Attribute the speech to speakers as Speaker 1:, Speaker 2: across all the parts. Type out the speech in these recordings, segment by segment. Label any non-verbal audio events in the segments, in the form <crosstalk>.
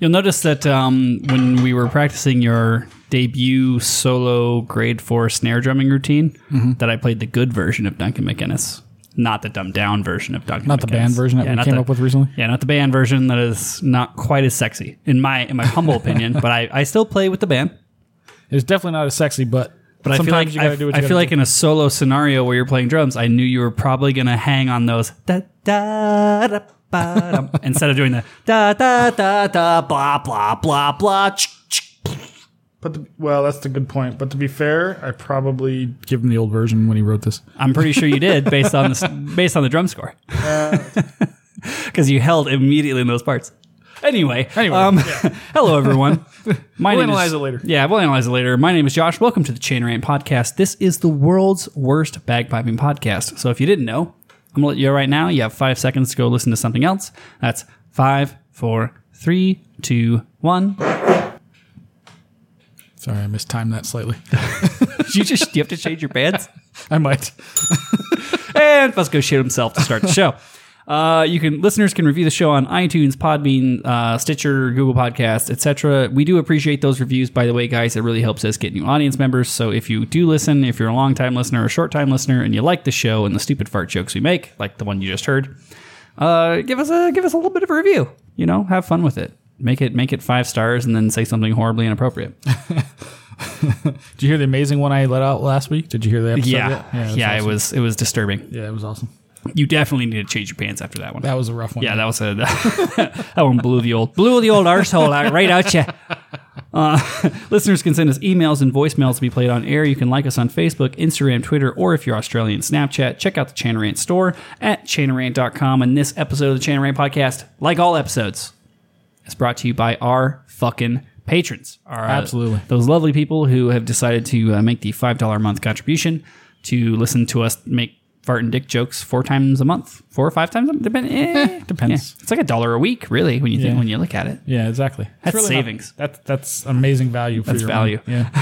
Speaker 1: You'll notice that um, when we were practicing your debut solo grade four snare drumming routine,
Speaker 2: Mm-hmm.
Speaker 1: that I played the good version of Duncan McInnes, not the dumbed down version of Duncan.
Speaker 2: Not the
Speaker 1: McInnes.
Speaker 2: band version that we
Speaker 1: not
Speaker 2: came
Speaker 1: the-
Speaker 2: up with recently?
Speaker 1: Yeah, not the band version that is not quite as sexy in my in my
Speaker 2: <laughs>
Speaker 1: humble opinion. But I, I still play with the band.
Speaker 2: It's definitely not as sexy, but
Speaker 1: But I feel like
Speaker 2: sometimes you gotta
Speaker 1: I,
Speaker 2: do what
Speaker 1: I
Speaker 2: you
Speaker 1: feel
Speaker 2: gotta
Speaker 1: like in a solo scenario where you're playing drums, I knew you were probably gonna hang on those da da da ba dum, <laughs> instead of doing the da da da da blah blah blah blah. ch, ch.
Speaker 2: But the, well, that's a good point. But to be fair, I probably give him the old version when he wrote this.
Speaker 1: I'm pretty sure you did based on this
Speaker 2: <laughs>
Speaker 1: based on the drum score <laughs> because you held immediately in those parts. Anyway, um,
Speaker 2: Anyway,
Speaker 1: <laughs> hello
Speaker 2: <laughs>
Speaker 1: everyone. My
Speaker 2: We'll
Speaker 1: name
Speaker 2: analyze
Speaker 1: is,
Speaker 2: it later.
Speaker 1: Yeah, we'll analyze it later. My name is Josh. Welcome to the Chain Rant Podcast. This is the world's worst bagpiping podcast. So if you didn't know, I'm gonna let you know right now. You have five seconds to go listen to something else. That's five, four, three, two, one. <laughs>
Speaker 2: Sorry, I mistimed that slightly.
Speaker 1: Did you just you have to change your pants?
Speaker 2: I might.
Speaker 1: and Fusco shit himself to start the show. Uh, you can listeners can review the show on iTunes, Podbean, uh, Stitcher, Google Podcasts, etc. We do appreciate those reviews, by the way, guys. It really helps us get new audience members. So if you do listen, if you're a long time listener or short time listener, and you like the show and the stupid fart jokes we make, like the one you just heard, uh, give us a give us a little bit of a review. You know, have fun with it. Make it make it five stars, and then say something horribly inappropriate. <laughs>
Speaker 2: Did you hear the amazing one I let out last week? Did you hear the episode? yet?
Speaker 1: yeah, yeah,
Speaker 2: that's
Speaker 1: it
Speaker 2: awesome.
Speaker 1: was it was disturbing.
Speaker 2: Yeah, it was awesome.
Speaker 1: You definitely need to change your pants after that one.
Speaker 2: That was a rough one.
Speaker 1: Yeah, that was a <laughs> that one blew the old blew the old arsehole out right out you. Uh, <laughs> listeners can send us emails and voicemails to be played on air. You can like us on Facebook, Instagram, Twitter, or if you're Australian, Snapchat. Check out the Chanarant store at chanarant.com. And this episode of the Chanarant podcast, like all episodes, is brought to you by our fucking patrons. Our, uh,
Speaker 2: Absolutely.
Speaker 1: those lovely people who have decided to uh, make the $5 a month contribution to listen to us make fart and dick jokes four times a month, four or five times a month. Depend- eh,
Speaker 2: depends.
Speaker 1: yeah. It's like a dollar a week, really, when you think
Speaker 2: Yeah.
Speaker 1: when you look at it.
Speaker 2: Yeah, exactly.
Speaker 1: That's
Speaker 2: not-
Speaker 1: savings.
Speaker 2: that, that's amazing value for
Speaker 1: That's
Speaker 2: your
Speaker 1: value.
Speaker 2: money. Yeah.
Speaker 1: <laughs>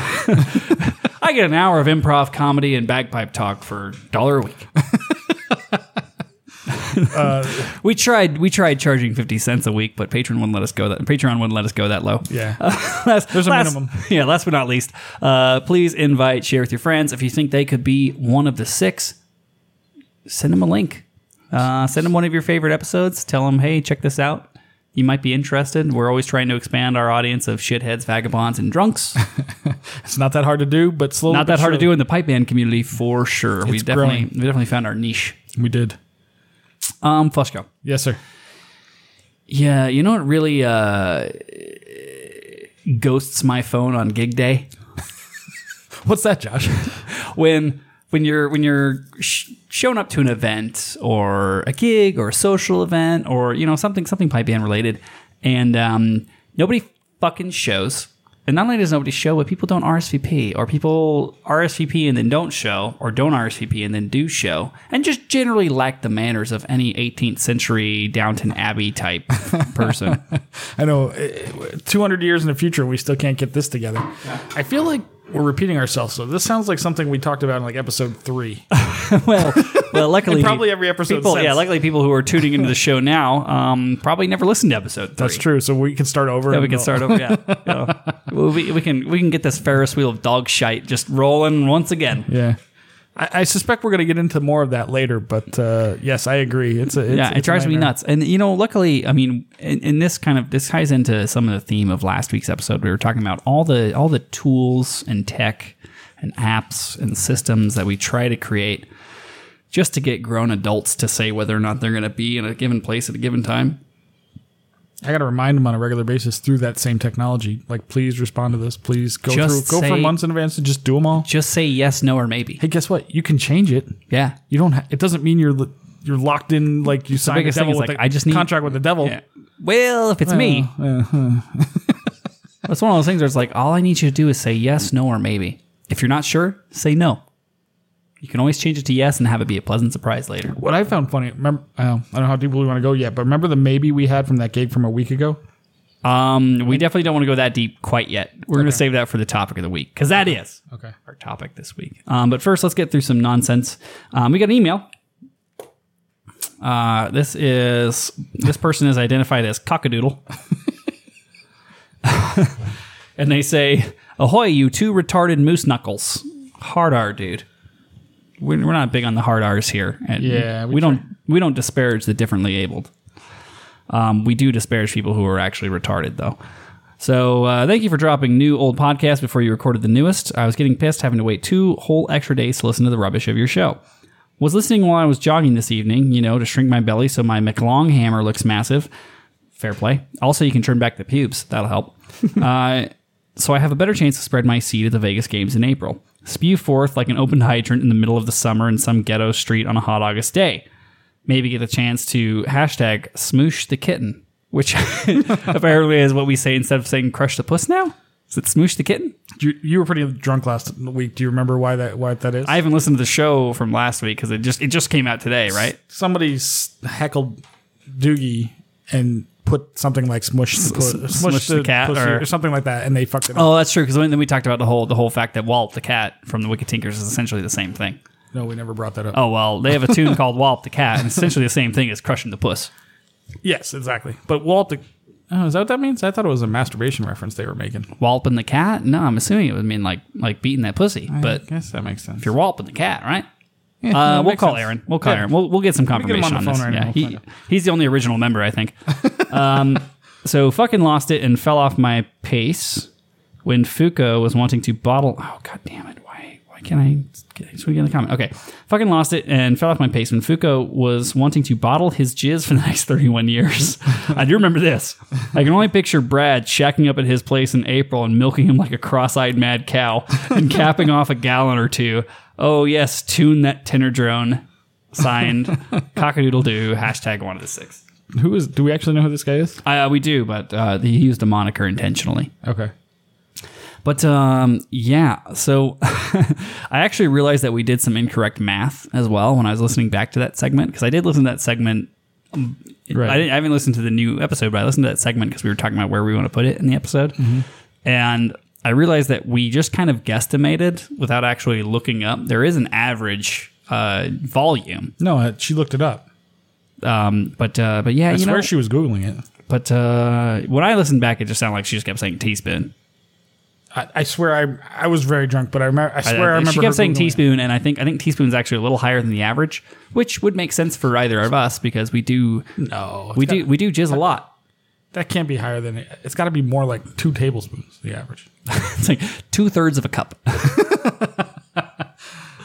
Speaker 1: I get an hour of improv comedy and bagpipe talk for dollar a
Speaker 2: <laughs>
Speaker 1: week.
Speaker 2: Uh,
Speaker 1: <laughs> we tried we tried charging fifty cents a week, but Patreon wouldn't let us go that Patreon wouldn't let us go that low.
Speaker 2: Yeah.
Speaker 1: <laughs> Last-
Speaker 2: There's a
Speaker 1: last-
Speaker 2: minimum.
Speaker 1: Yeah, last but not least, uh, please invite, share with your friends. If you think they could be one of the six, send them a link. Uh, send them one of your favorite episodes. Tell them, hey, check this out. You might be interested. We're always trying to expand our audience of shitheads, vagabonds, and
Speaker 2: <laughs>
Speaker 1: drunks.
Speaker 2: it's not that hard to do, but slowly.
Speaker 1: Not
Speaker 2: but
Speaker 1: that hard to do
Speaker 2: surely-
Speaker 1: in the pipe band community for sure. we
Speaker 2: It's
Speaker 1: definitely
Speaker 2: growing.
Speaker 1: we definitely found our niche.
Speaker 2: We did.
Speaker 1: Um, Fusco.
Speaker 2: Yes, sir.
Speaker 1: Yeah, you know what really uh, ghosts my phone on gig day?
Speaker 2: <laughs> What's that, Josh?
Speaker 1: when when you're when you're sh- showing up to an event or a gig or a social event or you know something something pipe band related, and um, nobody fucking shows. And not only does nobody show, but people don't RSVP, or people RSVP and then don't show, or don't RSVP and then do show, and just generally lack the manners of any 18th century Downton Abbey <laughs> type person.
Speaker 2: I know. uh, 200 years in the future, we still can't get this together. I feel like we're repeating ourselves. So this sounds like something we talked about in like episode
Speaker 1: <laughs>
Speaker 2: three.
Speaker 1: well, well, luckily,
Speaker 2: And probably every episode
Speaker 1: people,
Speaker 2: since.
Speaker 1: yeah, luckily people who are tuning into the show now um, probably never listened to episode. Three.
Speaker 2: That's true. So we can start over.
Speaker 1: Yeah,
Speaker 2: and
Speaker 1: we can
Speaker 2: we'll-
Speaker 1: start over. Yeah,
Speaker 2: <laughs>
Speaker 1: Yeah. Well, we, we can we can get this Ferris wheel of dog shite just rolling once again.
Speaker 2: Yeah. I, I suspect we're going to get into more of that later, but uh, yes, I agree. It's a it's,
Speaker 1: Yeah,
Speaker 2: it's
Speaker 1: it
Speaker 2: a
Speaker 1: drives me
Speaker 2: nightmare.
Speaker 1: nuts. And you know, luckily, I mean, in, in this kind of this ties into some of the theme of last week's episode. We were talking about all the all the tools and tech and apps and systems that we try to create just to get grown adults to say whether or not they're going to be in a given place at a given time.
Speaker 2: I got to remind them on a regular basis through that same technology. Like, please respond to this. Please go
Speaker 1: Just
Speaker 2: through. Go for
Speaker 1: say-
Speaker 2: months in advance and just do them all.
Speaker 1: Just say yes, no, or maybe.
Speaker 2: Hey, guess what? You can change it.
Speaker 1: Yeah.
Speaker 2: You don't. Ha- it doesn't mean you're li- you're locked in like you signed a
Speaker 1: biggest thing
Speaker 2: devil
Speaker 1: is,
Speaker 2: with
Speaker 1: like,
Speaker 2: a
Speaker 1: I just need-
Speaker 2: contract with the devil.
Speaker 1: Yeah. Well, if it's me, that's one of those things where it's like, all I need you to do is say yes, no, or maybe. If you're not sure, say no. You can always change it to yes and have it be a pleasant surprise later.
Speaker 2: What I found funny, remember, uh, I don't know how deep we want to go yet, but remember the maybe we had from that gig from a week ago?
Speaker 1: Um, we definitely don't want to go that deep quite yet. We're going to save that for the topic of the week because that is
Speaker 2: Okay.
Speaker 1: our topic this week. Um, but first, let's get through some nonsense. Um, we got an email. Uh, this is this person is identified as cockadoodle. <laughs> and they say, "Ahoy, you two retarded moose knuckles!" Hard R, dude. We're, we're not big on the hard R's here, and
Speaker 2: Yeah,
Speaker 1: we,
Speaker 2: we
Speaker 1: don't we don't disparage the differently abled. Um, we do disparage people who are actually retarded, though. So uh, thank you for dropping new old podcast before you recorded the newest. I was getting pissed having to wait two whole extra days to listen to the rubbish of your show. Was listening while I was jogging this evening, you know, to shrink my belly so my McLong hammer looks massive. Fair play. Also, you can turn back the pubes. That'll help. uh, so I have a better chance to spread my seed at the Vegas games in April. Spew forth like an open <laughs> hydrant in the middle of the summer in some ghetto street on a hot August day. Maybe get a chance to hashtag smoosh the kitten, which <laughs> apparently is what we say instead of saying crush the puss now. Is it smoosh the kitten?
Speaker 2: You, you were pretty drunk last week. Do you remember why that why that is?
Speaker 1: I haven't listened to the show from last week because it just it just came out today, right?
Speaker 2: somebody s- heckled Doogie and put something like smush the, puss-
Speaker 1: smush the cat
Speaker 2: pussy
Speaker 1: or-
Speaker 2: or, something like that, and they fucked it up.
Speaker 1: Oh, that's true. Because then we talked about the whole the whole fact that Walt the cat from the Wicked Tinkers is essentially the same thing.
Speaker 2: No, we never brought that up.
Speaker 1: Oh well, they have a
Speaker 2: <laughs>
Speaker 1: tune called Walt the cat, and essentially the same thing as crushing the puss.
Speaker 2: Yes, exactly. But Walt, the, oh, is that what that means? I thought it was a masturbation reference they were making.
Speaker 1: Walping the cat? No, I'm assuming it would mean like like beating that pussy. But
Speaker 2: I guess that makes sense.
Speaker 1: you're walping the cat, right?
Speaker 2: Yeah,
Speaker 1: Uh,
Speaker 2: that
Speaker 1: we'll
Speaker 2: makes
Speaker 1: call
Speaker 2: sense.
Speaker 1: Aaron. We'll call
Speaker 2: Yeah.
Speaker 1: Aaron. We'll we'll get some
Speaker 2: get him
Speaker 1: confirmation
Speaker 2: on the
Speaker 1: on,
Speaker 2: phone
Speaker 1: this.
Speaker 2: right
Speaker 1: yeah,
Speaker 2: now. We'll
Speaker 1: he,
Speaker 2: find out.
Speaker 1: he's the only original member, I
Speaker 2: <laughs>
Speaker 1: think. um, so fucking lost it and fell off my pace when Fuko was wanting to bottle. Oh god damn it! Why why can't I get, so we get the comment? Okay, fucking lost it and fell off my pace when Fuko was wanting to bottle his jizz for the next <laughs> thirty-one
Speaker 2: <laughs>
Speaker 1: years. I do remember this. I can only picture Brad shacking up at his place in April and milking him like a cross-eyed mad cow and
Speaker 2: <laughs>
Speaker 1: capping off a gallon or two. Oh yes, tune that tenor drone. Signed, cockadoodle doo. Hashtag one of the six.
Speaker 2: Who is? Do we actually know who this guy is?
Speaker 1: Uh, we do, but uh, he used a moniker intentionally.
Speaker 2: Okay.
Speaker 1: But um, yeah, so <laughs> I actually realized that we did some incorrect math as well when I was listening back to that segment because I did listen to that segment. um,
Speaker 2: Right.
Speaker 1: I, didn't, I haven't listened to the new episode, but I listened to that segment because we were talking about where we want to put it in the episode, and I realized that we just kind of guesstimated without actually looking up. There is an average uh, volume,
Speaker 2: No, uh, she looked it up.
Speaker 1: um, but uh, but yeah,
Speaker 2: I
Speaker 1: you
Speaker 2: swear
Speaker 1: know,
Speaker 2: she was googling it.
Speaker 1: but uh, when I listened back, it just sounded like she just kept saying teaspoon.
Speaker 2: I, I swear I I was very drunk, but I remember. I swear I,
Speaker 1: I- Uh,
Speaker 2: remember.
Speaker 1: she
Speaker 2: her
Speaker 1: kept saying
Speaker 2: Googling it.
Speaker 1: teaspoon, and I think I think teaspoon's actually a little higher than the average, which would make sense for either of us because we do
Speaker 2: No,
Speaker 1: we do we do jizz a lot. <laughs>
Speaker 2: that can't be higher than it's got to be more like two tablespoons the average.
Speaker 1: It's like two thirds of a <laughs> cup.
Speaker 2: I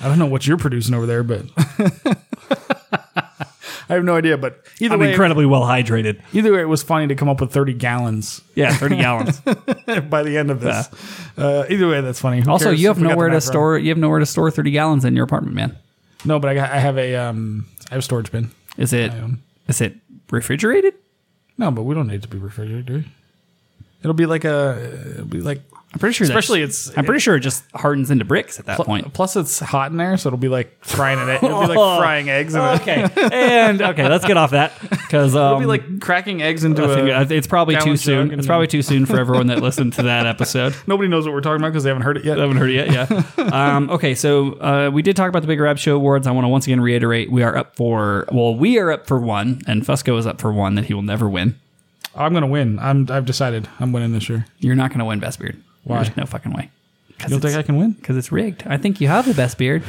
Speaker 2: don't know what you're producing over
Speaker 1: <laughs>
Speaker 2: there, but <laughs> I have no idea. But either way,
Speaker 1: well hydrated.
Speaker 2: either way, it was funny to come up with 30
Speaker 1: <laughs>
Speaker 2: gallons
Speaker 1: Yeah, thirty gallons.
Speaker 2: by the end of this. Uh, either way, that's funny. Who
Speaker 1: Also,
Speaker 2: cares?
Speaker 1: you have
Speaker 2: We got the
Speaker 1: nowhere to
Speaker 2: background.
Speaker 1: store you have nowhere to store thirty gallons in your apartment, man.
Speaker 2: No, but I, got, I have a um, I have a storage bin.
Speaker 1: Is it is it refrigerated?
Speaker 2: No, but we don't need it to be refrigerated. Do we? It'll be like a it'll be like
Speaker 1: I'm pretty sure. that's-
Speaker 2: Especially it's-
Speaker 1: I'm pretty sure it just hardens into bricks at that point.
Speaker 2: Plus, it's hot in there, so it'll be like frying an egg. It'll be like frying eggs. In it.
Speaker 1: <laughs> Okay, and okay, let's get off that because um,
Speaker 2: It'll be like cracking eggs into
Speaker 1: I think-
Speaker 2: a.
Speaker 1: I think it's probably too
Speaker 2: gallon jug
Speaker 1: soon.
Speaker 2: and
Speaker 1: It's probably too soon for everyone that listened to that
Speaker 2: <laughs>
Speaker 1: episode.
Speaker 2: Nobody knows what we're talking about because they haven't heard it yet.
Speaker 1: I haven't heard it yet. Yeah. <laughs> um, okay, so uh, we did talk about the Big Rab Show Awards. I want to once again reiterate we are up for well, we are up for one, and Fusco is up for one that he will never win.
Speaker 2: I'm gonna win. I'm. I've decided. I'm winning this year.
Speaker 1: You're not going to win best beard.
Speaker 2: Why?
Speaker 1: There's no fucking way.
Speaker 2: You don't think I can win?
Speaker 1: Because it's rigged. I think you have the best beard.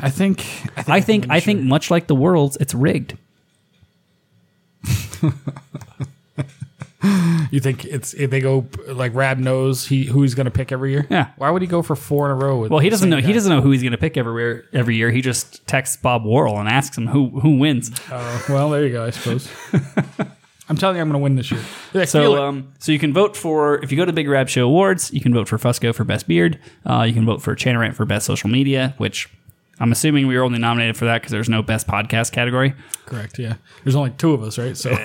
Speaker 2: I think. I think.
Speaker 1: I think. I think much like the world's, it's rigged.
Speaker 2: You think it's if they go like Rab knows he who he's gonna pick every year.
Speaker 1: Yeah.
Speaker 2: Why would he go for four in a row? With
Speaker 1: Well, he
Speaker 2: the
Speaker 1: doesn't
Speaker 2: same
Speaker 1: know. He
Speaker 2: guy?
Speaker 1: doesn't know who he's going to pick everywhere every year. He just texts Bob Worrell and asks him who who wins.
Speaker 2: Oh, well, there you go.
Speaker 1: <laughs>
Speaker 2: I suppose. I'm telling you, I'm gonna win this year. I feel
Speaker 1: So,
Speaker 2: it.
Speaker 1: um, so you can vote for if you go to Big Rab Show Awards, you can vote for Fusco for best beard. Uh, you can vote for Chanarant for best social media, which I'm assuming we were only nominated for that because there's no best podcast category.
Speaker 2: correct. Yeah. There's only two of us, right? So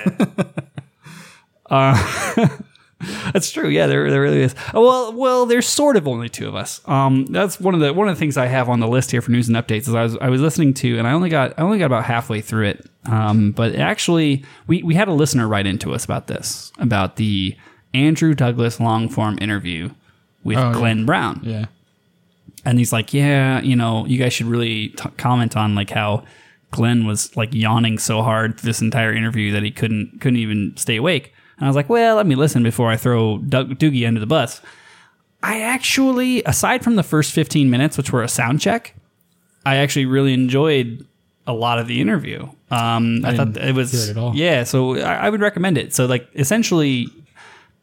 Speaker 1: That's true. Yeah, there, there really is. Oh, well, well, there's sort of only two of us. Um, that's one of the one of the things I have on the list here for news and updates is I was I was listening to and I only got I only got about halfway through it. Um, but actually, we we had a listener write into us about this about the Andrew Douglas long form interview with
Speaker 2: Oh, yeah.
Speaker 1: Glenn Brown.
Speaker 2: yeah.
Speaker 1: and he's like, "Yeah, you know, you guys should really t- comment on like how Glenn was like yawning so hard this entire interview that he couldn't couldn't even stay awake." And I was like, well, let me listen before I throw Doug, Doogie under the bus. I actually, aside from the first 15 minutes, which were a sound check, I actually really enjoyed a lot of the interview. Um, I, thought
Speaker 2: didn't
Speaker 1: it was,
Speaker 2: hear it at all.
Speaker 1: yeah, so I, I would recommend it. So, like, essentially,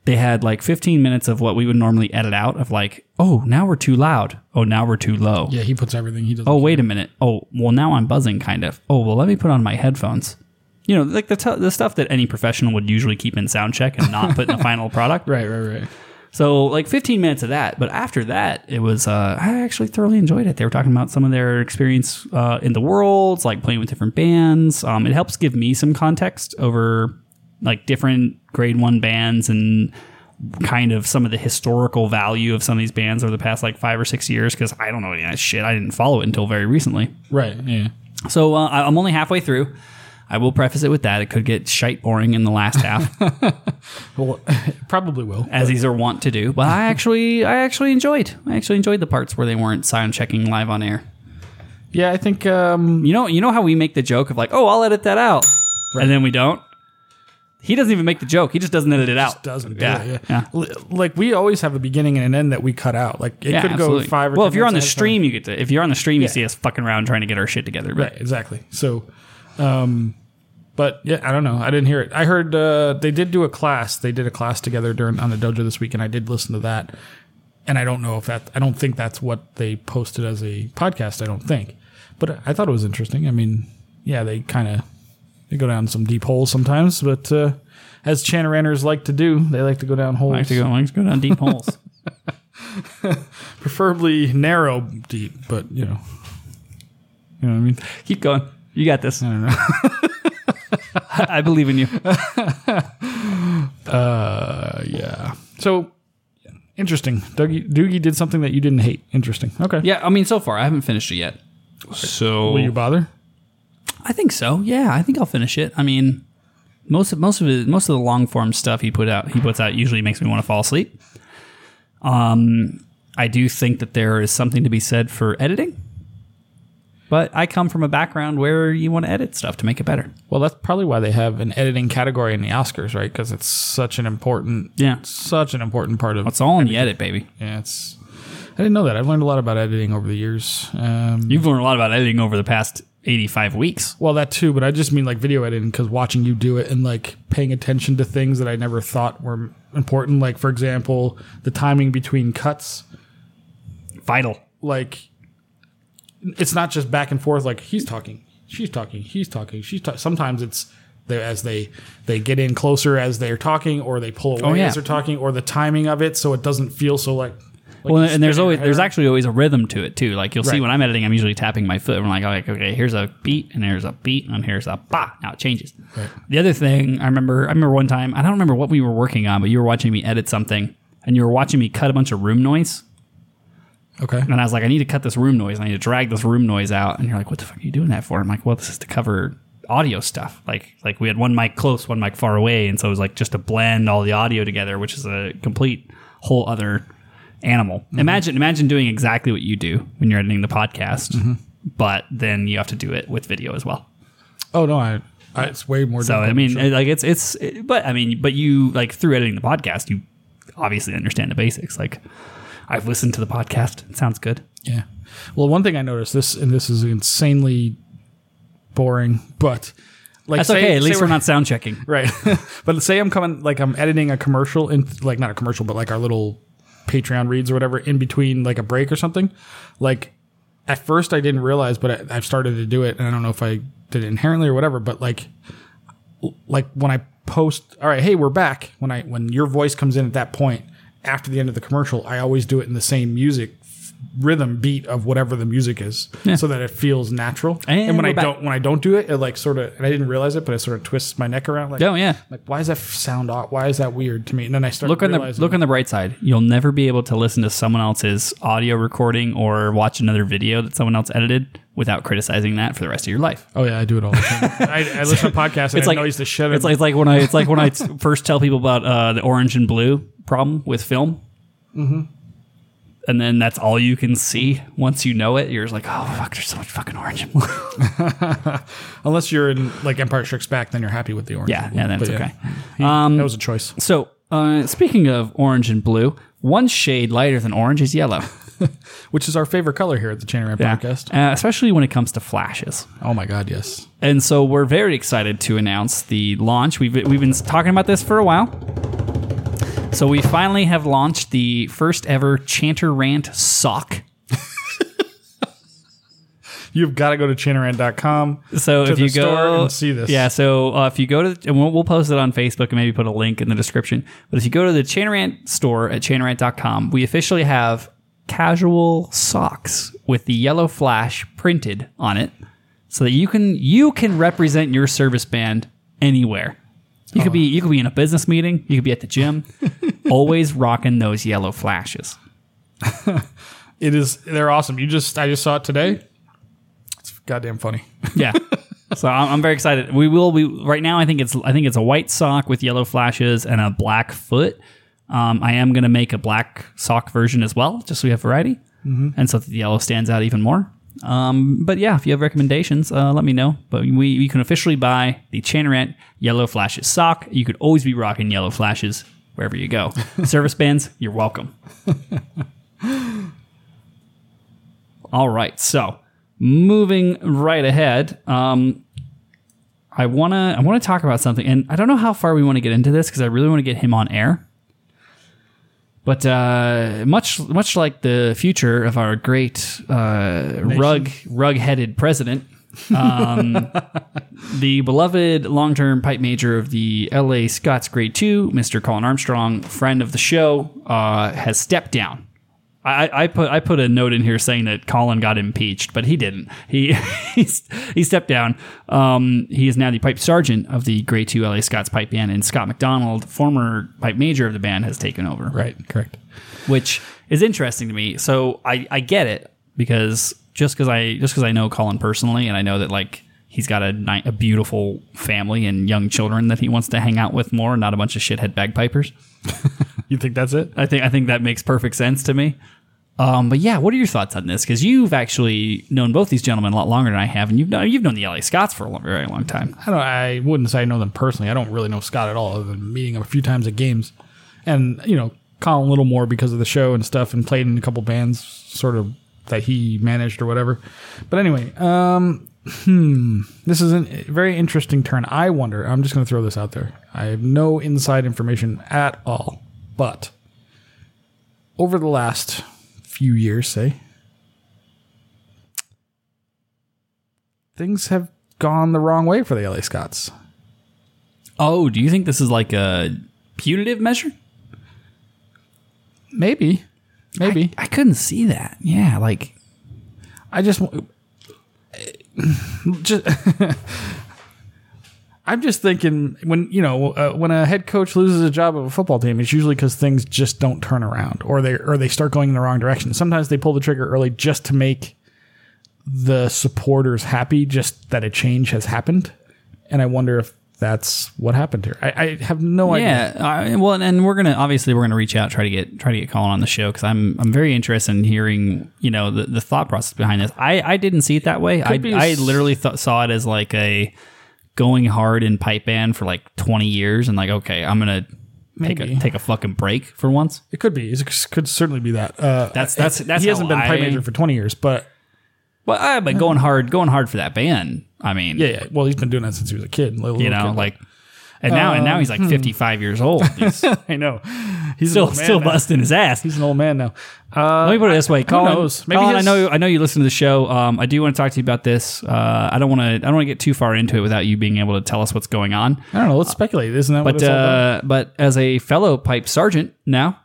Speaker 1: they had like 15 minutes of what we would normally edit out of like, oh, now we're too loud. Oh, now we're too low.
Speaker 2: Yeah, he puts everything he does.
Speaker 1: Oh, wait a minute. Oh, well, now I'm buzzing, kind of. Oh, well, let me put on my headphones. You know, like the, t- the stuff that any professional would usually keep in sound check and not put in the final product.
Speaker 2: right, right, right.
Speaker 1: So like 15 minutes of that, but after that, it was uh, I actually thoroughly enjoyed it. They were talking about some of their experience uh, in the world, like playing with different bands. Um, it helps give me some context over like different grade one bands and kind of some of the historical value of some of these bands over the past like five or six years because I don't know any of that shit. I didn't follow it until very recently.
Speaker 2: Right, yeah.
Speaker 1: So uh, I- I'm only halfway through. I will preface it with that it could get shite boring in the last half.
Speaker 2: Well, <laughs> probably will.
Speaker 1: as these are wont to do. But I actually, I actually enjoyed. I actually enjoyed the parts where they weren't sound checking live on air.
Speaker 2: Yeah, I think um
Speaker 1: You know, you know how we make the joke of like, oh, I'll edit that out, and then we don't. He doesn't even make the joke. He just doesn't edit it out.
Speaker 2: doesn't.
Speaker 1: Yeah,
Speaker 2: do it,
Speaker 1: yeah.
Speaker 2: L- Like we always have a beginning and an end that we cut out. Like it
Speaker 1: Yeah,
Speaker 2: could
Speaker 1: absolutely.
Speaker 2: go five. or
Speaker 1: well,
Speaker 2: 10
Speaker 1: if you're on the
Speaker 2: minutes at a time.
Speaker 1: stream, you get to. If you're on the stream, you see us fucking around trying to get our shit together. But
Speaker 2: Right, exactly. So, um, but yeah, I don't know. I didn't hear it. I heard uh, they did do a class. They did a class together during on the dojo this week, and I did listen to that. And I don't know if that. I don't think that's what they posted as a podcast. I don't think, but I thought it was interesting. I mean, yeah, they kind of they go down some deep holes sometimes, but uh, as Chanaranners like to do, they like to go down holes,
Speaker 1: I have to go. Let's go down deep
Speaker 2: <laughs>
Speaker 1: holes.
Speaker 2: preferably narrow deep. But you know, you know what I mean.
Speaker 1: Keep going. You got this. I I believe in you.
Speaker 2: Uh, yeah. So interesting. Dougie, Doogie did something that you didn't hate. Interesting. Okay.
Speaker 1: Yeah, I mean, so far I haven't finished it yet. So
Speaker 2: Will you bother?
Speaker 1: I think so. Yeah, I think I'll finish it. I mean, most of most of it, most of the long form stuff he put out he puts out usually makes me want to fall asleep. Um, I do think that there is something to be said for editing, but I come from a background where you want to edit stuff to make it better.
Speaker 2: Well, that's probably why they have an editing category in the Oscars, right? Because it's such an important,
Speaker 1: Yeah,
Speaker 2: such an important part of.
Speaker 1: it's all in the edit, baby.
Speaker 2: yeah, it's. I didn't know that. I've learned a lot about editing over the years. Um,
Speaker 1: You've learned a lot about editing over the past eighty five weeks.
Speaker 2: well, that too, but I just mean like video editing because watching you do it and like paying attention to things that I never thought were important. Like, for example, the timing between cuts.
Speaker 1: Vital.
Speaker 2: like it's not just back and forth like he's talking she's talking he's talking she's talking sometimes it's they, as they they get in closer as they're talking or they pull away
Speaker 1: Oh, yeah.
Speaker 2: as they're talking or the timing of it so it doesn't feel so like, like
Speaker 1: Well,
Speaker 2: he's
Speaker 1: and there's
Speaker 2: spinning
Speaker 1: always
Speaker 2: her
Speaker 1: there's
Speaker 2: hair.
Speaker 1: actually always a rhythm to it too. Like you'll see
Speaker 2: Right.
Speaker 1: when I'm editing, I'm usually tapping my foot. I'm like, okay, okay, here's a beat, and here's a beat, and here's a ba. Now it changes. The other thing I remember, I remember one time, I don't remember what we were working on, but you were watching me edit something, and you were watching me cut a bunch of room noise,
Speaker 2: okay
Speaker 1: and I was like, I need to cut this room noise. I need to drag this room noise out. And you're like, what the fuck are you doing that for? I'm like, well, this is to cover audio stuff. Like, like we had one mic close, one mic far away. And so it was like just to blend all the audio together, which is a complete whole other animal.
Speaker 2: Mm-hmm.
Speaker 1: Imagine, imagine doing exactly what you do when you're editing the podcast,
Speaker 2: Mm-hmm.
Speaker 1: but then you have to do it with video as well.
Speaker 2: oh no I, I it's way more
Speaker 1: So,
Speaker 2: difficult.
Speaker 1: I mean, like it's, it's, but I mean, but you like through editing the podcast, you obviously understand the basics. Like I've listened to the podcast. It sounds good.
Speaker 2: Yeah. Well, one thing I noticed this, and this is insanely boring, but like
Speaker 1: That's
Speaker 2: say-
Speaker 1: okay. At
Speaker 2: say
Speaker 1: least we're not sound checking. <laughs>
Speaker 2: Right. but say I'm coming, like I'm editing a commercial in, like not a commercial, but like our little Patreon reads or whatever in between like a break or something. Like at first I didn't realize, but I, I've started to do it. And I don't know if I did it inherently or whatever, but like, like when I post, all right, hey, we're back. When I, when your voice comes in at that point after the end of the commercial, I always do it in the same music f- rhythm beat of whatever the music is so that it feels natural
Speaker 1: And
Speaker 2: and when
Speaker 1: we're
Speaker 2: i
Speaker 1: back.
Speaker 2: don't when i don't do it it like sort of and i didn't realize it but it sort of twists my neck around like
Speaker 1: Oh, yeah.
Speaker 2: like why does that sound odd? Why is that weird to me? And then I start
Speaker 1: look on the
Speaker 2: realizing,
Speaker 1: look on the bright side. You'll never be able to listen to someone else's audio recording or watch another video that someone else edited without criticizing that for the rest of your life.
Speaker 2: Oh yeah, I do it all the time. <laughs> I, I listen to podcasts and
Speaker 1: It's
Speaker 2: it
Speaker 1: like
Speaker 2: annoys the shit out of
Speaker 1: It's like it's like when I it's like
Speaker 2: <laughs>
Speaker 1: when I t-
Speaker 2: Mm-hmm.
Speaker 1: first tell people about uh, the orange and blue problem with film. and then that's all you can see once you know it. You're just like, oh fuck, there's so much fucking orange.
Speaker 2: Unless you're in like Empire Strikes Back, then you're happy with the orange.
Speaker 1: yeah,
Speaker 2: and blue.
Speaker 1: yeah, then
Speaker 2: But
Speaker 1: it's okay. Um,
Speaker 2: He- that was a choice.
Speaker 1: <laughs> So uh, speaking of orange and blue, one shade lighter than orange is yellow.
Speaker 2: Which is our favorite color here at the Channel Rant Podcast.
Speaker 1: Uh, especially when it comes to flashes.
Speaker 2: Oh my God, yes.
Speaker 1: And so we're very excited to announce the launch. We've we've been talking about this for a while. So we finally have launched the first ever Chanter Rant sock.
Speaker 2: You've got to go to channerant.com.
Speaker 1: So
Speaker 2: to
Speaker 1: if
Speaker 2: the
Speaker 1: you
Speaker 2: store
Speaker 1: go
Speaker 2: and see this.
Speaker 1: yeah. So uh, if you go to, the, and we'll, we'll post it on Facebook and maybe put a link in the description. But if you go to the Chanarant store at chanarant.com, we officially have casual socks with the yellow flash printed on it, so that you can you can represent your service band anywhere. You
Speaker 2: Oh.
Speaker 1: could be you could be in a business meeting. You could be at the gym.
Speaker 2: <laughs>
Speaker 1: always rocking those yellow flashes.
Speaker 2: It is. They're awesome. You just. I just saw it today. It's goddamn funny.
Speaker 1: Yeah. So I'm, I'm very excited. We will be right now. I think it's I think it's a white sock with yellow flashes and a black foot. Um, I am going to make a black sock version as well, just so we have variety, and so that the yellow stands out even more. Um, but yeah, if you have recommendations, uh, let me know. But we you can officially buy the Chanarant Yellow Flashes sock. You could always be rocking yellow flashes wherever you go. Service bands, you're welcome. All right, so moving right ahead, um, I wanna I wanna talk about something, and I don't know how far we want to get into this because I really want to get him on air. But uh, much much like the future of our great uh, rug rug headed president, um, the beloved long term pipe major of the L.A. Scots Grade Two, Mister Colin Armstrong, friend of the show, uh, has stepped down. I, I put I put a note in here saying that Colin got impeached, but he didn't. He <laughs> he, he stepped down. Um, he is now the pipe sergeant of the Grade Two LA Scots Pipe Band, and Scott McDonald, former pipe major of the band, has taken over.
Speaker 2: Right. Correct.
Speaker 1: which is interesting to me. So I, I get it because just because I just because I know Colin personally, and I know that like he's got a ni- a beautiful family and young children that he wants to hang out with more, not a bunch of shithead bagpipers.
Speaker 2: You think that's it?
Speaker 1: I think I think that makes perfect sense to me. Um, but yeah, what are your thoughts on this? Because you've actually known both these gentlemen a lot longer than I have, and you've known you've known the LA Scots for a long, very long time.
Speaker 2: I don't. I wouldn't say I know them personally. I don't really know Scott at all, other than meeting him a few times at games, and you know Colin a little more because of the show and stuff, and played in a couple bands, sort of that he managed or whatever. But anyway, um, hmm, this is a very interesting turn. I wonder. I'm just going to throw this out there. I have no inside information at all, but over the last few years, say things have gone the wrong way for the LA Scots.
Speaker 1: Oh, do you think this is like a punitive measure?
Speaker 2: Maybe. Maybe.
Speaker 1: I couldn't see that. Yeah, like
Speaker 2: I, just <sighs> just <laughs> I'm just thinking when you know uh, when a head coach loses a job of a football team, it's usually because things just don't turn around, or they or they start going in the wrong direction. Sometimes they pull the trigger early just to make the supporters happy, just that a change has happened. And I wonder if that's what happened here. I, I have no idea.
Speaker 1: yeah. I, well, and- and we're gonna obviously we're gonna reach out try to get try to get Colin on the show because I'm I'm very interested in hearing you know the, the thought process behind this. I I didn't see it that way. I
Speaker 2: be
Speaker 1: I
Speaker 2: s-
Speaker 1: literally th- saw it as like a going hard in pipe band for like 20 years and like okay I'm gonna take a
Speaker 2: Maybe.
Speaker 1: take a fucking break for once.
Speaker 2: It could be. It could certainly be that. Uh,
Speaker 1: That's- that's- that's
Speaker 2: he hasn't
Speaker 1: how
Speaker 2: been
Speaker 1: I-
Speaker 2: prime major for twenty years, but
Speaker 1: Well, I, but going hard going hard for that band. I mean,
Speaker 2: yeah, yeah. Well, he's been doing that since he was a kid. Little,
Speaker 1: you know, like. And now, and now he's like 55 years old. He's
Speaker 2: I know. Uh, hmm. <laughs> He's
Speaker 1: still,
Speaker 2: an old man
Speaker 1: still
Speaker 2: now.
Speaker 1: busting his ass.
Speaker 2: He's an old man now. Uh,
Speaker 1: Let me put it this way, Colin.
Speaker 2: knows? Maybe
Speaker 1: Colin,
Speaker 2: his-
Speaker 1: I know, I know you listen to the show. Um, I do want to talk to you about this. Uh, I don't want to, I don't want to get too far into it without you being able to tell us what's going on.
Speaker 2: I don't know. Let's speculate. Isn't that what
Speaker 1: But
Speaker 2: it's all about?
Speaker 1: uh, but as a fellow pipe sergeant now,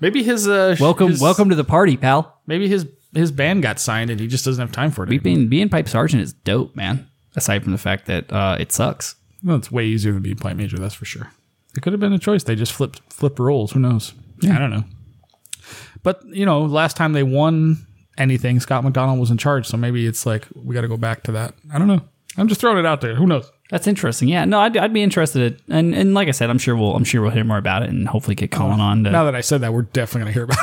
Speaker 2: Maybe his uh, sh- <laughs>
Speaker 1: welcome,
Speaker 2: his-
Speaker 1: welcome to the party, pal.
Speaker 2: Maybe his his band got signed and he just doesn't have time for it. anymore.
Speaker 1: Being being pipe sergeant is dope, man. Aside from the fact that uh, it sucks.
Speaker 2: Well, it's way easier than being plant major. That's for sure. It could have been a choice. They just flipped flipped roles. Who knows? I don't know. But you know, last time they won anything, Scott McDonald was in charge. So maybe it's like we got to go back to that. I don't know. I'm just throwing it out there. Who knows?
Speaker 1: That's interesting. Yeah, no, I'd, I'd be interested, and and like I said, I'm sure we'll I'm sure we'll hear more about it, and hopefully
Speaker 2: Oh.
Speaker 1: get Colin on. To,
Speaker 2: Now that I said that, we're definitely gonna hear about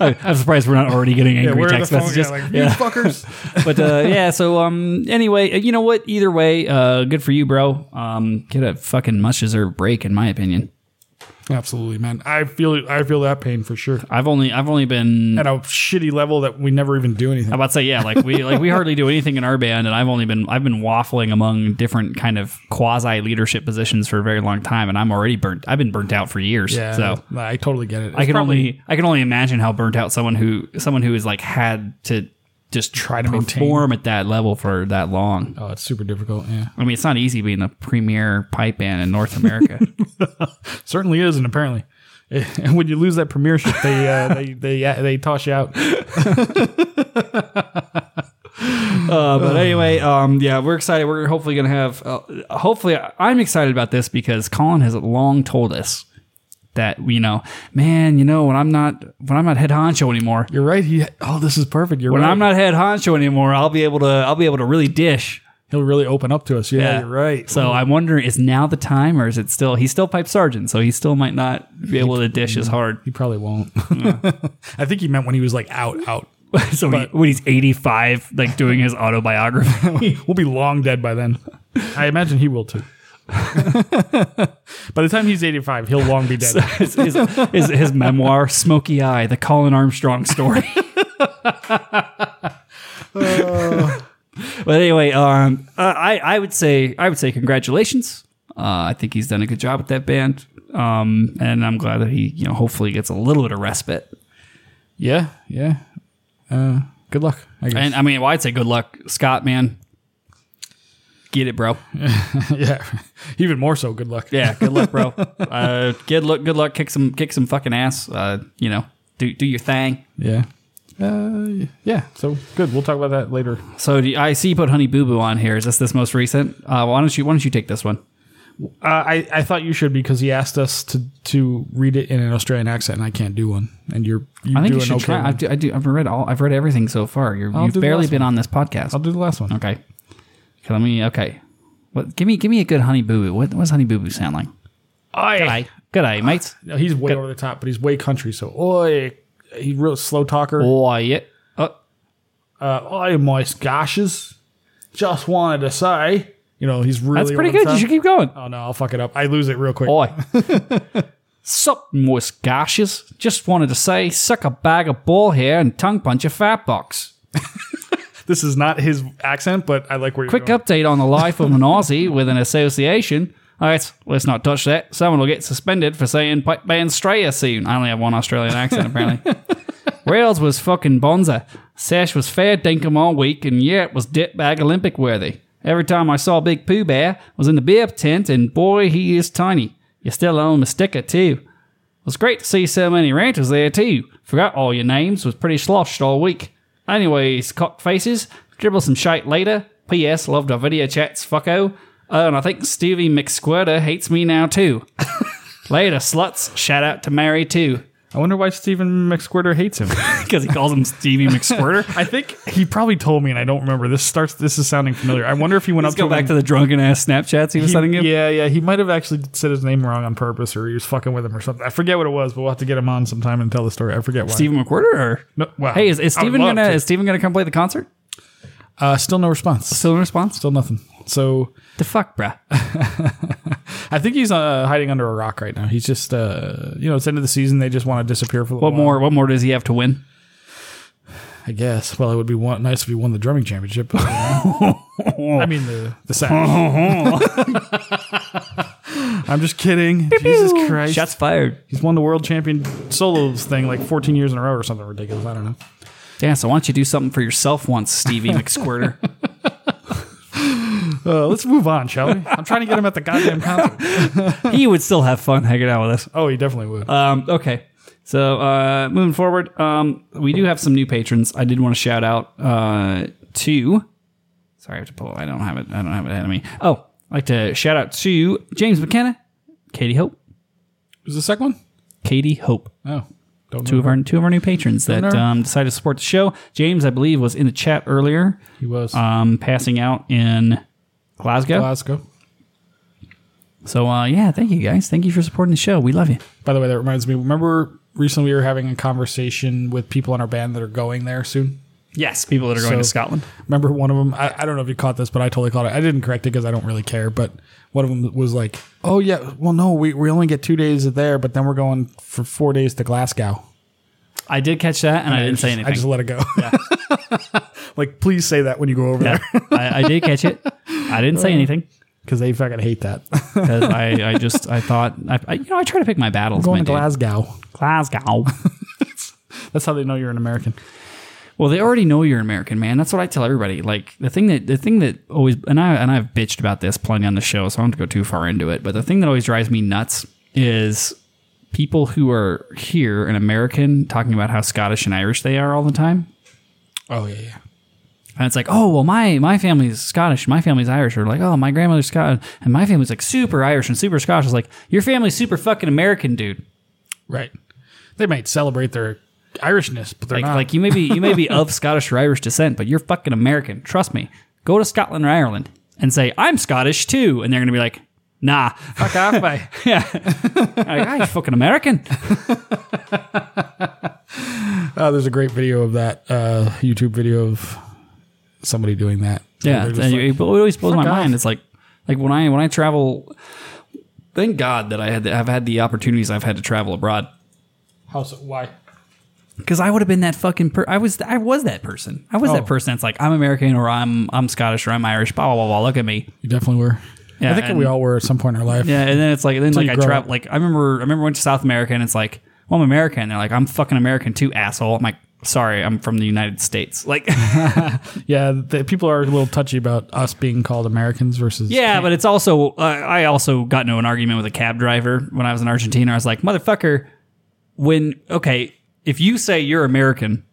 Speaker 2: <laughs> it.
Speaker 1: I, am surprised we're not already getting angry
Speaker 2: we're on the
Speaker 1: text
Speaker 2: phone,
Speaker 1: messages.
Speaker 2: yeah, like,
Speaker 1: Yeah.
Speaker 2: you <laughs> fuckers.
Speaker 1: but uh, yeah, so um, anyway, you know what? Either way, uh, good for you, bro. Um, get a fucking much deserved break, in my opinion.
Speaker 2: Absolutely, man. I feel I feel that pain for sure.
Speaker 1: I've only I've only been
Speaker 2: At a shitty level that we never even do anything.
Speaker 1: I'm about to say yeah, like we like we hardly do anything in our band, and I've only been I've been waffling among different kind of quasi leadership positions for a very long time, and I'm already burnt. I've been burnt out for years.
Speaker 2: Yeah,
Speaker 1: so
Speaker 2: I totally get it. It's
Speaker 1: I can
Speaker 2: probably-
Speaker 1: only I can only imagine how burnt out someone who someone who has like had to just try to
Speaker 2: Maintain.
Speaker 1: perform at that level for that long.
Speaker 2: Oh, it's super difficult. Yeah,
Speaker 1: I mean, it's not easy being the premier pipe band in North America.
Speaker 2: certainly is, and apparently, <laughs> and when you lose that premiership,
Speaker 1: <laughs>
Speaker 2: they uh, they they yeah, they toss you out.
Speaker 1: Uh, but anyway, um, yeah, we're excited. We're hopefully going to have. Uh, hopefully, I'm excited about this because Colin has long told us that you know, man, you know, when I'm not when I'm not head honcho anymore,
Speaker 2: You're right. He oh, this is perfect. You're
Speaker 1: when
Speaker 2: right.
Speaker 1: I'm not head honcho anymore, I'll be able to I'll be able to really dish.
Speaker 2: He'll really open up to us. Yeah, you're right.
Speaker 1: So I'm wondering, is now the time, or is it still? He's still pipe sergeant, so he still might not be able to dish as hard. <laughs>
Speaker 2: he probably won't. <laughs> I think he meant when he was like out out. <laughs>
Speaker 1: so he, when he's 85, like doing his autobiography.
Speaker 2: We'll be long dead by then. I imagine he will
Speaker 1: <laughs>
Speaker 2: too. <laughs> by the time he's 85, he'll long be dead.
Speaker 1: his, his, his, his memoir, Smoky Eye, the Colin Armstrong story. <laughs> Uh. but anyway, um, uh, I I would say I would say congratulations. Uh, I think he's done a good job with that band, um, and I'm glad that he you know hopefully gets a little bit of respite.
Speaker 2: yeah, yeah. Uh, good luck. I guess.
Speaker 1: And I mean, well, I'd say good luck, Scott, man. Get it, bro.
Speaker 2: yeah, <laughs> even more so. Good luck.
Speaker 1: Yeah, good luck, <laughs> bro. uh, good luck, good luck. Kick some, kick some fucking ass. Uh, you know, do do your thing.
Speaker 2: Yeah. Uh, yeah. So good. We'll talk about that later.
Speaker 1: So do you- I see you put Honey Boo Boo on here. Is this this most recent? Uh, why don't you Why don't you take this one?
Speaker 2: Uh, I I thought you should because he asked us to to read it in an Australian accent, and I can't do one. And you're you
Speaker 1: I think
Speaker 2: do
Speaker 1: you
Speaker 2: an
Speaker 1: should
Speaker 2: okay
Speaker 1: try.
Speaker 2: one.
Speaker 1: I do, I do. I've read all. I've read everything so far. You're,
Speaker 2: I'll
Speaker 1: you've
Speaker 2: do the
Speaker 1: barely
Speaker 2: last
Speaker 1: been on this podcast.
Speaker 2: I'll do the last one.
Speaker 1: okay. Okay, Let me. Okay. What? Give me. Give me a good Honey Boo Boo. What What's Honey Boo Boo sound like? Good eye. Good eye, mates.
Speaker 2: No, he's way over the top, but he's way country. So oi, he real slow talker.
Speaker 1: <laughs> Oh yeah. Oh,
Speaker 2: Uh, oi, my gashes. Just wanted to say, you know, he's really
Speaker 1: that's pretty
Speaker 2: over
Speaker 1: good.
Speaker 2: the
Speaker 1: You
Speaker 2: top.
Speaker 1: should keep going.
Speaker 2: Oh no, I'll fuck it up. I lose it real quick.
Speaker 1: Oi. <laughs> Sup, moist gashes. Just wanted to say, suck a bag of ball hair and tongue punch a fat box.
Speaker 2: This is not his accent, but I like where
Speaker 1: Quick
Speaker 2: you're
Speaker 1: update on the life of an Aussie with an association. All right, let's not touch that. Someone will get suspended for saying pipe band Straya soon. I only have one Australian accent, apparently. Rails was fucking bonza. Sash was fair dinkum all week, and yeah, it was ditbag Olympic worthy. Every time I saw Big Pooh Bear, was in the beer tent, and boy, he is tiny. You still own the sticker, too. It was great to see so many ranters there, too. Forgot all your names, was pretty sloshed all week. Anyways, cock faces, dribble some shite later. P.S. Loved our video chats, fucko. Oh, and I think Stevie McSquirter hates me now, too. <laughs> later, sluts. Shout out to Mary, too. <laughs>
Speaker 2: I wonder why Stephen McSquirter hates him.
Speaker 1: Because he calls him Stevie McSquirter.
Speaker 2: <laughs> I think he probably told me, and I don't remember. This starts. This is sounding familiar. I wonder if he went up
Speaker 1: Let's go
Speaker 2: to
Speaker 1: back
Speaker 2: him
Speaker 1: to the drunken ass Snapchats he was
Speaker 2: He-
Speaker 1: sending him.
Speaker 2: Yeah, yeah. He might have actually said his name wrong on purpose, or he was fucking with him or something. I forget what it was, but we'll have to get him on sometime and tell the story. I forget why.
Speaker 1: Stephen McWhorter or
Speaker 2: No, wow.
Speaker 1: hey, is, is
Speaker 2: I would
Speaker 1: Stephen
Speaker 2: love
Speaker 1: gonna
Speaker 2: to.
Speaker 1: is Stephen gonna come play the concert?
Speaker 2: Uh, still no response.
Speaker 1: Still in response?
Speaker 2: Still nothing. So
Speaker 1: The fuck,
Speaker 2: <laughs>
Speaker 1: bruh.
Speaker 2: I think he's uh, hiding under a rock right now. He's just, uh, you know, it's end of the season. They just want to disappear for a little
Speaker 1: What
Speaker 2: while,
Speaker 1: more? What more does he have to win?
Speaker 2: I guess. Well, it would be one, nice if he won the drumming championship. but, uh, <laughs> I mean the the sack. <laughs> I'm just kidding. Jesus Christ.
Speaker 1: Shots fired.
Speaker 2: He's won the world champion solos thing like 14 years in a row or something ridiculous. I don't know.
Speaker 1: Yeah, so why don't you do something for yourself once, Stevie McSquirter?
Speaker 2: Uh, let's move on, shall we? I'm trying to get him at the goddamn <laughs> concert.
Speaker 1: he would still have fun hanging out with us.
Speaker 2: Oh, he definitely would.
Speaker 1: Um, okay. So uh, moving forward, um, we do have some new patrons. I did want to shout out uh, to. Sorry, I have to pull. I don't have it. I don't have it ahead of me. Oh, I'd like to shout out to James McKenna, Katie Hope,
Speaker 2: Was the second one?
Speaker 1: Katie Hope,
Speaker 2: Oh, don't
Speaker 1: two
Speaker 2: know.
Speaker 1: of our two of our new patrons that
Speaker 2: Honor.
Speaker 1: um, decided to
Speaker 2: Uh,
Speaker 1: support the show. James, I believe, was in the chat earlier,
Speaker 2: He was.
Speaker 1: um, passing out in Glasgow.
Speaker 2: Glasgow.
Speaker 1: So uh, yeah, thank you guys. Thank you for supporting the show. We love you.
Speaker 2: By the way, that reminds me. Remember recently we were having a conversation with people in our band that are going there soon.
Speaker 1: Yes, people that are going
Speaker 2: So-
Speaker 1: to Scotland.
Speaker 2: Remember one of them? I, I don't know if you caught this, but I totally caught it. I didn't correct it because I don't really care. But one of them was like, "Oh yeah, well no, we, we only get two days there, but then we're going for four days to Glasgow."
Speaker 1: I did catch that, and I didn't say
Speaker 2: I
Speaker 1: anything.
Speaker 2: just let it go. <laughs> like, please say that when you go over there. 'Cause there
Speaker 1: <laughs> I, I did catch it. I didn't
Speaker 2: <laughs>
Speaker 1: say anything
Speaker 2: because they fucking hate that. <laughs>
Speaker 1: because I, I just I thought I, I you know I try to pick my battles. my
Speaker 2: going to
Speaker 1: dude.
Speaker 2: Glasgow.
Speaker 1: Glasgow. <laughs>
Speaker 2: That's how they know you're an American.
Speaker 1: Well, they already know you're American, man. That's what I tell everybody. Like the thing that the thing that always and I and I've bitched about this plenty on the show, so I don't have to go too far into it. But the thing that always drives me nuts is people who are here and American talking about how Scottish and Irish they are all the time.
Speaker 2: Oh yeah, yeah.
Speaker 1: And it's like, oh well, my my family's Scottish, my family's Irish, or like, oh my grandmother's Scottish, and my family's like super Irish and super Scottish. It's like your family's super fucking American, dude.
Speaker 2: Right. They might celebrate their Irishness, but they're
Speaker 1: Like,
Speaker 2: not.
Speaker 1: like you may be you may be <laughs> of Scottish or Irish descent, but you're fucking American. Trust me. Go to Scotland or Ireland and say I'm Scottish too, and they're gonna be like, nah,
Speaker 2: fuck off, <laughs> bye.
Speaker 1: <laughs> like, I'm fucking <laughs> American.
Speaker 2: Uh, there's a great video of that uh, YouTube video of somebody doing that.
Speaker 1: Yeah,
Speaker 2: They're
Speaker 1: and
Speaker 2: just like,
Speaker 1: it always blows my
Speaker 2: "Fuck off."
Speaker 1: mind. It's like, like when I when I travel, thank God that I had I've had the opportunities I've had to travel abroad
Speaker 2: how so, why?
Speaker 1: because I would have been that fucking. Per- I was I was that person. I was
Speaker 2: Oh.
Speaker 1: that person. that's like I'm American or I'm I'm Scottish or I'm Irish. Blah blah blah. blah. Look at me.
Speaker 2: You definitely were.
Speaker 1: Yeah,
Speaker 2: I think
Speaker 1: and-
Speaker 2: we all were at some point in our life.
Speaker 1: Yeah, and then it's like then like
Speaker 2: you
Speaker 1: I
Speaker 2: grow
Speaker 1: travel
Speaker 2: up.
Speaker 1: like I remember I remember went to South America and it's like well I'm American. They're like I'm fucking American too, asshole. I'm like sorry, I'm from the United States. Like <laughs>
Speaker 2: Yeah, the, people are a little touchy about us being called Americans versus.
Speaker 1: yeah, but it's also uh, I also got into an argument with a cab driver when I was in Argentina. I was like motherfucker, when okay if you say you're American,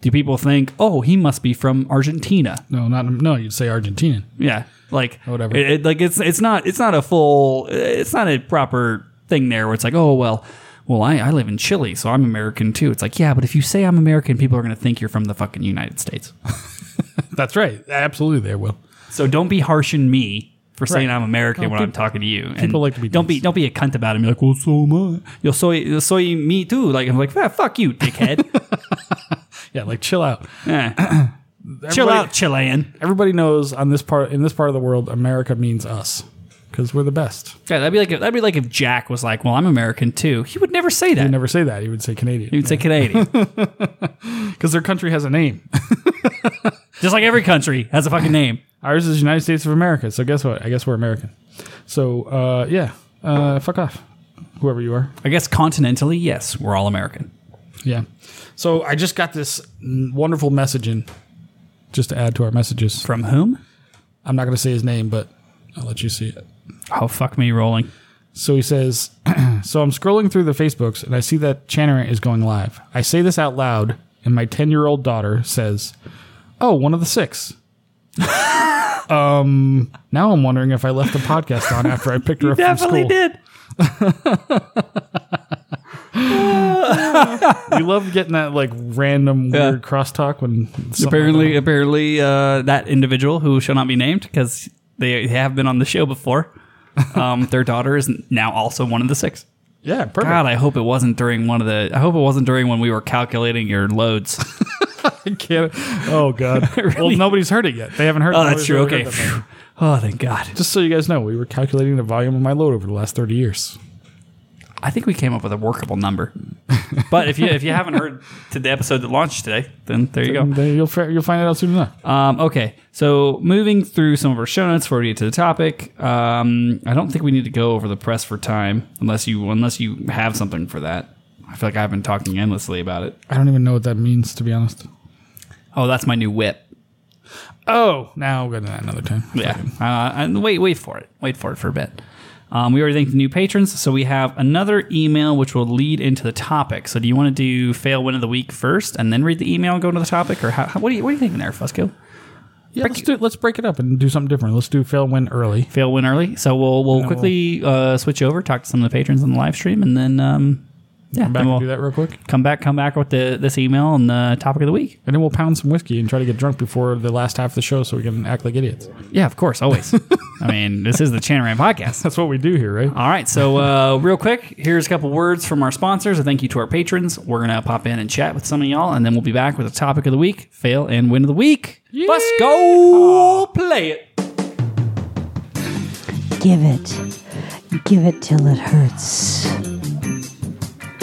Speaker 1: do people think oh he must be from Argentina?
Speaker 2: No, not no. You'd say Argentinian.
Speaker 1: Yeah, like
Speaker 2: Whatever.
Speaker 1: It, it- like it's it's not it's not a full it's not a proper thing there where it's like oh well. Well, I, I live in Chile, so I'm American too. It's like, yeah, but if you say I'm American, people are going to think you're from the fucking United <laughs> States.
Speaker 2: That's right. Absolutely, they will.
Speaker 1: So don't be harsh in me for saying
Speaker 2: Right.
Speaker 1: I'm American
Speaker 2: No,
Speaker 1: when I'm
Speaker 2: people-
Speaker 1: talking to you. And
Speaker 2: people like to be
Speaker 1: don't be
Speaker 2: nice.
Speaker 1: don't be a cunt about it. And be like, well, so am I. Yo soy yo soy me too. Like I'm like, ah, fuck you, dickhead. <laughs>
Speaker 2: Yeah, like chill out.
Speaker 1: <clears throat> Eh. Chill
Speaker 2: Everybody-
Speaker 1: out, Chilean.
Speaker 2: Everybody knows on this part in this part of the world, America means us because we're the best.
Speaker 1: Yeah, that'd be like if, that'd be like if Jack was like, well, I'm American too. He would never say
Speaker 2: He'd
Speaker 1: that.
Speaker 2: never say that. He would say
Speaker 1: He
Speaker 2: Canadian
Speaker 1: would say Canadian.
Speaker 2: because their country has a name.
Speaker 1: Just like every country has a fucking name.
Speaker 2: Ours is United States of America. So guess what? I guess we're American. So uh, yeah, uh, fuck off, whoever you are.
Speaker 1: I guess continentally, yes, we're all American.
Speaker 2: Yeah. So I just got this n- wonderful message in, just to add to our messages.
Speaker 1: From whom?
Speaker 2: I'm not going to say his name, but I'll let you see it.
Speaker 1: Oh, fuck me rolling.
Speaker 2: So he says, <clears throat> So I'm scrolling through the Facebooks and I see that Channerant is going live. I say this out loud, and my 10 year old daughter says, Oh, one of the six. <laughs> um, now I'm wondering if I left the podcast on after I picked her up from
Speaker 1: Definitely
Speaker 2: school.
Speaker 1: did.
Speaker 2: We love getting that like random
Speaker 1: Yeah.
Speaker 2: weird crosstalk when something-
Speaker 1: Apparently, apparently, uh, that individual who shall not be named because they have been on the show before. Um, <laughs> their daughter is now also one of the six.
Speaker 2: yeah, perfect.
Speaker 1: God, I hope it wasn't during one of the. I hope it wasn't during when we were calculating your loads.
Speaker 2: I can't. Oh <laughs> God. Well, nobody's heard it yet. They haven't
Speaker 1: <laughs>
Speaker 2: heard.
Speaker 1: Oh, that's
Speaker 2: nobody's
Speaker 1: true.
Speaker 2: ever heard
Speaker 1: Okay.
Speaker 2: that before.
Speaker 1: Phew. <laughs> Oh, thank God.
Speaker 2: Just so you guys know, we were calculating the volume of my load over the last 30 years.
Speaker 1: I think we came up with a workable number. But if you if you haven't heard to the episode that launched today, then there you go.
Speaker 2: And then you'll fi- you'll find it out soon enough.
Speaker 1: Um, okay, so moving through some of our show notes before we get to the topic, um, I don't think we need to go over the press for time unless you unless you have something for that. I feel like I've been talking endlessly about it.
Speaker 2: I don't even know what that means, to be honest.
Speaker 1: Oh, that's my new whip.
Speaker 2: Oh, now we'll go to that another time.
Speaker 1: Yeah, uh, and wait, wait for it. Wait for it for a bit. Um, we already thanked the new patrons, so we have another email which will lead into the topic. So, do you want to do fail win of the week first, and then read the email and go into the topic, or how, how, what, are you, what are you thinking there, Fusco?
Speaker 2: yeah let's, do, let's break it up and do something different. Let's do fail win early.
Speaker 1: fail win early. So we'll we'll quickly uh, switch over, talk to some of the patrons on the live stream, and then um, Yeah,
Speaker 2: Come back
Speaker 1: and
Speaker 2: and
Speaker 1: we'll
Speaker 2: do that real quick,
Speaker 1: come back, come back with the this email and the topic of the week.
Speaker 2: and then we'll pound some whiskey and try to get drunk before the last half of the show, so we can act like idiots.
Speaker 1: Yeah, of course, always. <laughs> I mean, this is the Chanaran podcast. <laughs>
Speaker 2: That's what we do here, right?
Speaker 1: All right, so uh, real quick, here's a couple words from our sponsors. A thank you to our patrons. We're gonna pop in and chat with some of y'all, and then we'll be back with a topic of the week, fail and win of the week. Let's go play it.
Speaker 3: Give it. Give it till it hurts. Oh, yeah.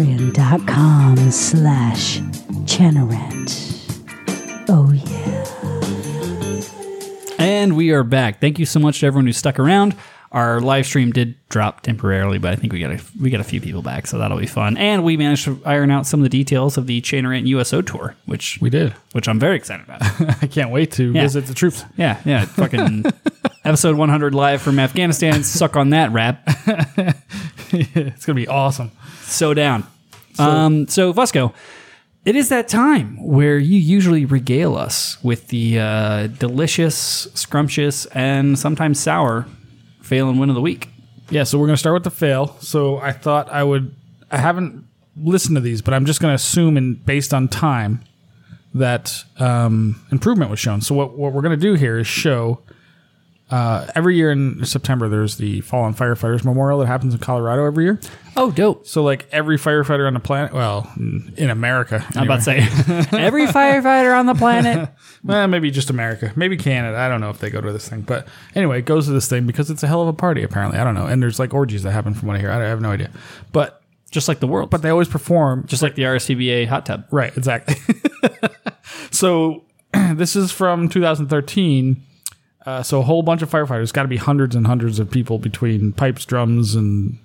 Speaker 3: Patreon.com slash Chenerent. Oh, yeah.
Speaker 1: And we are back. Thank you so much to everyone who stuck around. Our live stream did drop temporarily, but I think we got a, we got a few people back, so that'll be fun. And we managed to iron out some of the details of the Chainerant USO tour, which
Speaker 2: We did.
Speaker 1: which I'm very excited about.
Speaker 2: <laughs> I can't wait to visit the troops.
Speaker 1: yeah, yeah,
Speaker 2: <laughs>
Speaker 1: fucking episode 100 live from Afghanistan. Suck on that, rap.
Speaker 2: It's gonna be awesome.
Speaker 1: so down. um, so Fusco, it is that time where you usually regale us with the uh, delicious, scrumptious, and sometimes sour fail and win of the week.
Speaker 2: Yeah, so we're going to start with the fail. So I thought I would. I haven't listened to these, but I'm just going to assume, and based on time, that um, improvement was shown. So what what we're going to do here is show. Uh, every year in September, there's the Fallen Firefighters Memorial that happens in Colorado every year.
Speaker 1: Oh, dope.
Speaker 2: So like every firefighter on the planet, well, in America,
Speaker 1: I'm about to say <laughs> every firefighter on the planet.
Speaker 2: Eh, maybe just America, maybe Canada. I don't know if they go to this thing, but anyway, it goes to this thing because it's a hell of a party. Apparently, I don't know. And there's like orgies that happen from what I hear. I I have no idea, but
Speaker 1: Just like the world.
Speaker 2: but they always perform
Speaker 1: just like the RSCBA hot tub.
Speaker 2: Right, exactly. <laughs> so <clears throat> this is from 2013. Uh, so a whole bunch of firefighters, got to be hundreds and hundreds of people between pipes, drums, and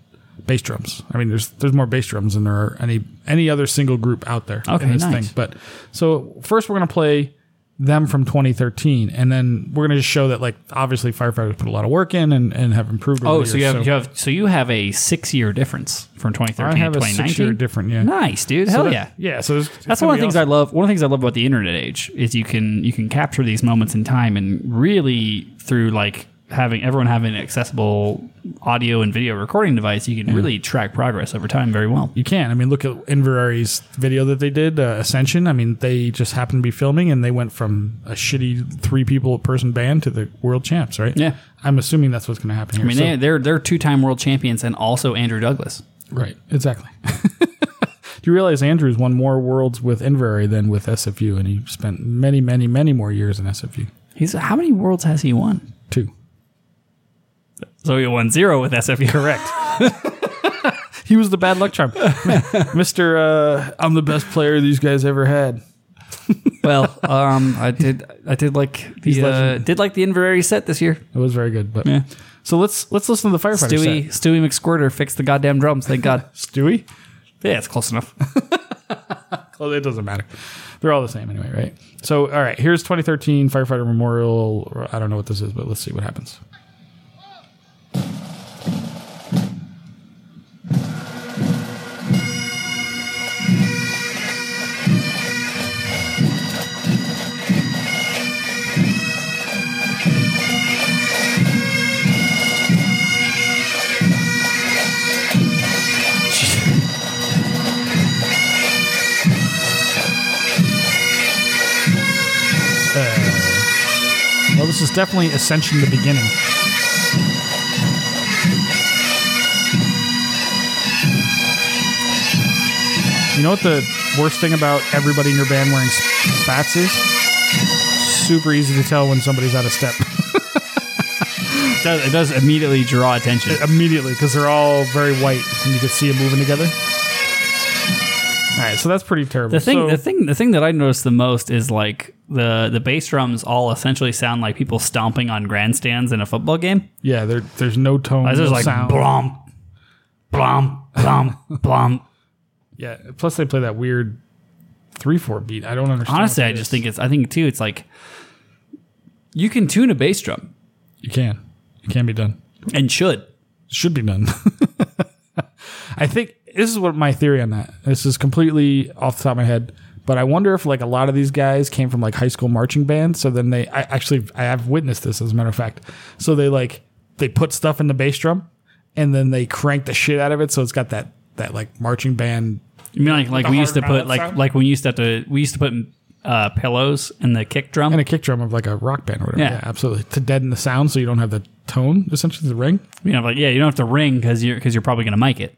Speaker 2: bass drums. I mean, there's there's more bass drums than there are any any other single group out there
Speaker 1: Okay,
Speaker 2: in this
Speaker 1: nice.
Speaker 2: thing. But so first we're gonna play them from 2013, and then we're gonna just show that like obviously firefighters put a lot of work in and, and have improved. Over
Speaker 1: Oh,
Speaker 2: the
Speaker 1: so you
Speaker 2: years.
Speaker 1: have you have so you have a six year difference from 2013
Speaker 2: I have
Speaker 1: to
Speaker 2: a six year
Speaker 1: 2019.
Speaker 2: different. Yeah,
Speaker 1: Nice, dude.
Speaker 2: So
Speaker 1: Hell
Speaker 2: that-
Speaker 1: yeah.
Speaker 2: yeah. So there's- it's
Speaker 1: That's
Speaker 2: gonna
Speaker 1: one of
Speaker 2: be
Speaker 1: the things
Speaker 2: awesome.
Speaker 1: I love. One of the things I love about the internet age is you can you can capture these moments in time and really through like having everyone having an accessible audio and video recording device, you can really track progress over time very well.
Speaker 2: You can. I mean, look at Inverary's video that they did, uh, Ascension. I mean, they just happened to be filming and they went from a shitty three people person band to the world champs, right?
Speaker 1: Yeah.
Speaker 2: I'm assuming that's what's going to happen here.
Speaker 1: I mean, they, they're they're two time world champions and also Andrew Douglas.
Speaker 2: right. Exactly. <laughs> Do you realize Andrews won more worlds with Inverary than with SFU? And he spent many, many, many more years in SFU,
Speaker 1: He's how many worlds has he won?
Speaker 2: too.
Speaker 1: So he won zero with SFU. <laughs> Correct.
Speaker 2: He was the bad luck <laughs> charm. Mr. Uh, I'm the best player these guys ever had.
Speaker 1: well, um, I did I did like
Speaker 2: He's
Speaker 1: the uh,
Speaker 2: legend.
Speaker 1: did like the Inverary set this year.
Speaker 2: It was very good. But
Speaker 1: Yeah.
Speaker 2: So let's let's listen to the firefighter.
Speaker 1: Stewie Stewie McSquirter fixed the goddamn drums. Thank God.
Speaker 2: set. Stewie?
Speaker 1: <laughs> yeah, it's close enough.
Speaker 2: Well, it doesn't matter. They're all the same anyway, right? So, all right, here's 2013 Firefighter Memorial. or I don't know what this is, but let's see what happens. Well, this is definitely Ascension the Beginning. You know what the worst thing about everybody in your band wearing spats is? Super easy to tell when somebody's out of step <laughs>
Speaker 1: does, it does immediately draw attention.
Speaker 2: immediately because they're all very white and you can see them moving together. All right, so that's pretty terrible.
Speaker 1: The thing,
Speaker 2: So-
Speaker 1: the thing, the thing that I noticed the most is like the the bass drums all essentially sound like people stomping on grandstands in a football game.
Speaker 2: Yeah, there, there's no tone.
Speaker 1: It's
Speaker 2: no
Speaker 1: just like
Speaker 2: sound.
Speaker 1: blom, blom, blom, <laughs> blom.
Speaker 2: Yeah. Plus, they play that weird three four beat. I don't understand.
Speaker 1: Honestly,
Speaker 2: what
Speaker 1: I
Speaker 2: that
Speaker 1: just
Speaker 2: is.
Speaker 1: think it's. I think too, it's like you can tune a bass drum
Speaker 2: you can. It can be done.
Speaker 1: and should.
Speaker 2: It should be done. <laughs> I think this is what my theory on that. This is completely off the top of my head, but I wonder if like a lot of these guys came from like high school marching bands. So then they, I actually, I have witnessed this as a matter of fact. So they like they put stuff in the bass drum. and then they crank the shit out of it, so it's got that that like marching band.
Speaker 1: You mean like like
Speaker 2: The
Speaker 1: we used to
Speaker 2: hard
Speaker 1: put
Speaker 2: ballad
Speaker 1: like
Speaker 2: sound?
Speaker 1: like when we used to have to we used to put uh, pillows in the kick drum.
Speaker 2: And a kick drum of like a rock band or whatever.
Speaker 1: Yeah.
Speaker 2: absolutely. To deaden the sound so you don't have the tone, essentially, the ring.
Speaker 1: you know, like yeah, you don't have to ring because you're because you're probably gonna mic it.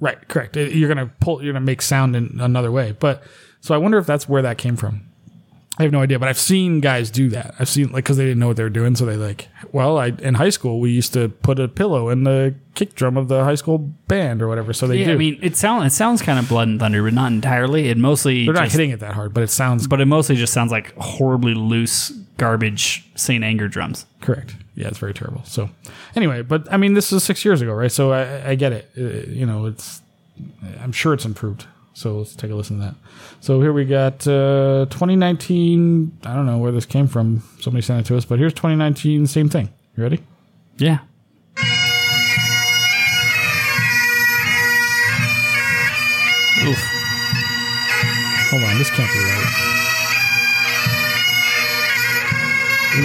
Speaker 2: Right, correct. It- You're gonna pull. You're gonna make sound in another way. But so I wonder if that's where that came from. I have no idea, but I've seen guys do that. I've seen like because they didn't know what they were doing, so they like. Well, I in high school we used to put a pillow in the kick drum of the high school band or whatever. So they
Speaker 1: Yeah,
Speaker 2: do.
Speaker 1: I mean it sound it sounds kind of blood and thunder, but not entirely. It mostly
Speaker 2: they're not
Speaker 1: just-
Speaker 2: hitting it that hard, but it sounds
Speaker 1: but it mostly just sounds like horribly loose garbage Saint Anger drums.
Speaker 2: correct. Yeah, it's very terrible. So anyway, but I mean, this is six years ago, right? So I, I get it. Uh, you know, it's. I'm sure it's improved. So let's take a listen to that. So here we got uh, 2019. I don't know where this came from. Somebody sent it to us, but here's 2019. Same thing. You ready?
Speaker 1: Yeah. Oof.
Speaker 2: Hold on, this can't be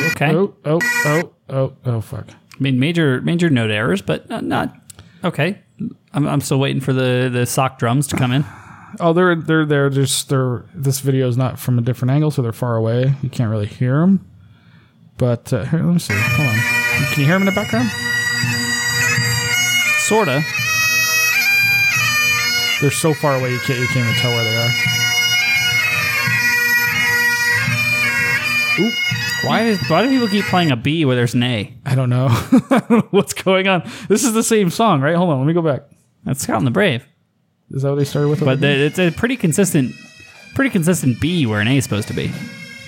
Speaker 2: right.
Speaker 1: Okay.
Speaker 2: Oh, oh, oh, oh, oh, fuck.
Speaker 1: I mean, major major note errors, but not, not okay. I'm, I'm still waiting for the the sock drums to come in.
Speaker 2: Oh, they're they're they're just they're this video is not from a different angle, so they're far away. You can't really hear them. But uh, here, let me see. Hold on. Can you hear them in the background?
Speaker 1: Sorta.
Speaker 2: They're so far away you can't you can't even tell where they are.
Speaker 1: Why is why do people keep playing a B where there's an A? <laughs>
Speaker 2: I don't know <laughs> what's going on. This is the same song, right? Hold on, let me go back.
Speaker 1: That's Scott and the Brave.
Speaker 2: Is that what they started with?
Speaker 1: But the, it's a pretty consistent, pretty consistent B where an A is supposed to be.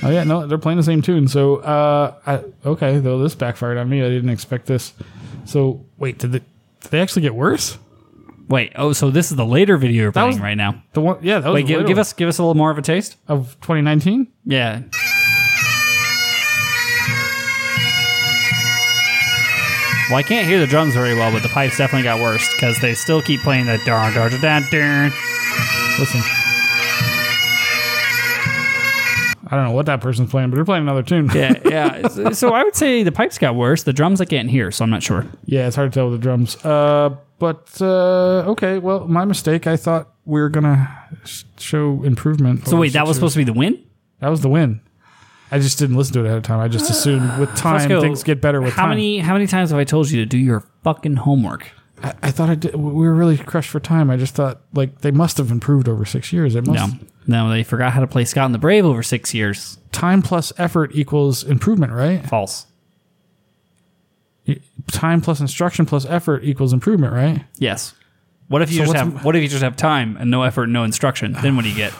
Speaker 2: oh yeah, no, they're playing the same tune. So uh, I, okay, though this backfired on me. I didn't expect this. So wait, did they, did they actually get worse?
Speaker 1: Wait, oh, so this is the later video you're playing
Speaker 2: was-
Speaker 1: right now.
Speaker 2: The one, yeah, that was
Speaker 1: Wait,
Speaker 2: the
Speaker 1: give,
Speaker 2: later
Speaker 1: give
Speaker 2: one.
Speaker 1: us give us a little more of a taste.
Speaker 2: of 2019.
Speaker 1: Yeah, Well, I can't hear the drums very well, but the pipes definitely got worse because they still keep playing that darn darn darn darn.
Speaker 2: Listen. I don't know what that person's playing, but they're playing another tune.
Speaker 1: Yeah, yeah. So- so I would say the pipes got worse. The drums I can't hear, so I'm not sure.
Speaker 2: Yeah, it's hard to tell with the drums. Uh, but uh, okay, well, my mistake. I thought we were gonna sh- show improvement.
Speaker 1: So wait, that was supposed to be the win.
Speaker 2: that was the win. I just didn't listen to it ahead of time. I
Speaker 1: <sighs>
Speaker 2: just assumed with time
Speaker 1: Fresco,
Speaker 2: things get better with
Speaker 1: how
Speaker 2: time.
Speaker 1: many how many times have I told you to do your fucking homework?
Speaker 2: I, I thought I did, we were really crushed for time. I just thought like they must have improved over six years. It must
Speaker 1: No, no, they forgot how to play Scott and the Brave over six years.
Speaker 2: time plus effort equals improvement, right?
Speaker 1: False.
Speaker 2: Time plus instruction plus effort equals improvement, right?
Speaker 1: Yes. What if you
Speaker 2: So
Speaker 1: just
Speaker 2: what's
Speaker 1: have what if you just have time and no effort, and no instruction? Then what do you get?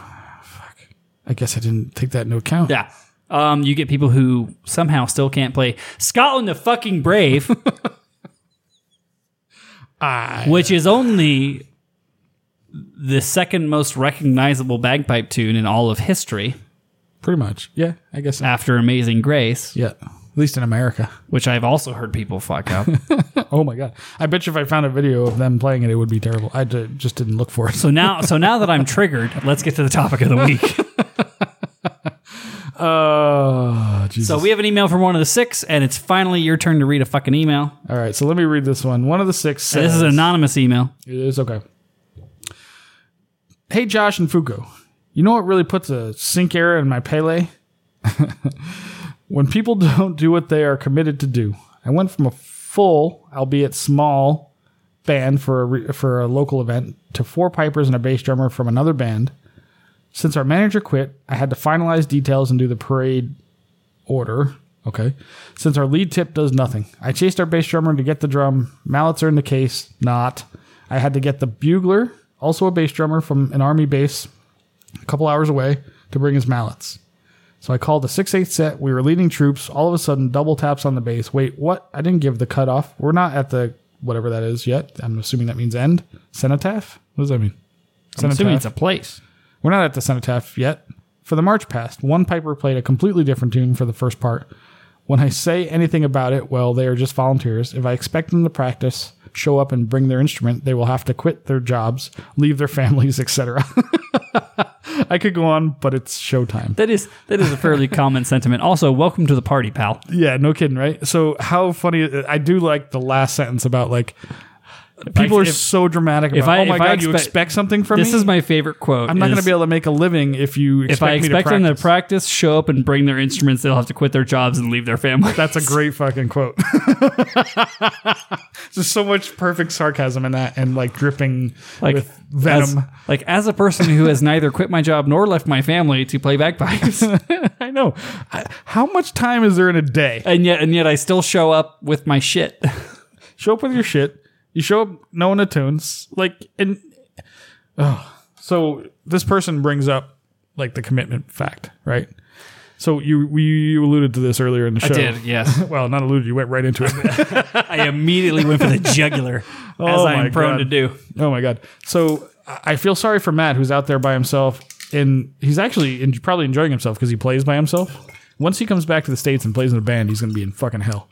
Speaker 2: I guess I didn't take that into account.
Speaker 1: Yeah. Um, you get people who somehow still can't play Scotland the fucking <laughs> Brave,
Speaker 2: I,
Speaker 1: which is only the second most recognizable bagpipe tune in all of history
Speaker 2: pretty much. Yeah, I guess.
Speaker 1: after Amazing Grace,
Speaker 2: Yeah, at least in America.
Speaker 1: which I've also heard people fuck <laughs> up.
Speaker 2: Oh my god! I bet you if I found a video of them playing it, it would be terrible. I d- just didn't look for it. <laughs>
Speaker 1: so now so now that I'm triggered, let's get to the topic of the <laughs> week.
Speaker 2: Oh, Jesus.
Speaker 1: So we have an email from one of the six, and it's finally your turn to read a fucking email.
Speaker 2: All right, so let me read this one. One of the six. Says,
Speaker 1: This is an anonymous email.
Speaker 2: It is okay. Hey, Josh and Fuko. You know what really puts a sink error in my Pele? <laughs> when people <laughs> don't do what they are committed to do. I went from a full, albeit small, band for a, re- for a local event to four pipers and a bass drummer from another band. Since our manager quit, I had to finalize details and do the parade order. Okay. Since our lead tip does nothing, I chased our bass drummer to get the drum. Mallets are in the case. Not. I had to get the bugler, also a bass drummer from an army base, a couple hours away, to bring his mallets. So I called the 6 8 set. We were leading troops. All of a sudden, double taps on the bass. Wait, what? I didn't give the cutoff. We're not at the whatever that is yet. I'm assuming that means end. Cenotaph? What does that mean?
Speaker 1: I'm assuming
Speaker 2: Cenotaph.
Speaker 1: it's a place.
Speaker 2: We're not at the cenotaph yet. For the march past, one piper played a completely different tune for the first part. When I say anything about it, well, they are just volunteers. If I expect them to practice, show up, and bring their instrument, they will have to quit their jobs, leave their <laughs> families, etc. I could go on, but it's showtime.
Speaker 1: That is that is a fairly common sentiment. Also, welcome to the party, pal.
Speaker 2: Yeah, no kidding, right? So how funny I do like the last sentence about like People
Speaker 1: I-
Speaker 2: are
Speaker 1: if-
Speaker 2: so dramatic about.
Speaker 1: if I-
Speaker 2: oh my
Speaker 1: if
Speaker 2: god,
Speaker 1: I
Speaker 2: you
Speaker 1: expect-
Speaker 2: expect something from
Speaker 1: This
Speaker 2: me.
Speaker 1: is my favorite quote.
Speaker 2: I'm not going to
Speaker 1: is,
Speaker 2: be able to make a living if you expect
Speaker 1: If I expect
Speaker 2: me
Speaker 1: them
Speaker 2: to
Speaker 1: to
Speaker 2: practice.
Speaker 1: practice, show up, and bring their instruments, they'll have to quit their jobs and leave their family. <laughs>
Speaker 2: That's a great fucking quote. <laughs> Just so much perfect sarcasm in that, and like dripping with
Speaker 1: As,
Speaker 2: venom. <laughs>
Speaker 1: like as a person who has neither quit my job nor left my family to play
Speaker 2: <laughs>
Speaker 1: bagpipes,
Speaker 2: I know. I- How much time is there in a day?
Speaker 1: and yet and yet I still show up with my
Speaker 2: <laughs>
Speaker 1: shit.
Speaker 2: Show up with your shit. You show up knowing the tunes, like and oh, so this person brings up like the commitment fact, right? So you you, you alluded to this earlier in the show.
Speaker 1: yes.
Speaker 2: Well, not alluded. You went right into it.
Speaker 1: I immediately went for the
Speaker 2: <laughs>
Speaker 1: jugular, as I
Speaker 2: Oh my
Speaker 1: am prone
Speaker 2: God.
Speaker 1: to do.
Speaker 2: Oh my god! So I I feel sorry for Matt, who's out there by himself, and he's actually en- probably enjoying himself because he plays by himself. Once he comes back to the states and plays in a band, he's going to be in fucking hell.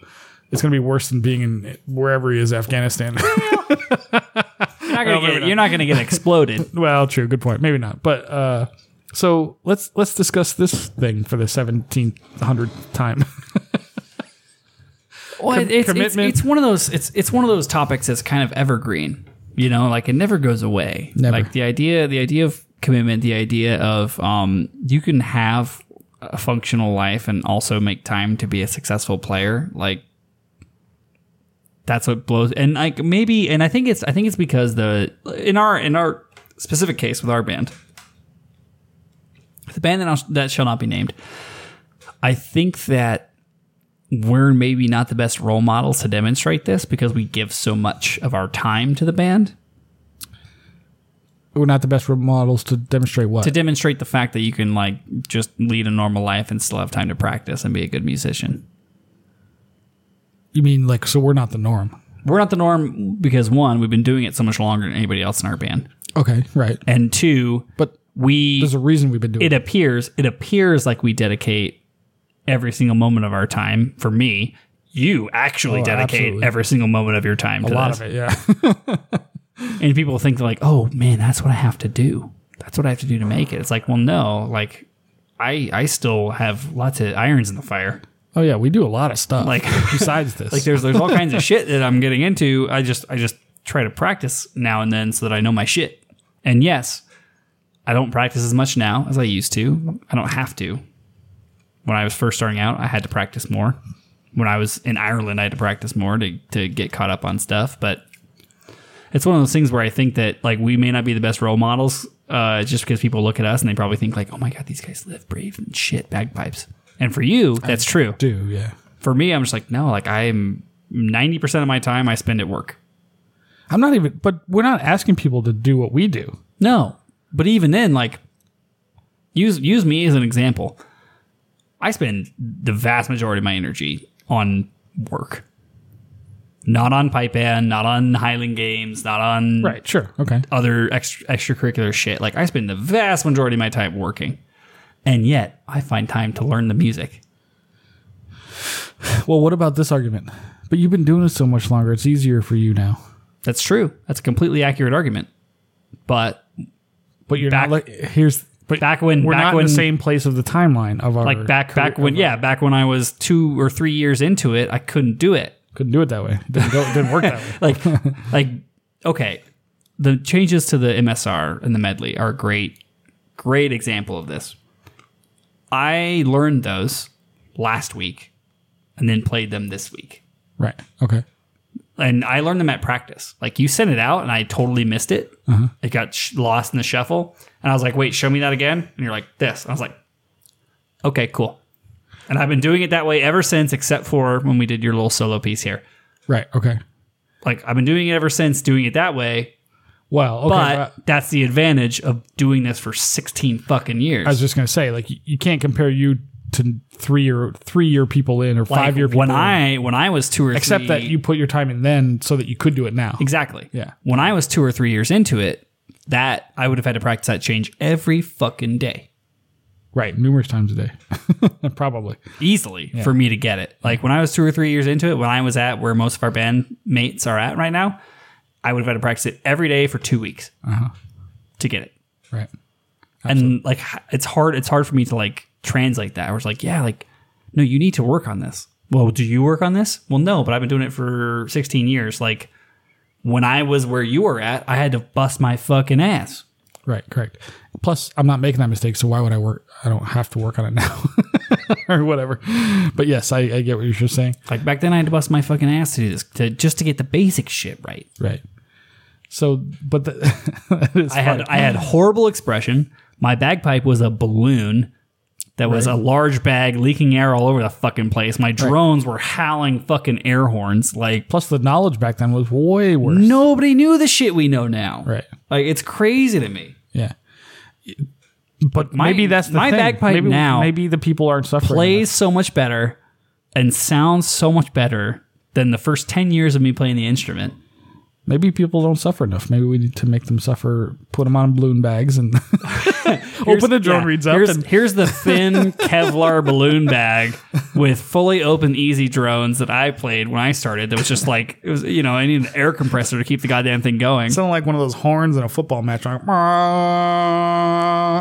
Speaker 2: It's going to be worse than being in wherever he is, Afghanistan. <laughs>
Speaker 1: You're not gonna, get, you're not gonna get exploded.
Speaker 2: well, true, good point. Maybe not, but uh, so let's let's discuss this thing for the seventeenth hundredth time. <laughs>
Speaker 1: Well, it's, it's-
Speaker 2: commitment.
Speaker 1: It's, one of those. It's it's one of those topics that's kind of evergreen. You know, like it never goes away.
Speaker 2: Never.
Speaker 1: Like the idea, the idea of commitment, the idea of um, you can have a functional life and also make time to be a successful player. Like that's what blows. And like maybe, and I think it's I think it's because the in our in our specific case with our band, the band that, I'll- that shall not be named. I think that we're maybe not the best role models to demonstrate this because we give so much of our time to the band
Speaker 2: We're not the best role models to demonstrate what.
Speaker 1: to demonstrate the fact that you can like just lead a normal life and still have time to practice and be a good musician.
Speaker 2: you mean like so? We're not the norm.
Speaker 1: We're not the norm because one, we've been doing it so much longer than anybody else in our band.
Speaker 2: Okay, right.
Speaker 1: And two,
Speaker 2: But
Speaker 1: we
Speaker 2: there's a reason we've been doing
Speaker 1: it appears it appears like we dedicate every single moment of our time for me. You actually
Speaker 2: Oh,
Speaker 1: dedicate
Speaker 2: absolutely.
Speaker 1: every single moment of your time to
Speaker 2: a lot
Speaker 1: this.
Speaker 2: of it. Yeah.
Speaker 1: And people think like, oh man, that's what I have to do. That's what I have to do to make it. It's like, well, no, like I I still have lots of irons in the fire.
Speaker 2: <laughs> Oh yeah, we do a lot of stuff.
Speaker 1: Like- <laughs>
Speaker 2: besides this,
Speaker 1: Like there's there's all kinds of shit that I'm getting into. I just I just try to practice now and then so that I know my shit. And yes, I don't practice as much now as I used to. I don't have to. When I was first starting out, I had to practice more. When I was in Ireland, I had to practice more to, to get caught up on stuff. But it's one of those things where I think that like we may not be the best role models, uh, just because people look at us and they probably think like, oh my god, these guys live, breathe, and shit bagpipes. And for you, that's true
Speaker 2: do yeah.
Speaker 1: for me, I'm just like, no, like I'm 90% of my time I spend at work.
Speaker 2: I'm not even, but we're not asking people to do what we do.
Speaker 1: No. But even then, like, use use me as an example. I spend the vast majority of my energy on work. Not on pipe band, not on Highland games, not on
Speaker 2: Sure. Okay.
Speaker 1: other extra, extracurricular shit. Like I spend the vast majority of my time working. And yet I find time to learn the music.
Speaker 2: Well, what about this argument? But you've been doing it so much longer; it's easier for you now.
Speaker 1: That's true. That's a completely accurate argument. But
Speaker 2: But you're
Speaker 1: Back-
Speaker 2: not. Like, here's. But
Speaker 1: back when
Speaker 2: we're
Speaker 1: back
Speaker 2: not
Speaker 1: when
Speaker 2: in the same place of the timeline of our
Speaker 1: like back
Speaker 2: career-
Speaker 1: back when yeah back when i was two or three years into it i couldn't do it
Speaker 2: Couldn't do it that way. It didn't, go, it didn't work that way.
Speaker 1: like like okay the changes to the msr and the medley are a great great example of this i learned those last week and then played them this week
Speaker 2: <laughs> Right. Okay.
Speaker 1: and I learned them at practice. Like you sent it out, and I totally missed it.
Speaker 2: Uh-huh.
Speaker 1: It got sh- lost in the shuffle, and I was like, "Wait, show me that again." And you're like, "This." I was like, "Okay, cool." And I've been doing it that way ever since, except for when we did your little solo piece here.
Speaker 2: Right. Okay.
Speaker 1: Like I've been doing it ever since, doing it that way.
Speaker 2: Well, okay.
Speaker 1: But
Speaker 2: well,
Speaker 1: that's the advantage of doing this for 16 fucking years.
Speaker 2: I was just gonna say, like, you, you can't compare you to three or three year people in or
Speaker 1: Like,
Speaker 2: five year people.
Speaker 1: when
Speaker 2: in,
Speaker 1: I when I was two or
Speaker 2: except
Speaker 1: three,
Speaker 2: that you put your time in then, so that you could do it now.
Speaker 1: Exactly.
Speaker 2: Yeah.
Speaker 1: When I was two or three years into it, that I would have had to practice that change every fucking day,
Speaker 2: Right, numerous times a day, <laughs> probably.
Speaker 1: easily for me to get it. Like when I was two or three years into it, when I was at where most of our band mates are at right now, I would have had to practice it every day for two weeks to get it.
Speaker 2: Right.
Speaker 1: And like h- it's hard. It's hard for me to like translate that. I was like, yeah, like no, you need to work on this. Well, do you work on this? Well, no, but I've been doing it for 16 years. Like when I was where you were at, I had to bust my fucking ass.
Speaker 2: Right, correct. Plus, I'm not making that mistake, so why would I work? I don't have to work on it now <laughs> or whatever. But yes, I, I get what you're saying.
Speaker 1: Like back then, I had to bust my fucking ass to do this to just to get the basic shit right.
Speaker 2: Right. So, but the, <laughs> that is
Speaker 1: I had
Speaker 2: funny.
Speaker 1: I had horrible expression. My bagpipe was a balloon that was a large bag leaking air all over the fucking place. My drones were howling fucking air horns. Like
Speaker 2: Plus, the knowledge back then was way worse.
Speaker 1: nobody knew the shit we know now.
Speaker 2: Right.
Speaker 1: Like it's crazy to me.
Speaker 2: Yeah. But
Speaker 1: My-
Speaker 2: maybe that's the
Speaker 1: my
Speaker 2: thing.
Speaker 1: bagpipe
Speaker 2: maybe,
Speaker 1: now
Speaker 2: Maybe the people aren't suffering.
Speaker 1: Plays so much better and sounds so much better than the first ten years of me playing the instrument.
Speaker 2: Maybe people don't suffer enough. Maybe we need to make them suffer. Put them on balloon bags and <laughs> open the drone
Speaker 1: yeah,
Speaker 2: reads up.
Speaker 1: Here's,
Speaker 2: And,
Speaker 1: here's the
Speaker 2: <laughs>
Speaker 1: thin Kevlar balloon bag with fully open easy drones that I played when I started. That was just like it was, you know, I need an air compressor to keep the goddamn thing going.
Speaker 2: sounded like one of those horns in a football match, like,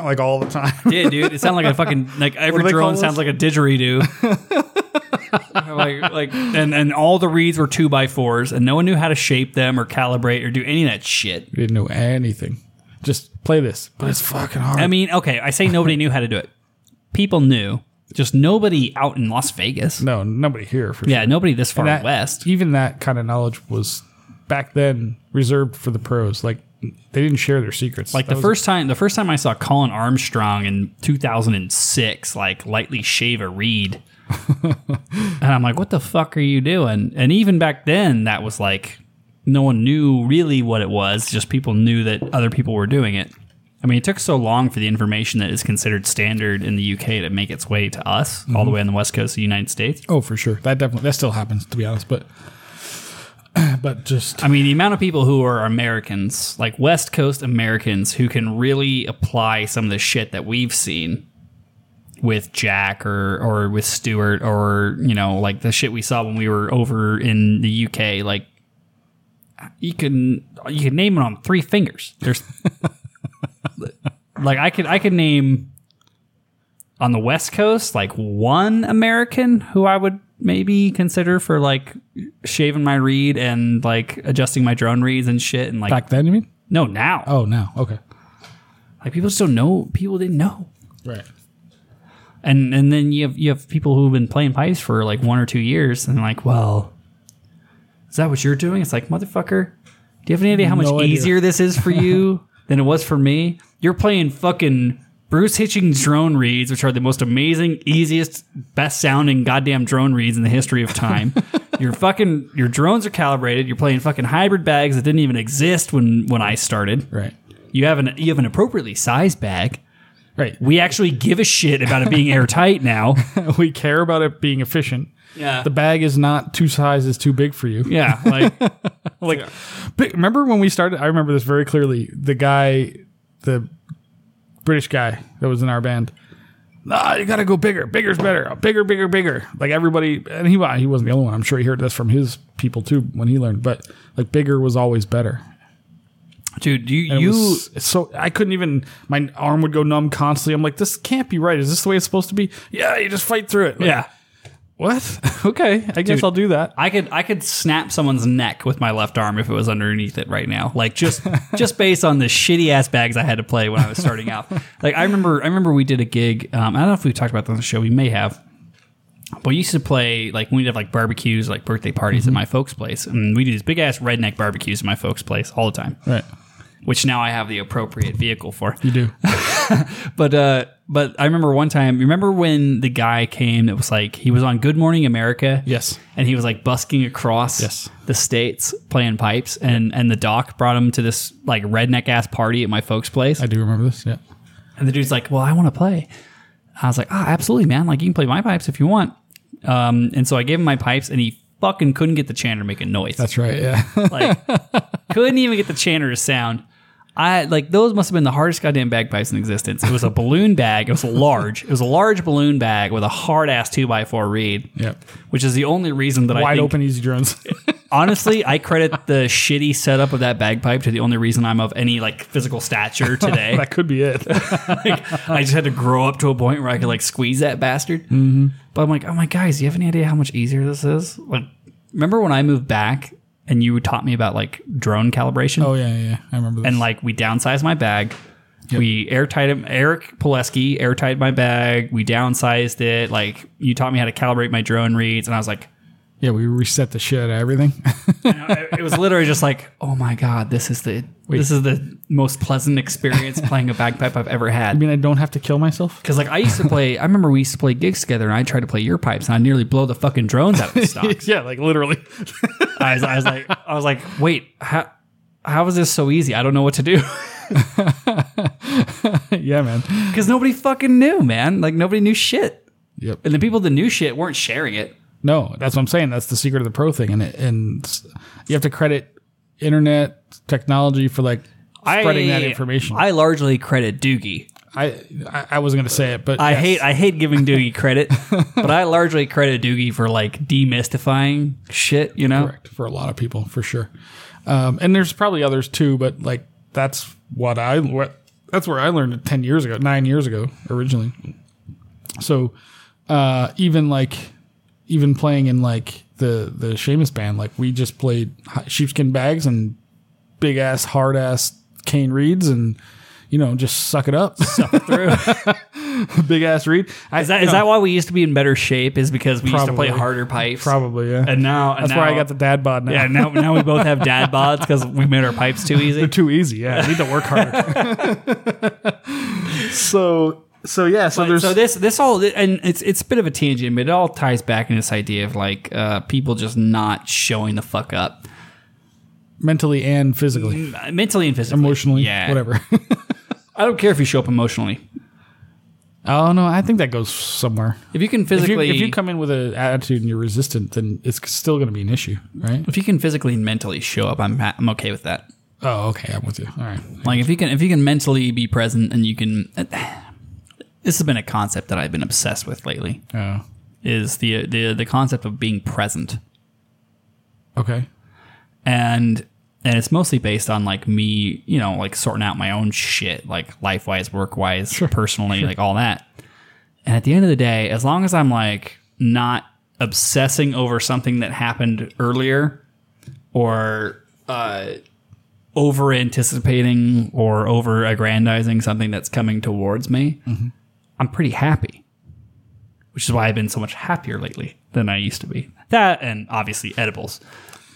Speaker 2: like all the time.
Speaker 1: yeah, dude, it sounded like a fucking like every
Speaker 2: do they call
Speaker 1: drone
Speaker 2: those?
Speaker 1: sounds like a
Speaker 2: <laughs>
Speaker 1: didgeridoo. like like and and all the reeds were two by fours and no one knew how to shape them or calibrate or do any of that shit.
Speaker 2: We didn't know anything. Just play this, but it's fucking hard.
Speaker 1: I mean, okay, I say nobody knew how to do it. People knew, just nobody out in Las Vegas.
Speaker 2: no, nobody here for
Speaker 1: Yeah,
Speaker 2: sure.
Speaker 1: nobody this far
Speaker 2: That-
Speaker 1: west.
Speaker 2: Even that kind of knowledge was back then reserved for the pros. Like they didn't share their secrets.
Speaker 1: Like
Speaker 2: That
Speaker 1: the
Speaker 2: was-
Speaker 1: first time, the first time I saw Colin Armstrong in 2006, like lightly shave a reed, and I'm like, "What the fuck are you doing?" And even back then, that was like, no one knew really what it was. Just people knew that other people were doing it. I mean, it took so long for the information that is considered standard in the UK to make its way to us, all the way on the west coast of the United States.
Speaker 2: Oh, for sure. That definitely that still happens to be honest, but <clears throat> but just
Speaker 1: I mean, the amount of people who are Americans, like West Coast Americans, who can really apply some of the shit that we've seen with Jack or or with Stewart or you know like the shit we saw when we were over in the UK, like you can you can name it on three fingers. There's like I could I could name on the West Coast like one American who I would maybe consider for like shaving my reed and like adjusting my drone reeds and shit and like
Speaker 2: back then you mean?
Speaker 1: no now
Speaker 2: Oh, now. Okay.
Speaker 1: like people just don't know people didn't know
Speaker 2: Right.
Speaker 1: and and then you have you have people who've been playing pipes for like one or two years and like well is that what you're doing it's like motherfucker do you have any idea how much
Speaker 2: No idea.
Speaker 1: easier this is for
Speaker 2: <laughs>
Speaker 1: you than it was for me you're playing fucking bruce hitchings drone reads which are the most amazing easiest best sounding goddamn drone reads in the history of
Speaker 2: <laughs>
Speaker 1: time your fucking your drones are calibrated you're playing fucking hybrid bags that didn't even exist when when i started
Speaker 2: Right.
Speaker 1: you have an you have an appropriately sized bag
Speaker 2: <laughs> Right.
Speaker 1: we actually give a shit about it being airtight now.
Speaker 2: We care about it being efficient.
Speaker 1: Yeah.
Speaker 2: The bag is not two sizes too big for you.
Speaker 1: yeah. Like,
Speaker 2: Like but remember when we started I remember this very clearly. The guy the British guy that was in our band. Nah, you gotta go bigger. Bigger's better. Bigger, bigger, bigger. Like everybody, and he wa- he wasn't the only one. I'm sure he heard this from his people too when he learned. But like bigger was always better.
Speaker 1: dude, you,
Speaker 2: It
Speaker 1: you
Speaker 2: was so I couldn't even. My arm would go numb constantly. I'm like, this can't be right. Is this the way it's supposed to be? Yeah, you just fight through it. Like,
Speaker 1: yeah.
Speaker 2: What? <laughs> okay. I guess
Speaker 1: Dude.
Speaker 2: I'll do that.
Speaker 1: I could I could snap someone's neck with my left arm if it was underneath it right now. Like
Speaker 2: <laughs>
Speaker 1: just just based on the shitty ass bags I had to play when I was starting out. Like I remember I remember we did a gig. Um, I don't know if we talked about this on the show. We may have. But we used to play like when we'd have like barbecues, like birthday parties
Speaker 2: Mm-hmm.
Speaker 1: at my folks' place, and we do these big ass redneck barbecues at my folks' place all the time.
Speaker 2: Right.
Speaker 1: Which now I have the appropriate vehicle for.
Speaker 2: You <laughs> do.
Speaker 1: But uh, but I remember one time. Remember when the guy came? It was like he was on Good Morning America.
Speaker 2: Yes.
Speaker 1: and he was like busking across
Speaker 2: Yes.
Speaker 1: the states playing pipes, and and the doc brought him to this like redneck ass party at my folks' place,
Speaker 2: I do remember this. Yeah.
Speaker 1: and the dude's like, "Well, I want to play." I was like, "Ah, absolutely, man! Like you can play my pipes if you want." Um, and so I gave him my pipes, and he fucking couldn't get the chanter making noise.
Speaker 2: That's right. <laughs> Yeah.
Speaker 1: Like, couldn't even get the chanter to sound. I like those must have been the hardest goddamn bagpipes in existence. It was a balloon bag. It was large. It was a large balloon bag with a hard ass two by four reed.
Speaker 2: Yep.
Speaker 1: Which is the only reason that I
Speaker 2: Wide
Speaker 1: think,
Speaker 2: open, easy <laughs> drones.
Speaker 1: honestly, I credit the shitty setup of that bagpipe to the only reason I'm of any like physical
Speaker 2: <laughs>
Speaker 1: stature today.
Speaker 2: that could be it.
Speaker 1: Like, I just had to grow up to a point where I could like squeeze that bastard.
Speaker 2: Mm-hmm.
Speaker 1: But I'm like, oh my guys, do you have any idea how much easier this is? Like, remember when I moved back and you taught me about like drone calibration.
Speaker 2: <laughs> Oh yeah, yeah, yeah. I remember. This.
Speaker 1: and like we downsized my bag. We airtight Eric Pileski airtight my bag. We downsized it. Like you taught me how to calibrate my drone reads, and I was like, <laughs>
Speaker 2: yeah, we reset the shit out of everything. <laughs>
Speaker 1: it was literally just like, oh my god, this is the this is the most pleasant <laughs> experience playing a bagpipe I've ever
Speaker 2: I
Speaker 1: had.
Speaker 2: mean, I don't have to kill myself.
Speaker 1: Because like I used to play, I remember we used to play gigs together, and I tried to play your pipes, and I nearly blow the fucking drones out of <laughs> the stock.
Speaker 2: <laughs> yeah, like literally.
Speaker 1: I was, I was like, I was like, wait, how how is this so easy? I don't know what to do.
Speaker 2: <laughs>
Speaker 1: <laughs>
Speaker 2: yeah, man.
Speaker 1: Because nobody fucking knew, man. Like nobody knew shit.
Speaker 2: Yep.
Speaker 1: And the people that knew shit weren't sharing it.
Speaker 2: No, that's what I'm saying. That's the secret of the pro thing, and it, and s- you have to credit internet technology for like spreading that information. I
Speaker 1: I largely credit Doogie.
Speaker 2: I, I wasn't gonna say it, but
Speaker 1: I
Speaker 2: yes.
Speaker 1: hate I hate giving Doogie
Speaker 2: <laughs>
Speaker 1: credit, but I largely credit Doogie for like demystifying shit. You know,
Speaker 2: correct for a lot of people for sure. Um, and there's probably others too, but like that's what I what that's where I learned it ten years ago, nine years ago originally. So uh, even like even playing in like the the Seamus band, like we just played hi- sheepskin bags and big ass hard ass cane reeds and. You know, just suck it up,
Speaker 1: through.
Speaker 2: <laughs> big ass reed. I,
Speaker 1: Is that is that why we used to be in better shape? Is because we used to play
Speaker 2: Probably.
Speaker 1: harder pipes.
Speaker 2: probably yeah?
Speaker 1: And now and
Speaker 2: that's why I
Speaker 1: now-
Speaker 2: got the dad bod
Speaker 1: <laughs>
Speaker 2: now.
Speaker 1: yeah. Now now we both have dad bods because we made our pipes too easy.
Speaker 2: <laughs> They're too easy. Yeah, I need to work harder. <laughs> so, so yeah. So there's
Speaker 1: So this this all and it's it's a bit of a tangent, but it all ties back in this idea of like uh, people just not showing the fuck up
Speaker 2: mentally and physically,
Speaker 1: mentally and physically,
Speaker 2: emotionally,
Speaker 1: Yeah,
Speaker 2: whatever. <laughs>
Speaker 1: I don't care if you show up emotionally.
Speaker 2: oh no, I think that goes somewhere.
Speaker 1: If you can
Speaker 2: If you,
Speaker 1: physically,
Speaker 2: if you come in with an attitude and you're resistant, then it's still going to be an issue, right?
Speaker 1: if you can physically and mentally show up, I'm ha- I'm okay with that.
Speaker 2: Oh, okay, I'm with you. All right.
Speaker 1: Like if you can if you can mentally be present and you can. This has been a concept that I've been obsessed with lately.
Speaker 2: Uh,
Speaker 1: Is the the the concept of being present,
Speaker 2: okay.
Speaker 1: and and it's mostly based on like me, you know, like sorting out my own shit, like life wise, work wise, personally, like all that. And at the end of the day, as long as I'm like not obsessing over something that happened earlier or uh, over anticipating or over aggrandizing something that's coming towards me, I'm pretty happy. Which is why I've been so much happier lately than I used to be. That and obviously edibles.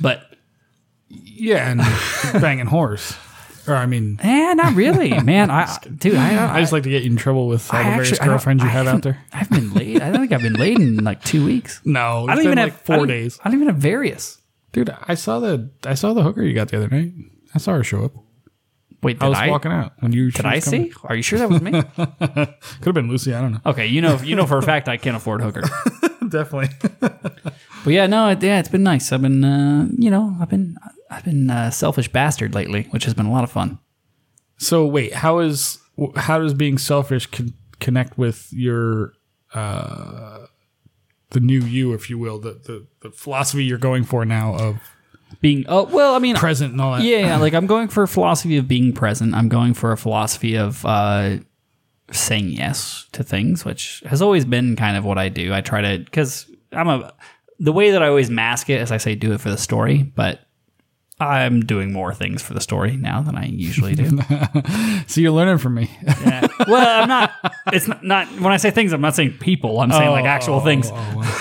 Speaker 1: But
Speaker 2: Yeah, <laughs> and banging horse, or I mean,
Speaker 1: Eh, not really,
Speaker 2: <laughs>
Speaker 1: man. I, dude, I,
Speaker 2: I just like to get you in trouble with all
Speaker 1: I
Speaker 2: the various
Speaker 1: actually- I don't-
Speaker 2: girlfriends you
Speaker 1: I
Speaker 2: have out
Speaker 1: haven't-
Speaker 2: there.
Speaker 1: <laughs> I've been late. I don't think I've been late in like two weeks.
Speaker 2: <laughs> No,
Speaker 1: I don't
Speaker 2: it's been
Speaker 1: even
Speaker 2: like
Speaker 1: have I
Speaker 2: four
Speaker 1: don't-
Speaker 2: days,
Speaker 1: I don't even have various.
Speaker 2: dude. I saw the I saw the hooker you got the other night. I saw her show up.
Speaker 1: Wait, did
Speaker 2: I was
Speaker 1: I?
Speaker 2: walking out when you.
Speaker 1: did I see? Are you sure that was
Speaker 2: <laughs>
Speaker 1: me?
Speaker 2: Could have been Lucy. I don't know.
Speaker 1: okay, you know, you know for a fact I can't afford hooker.
Speaker 2: <laughs> Definitely.
Speaker 1: But yeah, no, it, yeah, it's been nice. I've been, uh, you know, I've been, I've been uh, selfish bastard lately, which has been a lot of fun.
Speaker 2: So wait, how is wh- how does being selfish con- connect with your uh the new you, if you will, the, the the philosophy you're going for now of
Speaker 1: Being, oh well, I mean,
Speaker 2: present and all that?
Speaker 1: Yeah, yeah, like I'm going for a philosophy of being present. I'm going for a philosophy of uh, saying yes to things, which has always been kind of what I do. I try to because I'm a the way that I always mask it is I say do it for the story, but I'm doing more things for the story now than I usually do.
Speaker 2: So you're learning from me. <laughs>
Speaker 1: Yeah. Well, I'm not. It's not, not when I say things. I'm not saying people. I'm saying like actual things.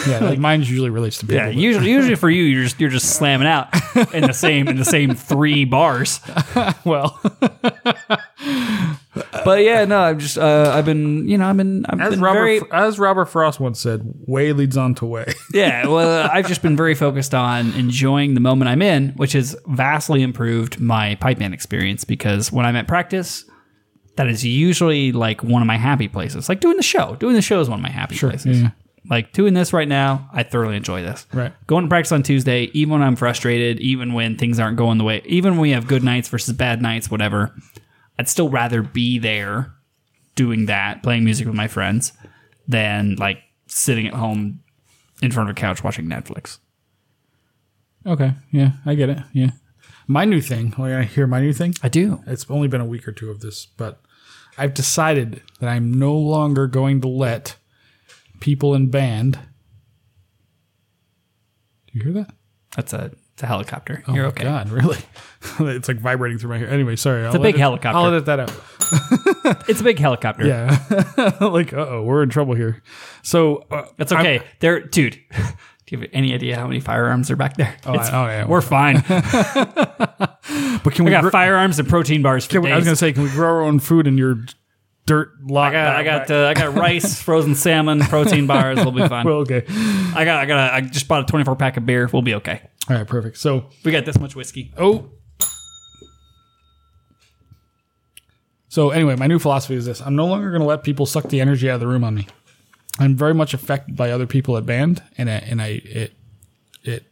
Speaker 2: yeah, like mine usually relates to people.
Speaker 1: Yeah,
Speaker 2: <laughs>
Speaker 1: usually, usually for you, you're just you're just slamming out in the same in the same three bars.
Speaker 2: <laughs> well,
Speaker 1: But yeah, no, I've just uh, I've been you know I've been I've
Speaker 2: as
Speaker 1: been
Speaker 2: Robert
Speaker 1: very
Speaker 2: as Robert Frost once said, "Way leads on to way." <laughs>
Speaker 1: yeah. Well, uh, I've just been very focused on enjoying the moment I'm in, which has vastly improved my pipe band experience because when I'm at practice, that is usually like one of my happy places. Like doing the show, doing the show is one of my happy places.
Speaker 2: yeah.
Speaker 1: Like doing this right now, I thoroughly enjoy this.
Speaker 2: Right.
Speaker 1: Going to practice on Tuesday, even when I'm frustrated, even when things aren't going the way, even when we have good nights versus bad nights, whatever, I'd still rather be there doing that, playing music with my friends, than like sitting at home in front of a couch watching Netflix.
Speaker 2: okay, yeah, I get it. Yeah, my new thing. When I hear my new thing,
Speaker 1: I do.
Speaker 2: it's only been a week or two of this, but I've decided that I'm no longer going to let people in band. Do you hear that?
Speaker 1: That's a It's a helicopter. You're
Speaker 2: Oh,
Speaker 1: okay.
Speaker 2: God, <laughs> really? it's like vibrating through my hair. Anyway, sorry. It's
Speaker 1: a big helicopter.
Speaker 2: I'll edit that out.
Speaker 1: It's a big helicopter.
Speaker 2: Yeah. <laughs> like, uh oh, we're in trouble here. So, uh,
Speaker 1: That's okay. They're dude. <laughs> Do you have any idea how many firearms are back there? Oh,
Speaker 2: oh, yeah.
Speaker 1: we're
Speaker 2: <laughs>
Speaker 1: fine.
Speaker 2: but can
Speaker 1: We
Speaker 2: we,
Speaker 1: got
Speaker 2: gr-
Speaker 1: firearms and protein bars for
Speaker 2: can we- I was going
Speaker 1: days.
Speaker 2: to say, can we grow our own food in your dirt lot?
Speaker 1: I got, I got, uh, I
Speaker 2: <laughs>
Speaker 1: got rice, frozen salmon, protein bars. We'll be fine.
Speaker 2: well, okay.
Speaker 1: I got, I got, a, I just bought a 24 pack of beer. We'll be okay.
Speaker 2: All right, perfect. So,
Speaker 1: We got this much whiskey.
Speaker 2: Oh. So anyway, my new philosophy is this: I'm no longer going to let people suck the energy out of the room on me. I'm very much affected by other people at band, and I, and I it it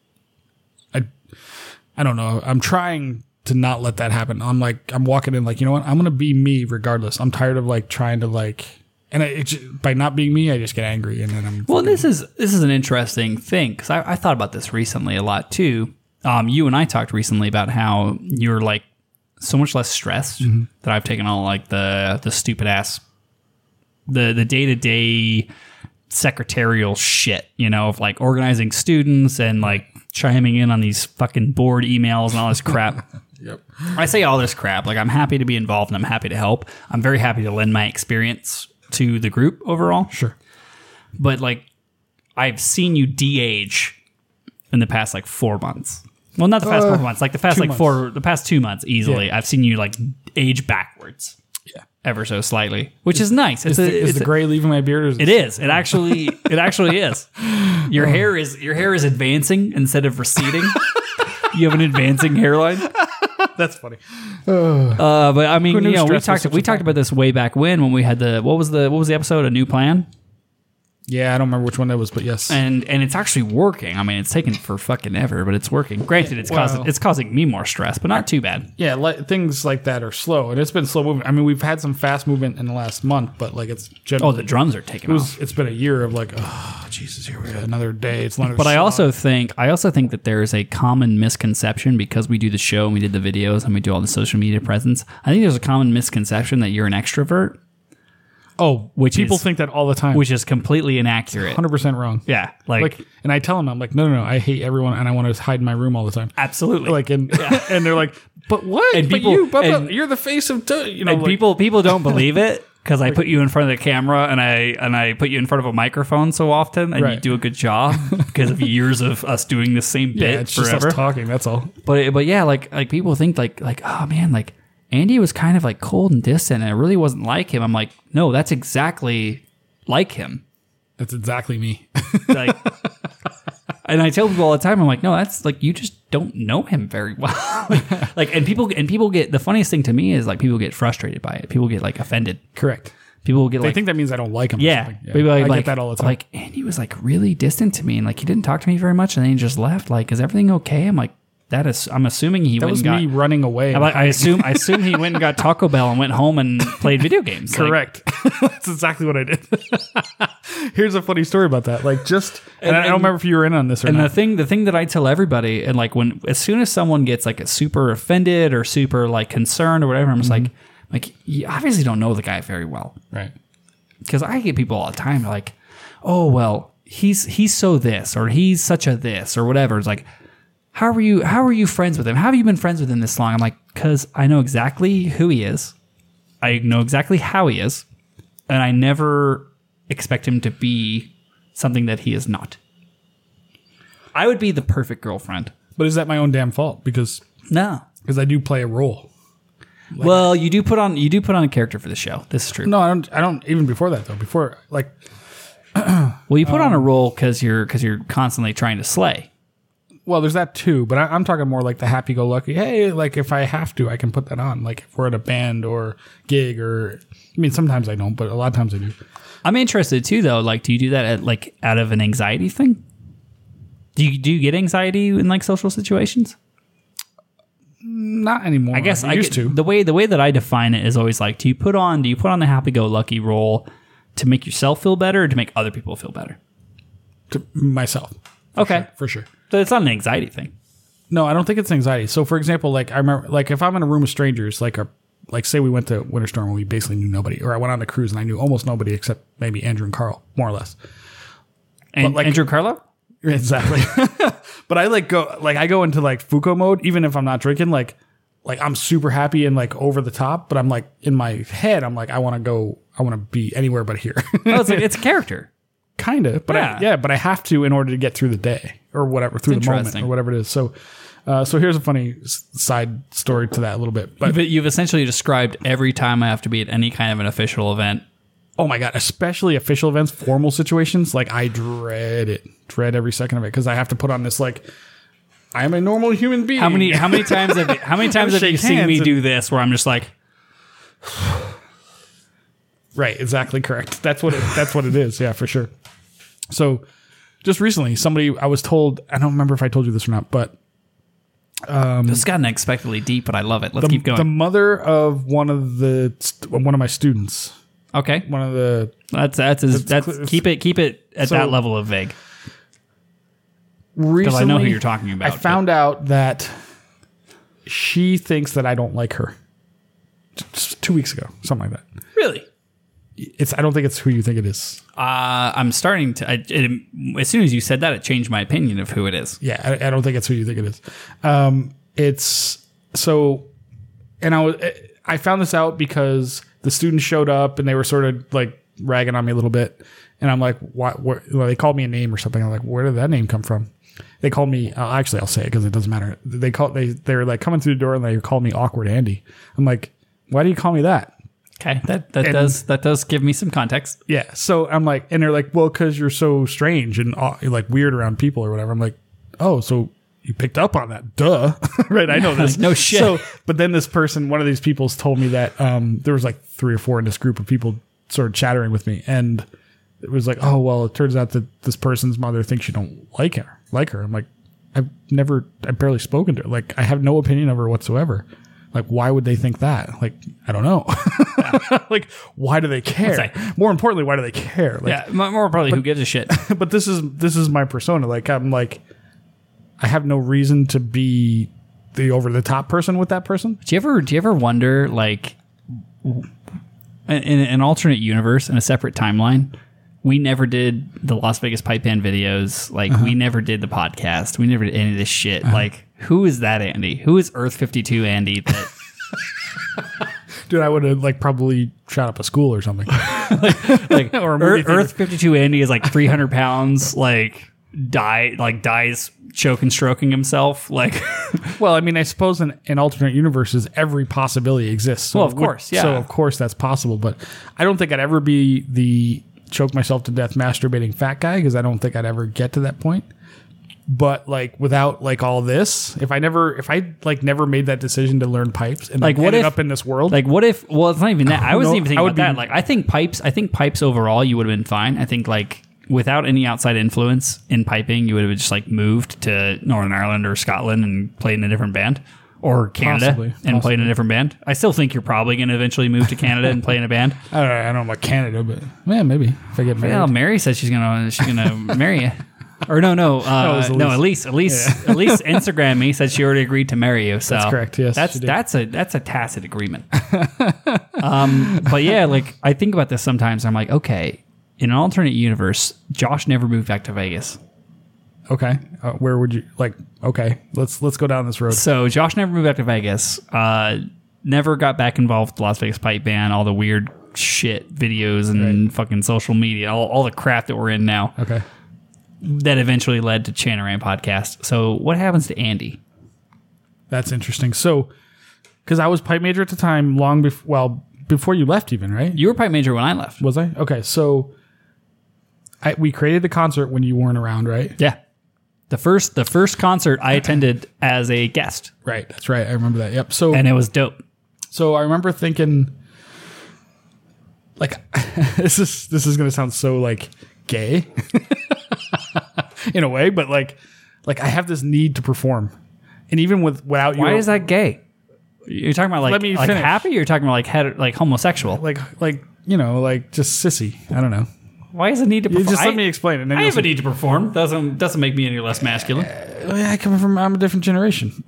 Speaker 2: I I don't know. I'm trying to not let that happen. I'm like I'm walking in like you know what? I'm going to be me regardless. I'm tired of like trying to like and I, it, ju- by not being me, I just get angry, and then I'm
Speaker 1: Well, this is this is an interesting thing because I, I thought about this recently a lot too. Um, you and I talked recently about how you're like so much less stressed that I've taken all like the the stupid ass the the day to day secretarial shit, you know, of like organizing students and like chiming in on these fucking board emails and all this crap.
Speaker 2: <laughs> yep.
Speaker 1: I say all this crap. Like I'm happy to be involved and I'm happy to help. I'm very happy to lend my experience to the group overall.
Speaker 2: Sure.
Speaker 1: But like I've seen you de-age in the past like four months. Well, not the past four months. Like the past
Speaker 2: Uh, two
Speaker 1: like four, the past two months easily. I've seen you like age backwards.
Speaker 2: Yeah.
Speaker 1: Ever so slightly, which is nice. It's
Speaker 2: Is
Speaker 1: a,
Speaker 2: the, is
Speaker 1: it's
Speaker 2: the
Speaker 1: a-
Speaker 2: gray leaving my beard? Or is
Speaker 1: it is. It actually. It actually is. Your
Speaker 2: Oh.
Speaker 1: hair is your hair is advancing instead of receding. you have an advancing hairline.
Speaker 2: That's funny.
Speaker 1: Uh, but I mean,
Speaker 2: knew
Speaker 1: you know, we
Speaker 2: stress was
Speaker 1: talked
Speaker 2: such
Speaker 1: we
Speaker 2: a
Speaker 1: talked about this way back when when we had the what was the what was the episode a new plan
Speaker 2: Yeah, I don't remember which one that was, but yes.
Speaker 1: and and it's actually working. I mean, it's taken for fucking ever, but it's working. Granted, it's causing
Speaker 2: Well-
Speaker 1: it's causing me more stress, but not too bad.
Speaker 2: yeah, like, things like that are slow, and it's been slow moving. I mean, we've had some fast movement in the last month, but like it's
Speaker 1: Oh,
Speaker 2: generally,
Speaker 1: the drums are taking
Speaker 2: it
Speaker 1: off.
Speaker 2: was, it's been a year of like, oh Jesus, here we go, another day. It's another.
Speaker 1: But I also think I also think that there is a common misconception because we do the show and we did the videos and we do all the social media presence. I think there's a common misconception that you're an extrovert,
Speaker 2: oh,
Speaker 1: which
Speaker 2: people
Speaker 1: is-
Speaker 2: think that all the time,
Speaker 1: which is completely inaccurate.
Speaker 2: hundred percent wrong.
Speaker 1: Yeah, like,
Speaker 2: like, and I tell them, I'm like, no, no, no, I hate everyone, and I want to hide in my room all the time.
Speaker 1: absolutely.
Speaker 2: Like, and <laughs> and they're like, but what?
Speaker 1: And
Speaker 2: but
Speaker 1: people-
Speaker 2: you, but,
Speaker 1: and-
Speaker 2: but you're the face of, t-, you know,
Speaker 1: and
Speaker 2: like-
Speaker 1: people people don't believe it because I put you in front of the camera and I and I put you in front of a microphone so often and you
Speaker 2: Right.
Speaker 1: do a good
Speaker 2: <laughs>
Speaker 1: job because of years of us doing the same bit
Speaker 2: Yeah, it's just
Speaker 1: forever.
Speaker 2: us talking. That's all.
Speaker 1: but but yeah, like like people think like like oh man, like Andy was kind of like cold and distant and I really wasn't like him. I'm like, no, that's exactly like him.
Speaker 2: That's exactly me. <laughs>
Speaker 1: Like And I tell people all the time, I'm like, no, that's like you just don't know him very well. <laughs> like, like, and people and people get the funniest thing to me is like people get frustrated by it. People get like offended.
Speaker 2: Correct.
Speaker 1: People get
Speaker 2: They
Speaker 1: like
Speaker 2: think that means I don't like them.
Speaker 1: yeah. Maybe,
Speaker 2: I
Speaker 1: like,
Speaker 2: get that all the time.
Speaker 1: Like, and he was like really distant to me, and like he didn't talk to me very much, and then he just left. Like, is everything okay? I'm like, that is. I'm assuming he
Speaker 2: that
Speaker 1: went
Speaker 2: was
Speaker 1: and got.
Speaker 2: me running away.
Speaker 1: I'm like, I assume. I assume he went and got Taco Bell and went home and played video games.
Speaker 2: <laughs>
Speaker 1: Like,
Speaker 2: Correct. That's exactly what I did. <laughs> Here's a funny story about that. Like just, and, I
Speaker 1: and-
Speaker 2: don't remember if you were in on this or
Speaker 1: and
Speaker 2: not.
Speaker 1: the thing, the thing that I tell everybody, and like when as soon as someone gets like super offended or super like concerned or whatever, I'm just like, like you obviously don't know the guy very well.
Speaker 2: Mm-hmm. right.
Speaker 1: because I get people all the time like, oh well, he's he's so this or he's such a this or whatever. It's like, how are you? How are you friends with him? How have you been friends with him this long? I'm like, because I know exactly who he is, I know exactly how he is, and I never expect him to be something that he is not. I would be the perfect girlfriend.
Speaker 2: But is that my own damn fault? Because
Speaker 1: No.
Speaker 2: because I do play a role.
Speaker 1: Well, you do put on you do put on a character for the show. This is true.
Speaker 2: No, I don't. I don't. Even before that though. Before like
Speaker 1: Well, you put on a role because you're because you're constantly trying to slay.
Speaker 2: Well, there's that too, but I, I'm talking more like the happy-go-lucky. Hey, like if I have to, I can put that on. Like if we're at a band or gig, or I mean, sometimes I don't, but a lot of times I do.
Speaker 1: I'm interested too, though. Like, do you do that at, like out of an anxiety thing? Do you do you get anxiety in like social situations? Uh,
Speaker 2: Not anymore.
Speaker 1: I guess I
Speaker 2: used
Speaker 1: get-
Speaker 2: to.
Speaker 1: The way the way that I define it is always like, do you put on do you put on the happy go lucky role to make yourself feel better or to make other people feel better?
Speaker 2: to myself
Speaker 1: Okay,
Speaker 2: for sure.
Speaker 1: so it's not an anxiety thing.
Speaker 2: No, I don't think it's anxiety. So, for example, like I remember, like if I'm in a room with strangers, like our, like say we went to Winter Storm and we basically knew nobody, or I went on a cruise and I knew almost nobody except maybe Andrew and Carl, more or less.
Speaker 1: And <laughs>
Speaker 2: like-
Speaker 1: Andrew Carlo,
Speaker 2: Exactly. <laughs> But I like go like I go into like Fuko mode even if I'm not drinking. Like like I'm super happy and like over the top, but I'm like in my head I'm like I want to go. I want to be anywhere but here. <laughs>
Speaker 1: No, it's, a, it's a character.
Speaker 2: kind of but
Speaker 1: Yeah.
Speaker 2: I, yeah but i have to in order to get through the day or whatever through the moment
Speaker 1: interesting.
Speaker 2: or whatever it is so uh, so here's a funny s- side story to that a little bit but
Speaker 1: But you've essentially described every time I have to be at any kind of an official event.
Speaker 2: oh my god especially official events formal situations like i dread it dread every second of it because i have to put on this like i'm a normal human being
Speaker 1: How many how many times have how
Speaker 2: <laughs>
Speaker 1: many times have you
Speaker 2: Shake
Speaker 1: seen me
Speaker 2: hands and-
Speaker 1: do this where I'm just like
Speaker 2: Right, exactly correct. That's what it, that's what it is. Yeah, for sure. So, just recently, somebody I was told I don't remember if I told you this or not, but
Speaker 1: this has gotten unexpectedly deep, but I love it. Let's
Speaker 2: the,
Speaker 1: keep
Speaker 2: the
Speaker 1: going.
Speaker 2: mother of one of the st- one of my students,
Speaker 1: okay,
Speaker 2: one of the
Speaker 1: that's that's as, that's
Speaker 2: cl-
Speaker 1: keep it keep it at
Speaker 2: So-
Speaker 1: that level of vague.
Speaker 2: because
Speaker 1: I know who you're talking about.
Speaker 2: I found out that she thinks that I don't like her. Just two weeks ago, something like that.
Speaker 1: but- really.
Speaker 2: It's I don't think it's who you think it is.
Speaker 1: Uh, I'm starting to. I, it, as soon as you said that, it changed my opinion of who it is.
Speaker 2: Yeah, I, I don't think it's who you think it is. Um, it's so, and I was eh, I found this out because the students showed up and they were sort of like ragging on me a little bit, and I'm like, why? Where, well, they called me a name or something. I'm like, where did that name come from? They called me. Uh, actually, I'll say it because it doesn't matter. They called they they were like coming through the door and they called me awkward Andy. I'm like, why do you call me that?
Speaker 1: Okay, that that
Speaker 2: And-
Speaker 1: does that does give me some context.
Speaker 2: Yeah. So I'm like, and they're like, well, because you're so strange and aw- you're like weird around people or whatever. I'm like, oh, so you picked up on that. Duh. <laughs> right.
Speaker 1: <laughs>
Speaker 2: I know this.
Speaker 1: No shit.
Speaker 2: So, but then this person, one of these people's told me that um, there was like three or four in this group of people sort of chattering with me. And it was like, oh, well, it turns out that this person's mother thinks you don't like her. Like her. I'm like, I've never, I've barely spoken to her. Like, I have no opinion of her whatsoever. Like, why would they think that? Like, I don't know. <laughs> like, why do they care?
Speaker 1: It's like-
Speaker 2: More importantly, why do they care? Like,
Speaker 1: Yeah, mo- more probably who gives a shit.
Speaker 2: <laughs> but this is this is my persona. Like, I'm like, I have no reason to be the over the top person with that person.
Speaker 1: Do you ever do you ever wonder like in, in an alternate universe in a separate timeline? We never did the Las Vegas pipe band videos. Like we never did the podcast. We never did any of this shit. Like who is that Andy? Who is Earth Fifty Two Andy? That
Speaker 2: Dude, I would have like probably shot up a school or something. <laughs>
Speaker 1: like
Speaker 2: Or a movie
Speaker 1: Earth,
Speaker 2: theater.
Speaker 1: Fifty Two Andy is like three hundred pounds. Like die like dies choking stroking himself. Like <laughs>
Speaker 2: Well, I mean, I suppose in, in alternate universes, every possibility exists. So
Speaker 1: Well, of
Speaker 2: it would-
Speaker 1: course, yeah.
Speaker 2: So of course that's possible, but I don't think I'd ever be the choke myself to death masturbating fat guy because I don't think I'd ever get to that point. But like without like all this, if I never, if I like never made that decision to learn pipes and
Speaker 1: Like,
Speaker 2: then
Speaker 1: what
Speaker 2: ended
Speaker 1: if-
Speaker 2: up in this world,
Speaker 1: Like, what if? Well, it's not even that. I wasn't
Speaker 2: No,
Speaker 1: even thinking
Speaker 2: I would
Speaker 1: about that.
Speaker 2: be-
Speaker 1: Like, I think pipes. I think pipes overall, you would have been fine. I think like without any outside influence in piping, you would have just like moved to Northern Ireland or Scotland and played in a different band, or Canada
Speaker 2: Possibly,
Speaker 1: and played in a different band. I still think you're probably going to eventually move to Canada and play in a band.
Speaker 2: I don't, know, I don't know about Canada, but yeah, maybe if I get married.
Speaker 1: Well, Mary says she's gonna she's <laughs> gonna marry you. Or no, no, uh,
Speaker 2: was
Speaker 1: no. Elise, Elise, Elise Instagram me said she already agreed to marry you. So that's
Speaker 2: correct, yes,
Speaker 1: that's
Speaker 2: she did.
Speaker 1: that's a that's a tacit <laughs> agreement. um, but yeah, like I think about this sometimes. I'm like, okay, in an alternate universe, Josh never moved back to Vegas.
Speaker 2: Okay, uh, where would you like? Okay, let's let's go down this road.
Speaker 1: So Josh never moved back to Vegas. Uh, never got back involved with the Las Vegas pipe band. All the weird shit videos and fucking social media, all, all the crap that we're in now.
Speaker 2: Okay,
Speaker 1: that eventually led to Chanaran podcast. So what happens to Andy?
Speaker 2: that's interesting. So, because I was pipe major at the time, long before well before you left, even right?
Speaker 1: You were pipe major when I left.
Speaker 2: Was I? Okay, so I, we created the concert when you weren't around, right?
Speaker 1: Yeah. The first the first concert I attended as a guest
Speaker 2: Right, that's right. I remember that. Yep. So
Speaker 1: and it was dope.
Speaker 2: so I remember thinking like <laughs> this is this is going to sound so like gay <laughs> in a way, but like like I have this need to perform. And even with without you
Speaker 1: that gay? You're talking about like,
Speaker 2: Let me
Speaker 1: like
Speaker 2: finish.
Speaker 1: happy or you're talking about like head, like homosexual?
Speaker 2: like like you know, like just sissy. I don't know.
Speaker 1: Why is it need to
Speaker 2: You
Speaker 1: perform?
Speaker 2: just
Speaker 1: I-
Speaker 2: let me explain and then
Speaker 1: I
Speaker 2: you'll
Speaker 1: have a
Speaker 2: see.
Speaker 1: need to perform. Doesn't doesn't make me any less masculine.
Speaker 2: Oh, I come from I'm a different generation.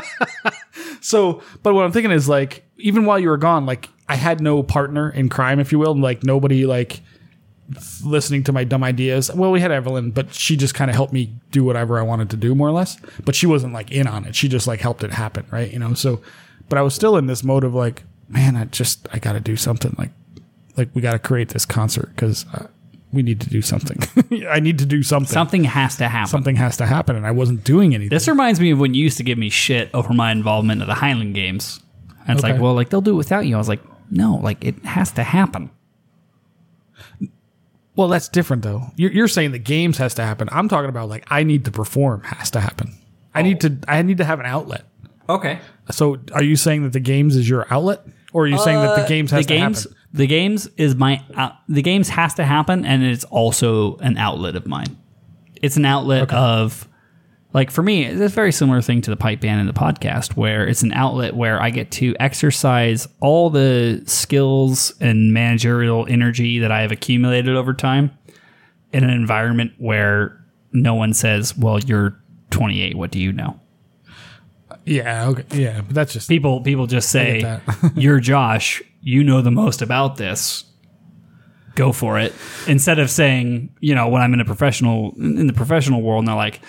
Speaker 2: <laughs> so, but what I'm thinking is like even while you were gone, like I had no partner in crime, if you will, and like nobody like listening to my dumb ideas. Well, we had Evelyn, but she just kind of helped me do whatever I wanted to do, more or less. But she wasn't like in on it. She just like helped it happen, right? You know. So, but I was still in this mode of like, man, I just I got to do something. Like, like we got to create this concert because uh, we need to do something. <laughs> I need to do something.
Speaker 1: Something has to happen.
Speaker 2: Something has to happen, and I wasn't doing anything.
Speaker 1: This reminds me of when you used to give me shit over my involvement at the Highland Games. And it's like,
Speaker 2: Okay.
Speaker 1: well, like they'll do it without you. I was like, no, like it has to happen.
Speaker 2: Well, that's different though. You're, you're saying the games has to happen. I'm talking about like I need to perform has to happen. I need to I need to have an outlet.
Speaker 1: Okay.
Speaker 2: So are you saying that the games is your outlet, or are you saying that the games has
Speaker 1: Uh, the games,
Speaker 2: to happen?
Speaker 1: the games is my out the games has to happen, and it's also an outlet of mine. It's an outlet of, like for me, it's a very similar thing to the pipe band and the podcast, where it's an outlet where I get to exercise all the skills and managerial energy that I have accumulated over time in an environment where no one says, "Well, you're 28. What do you know?"
Speaker 2: Yeah, okay, yeah, but that's just
Speaker 1: people people just say
Speaker 2: get that. <laughs>
Speaker 1: you're josh you know the most about this go for it instead of saying you know when i'm in a professional in the professional world and they're like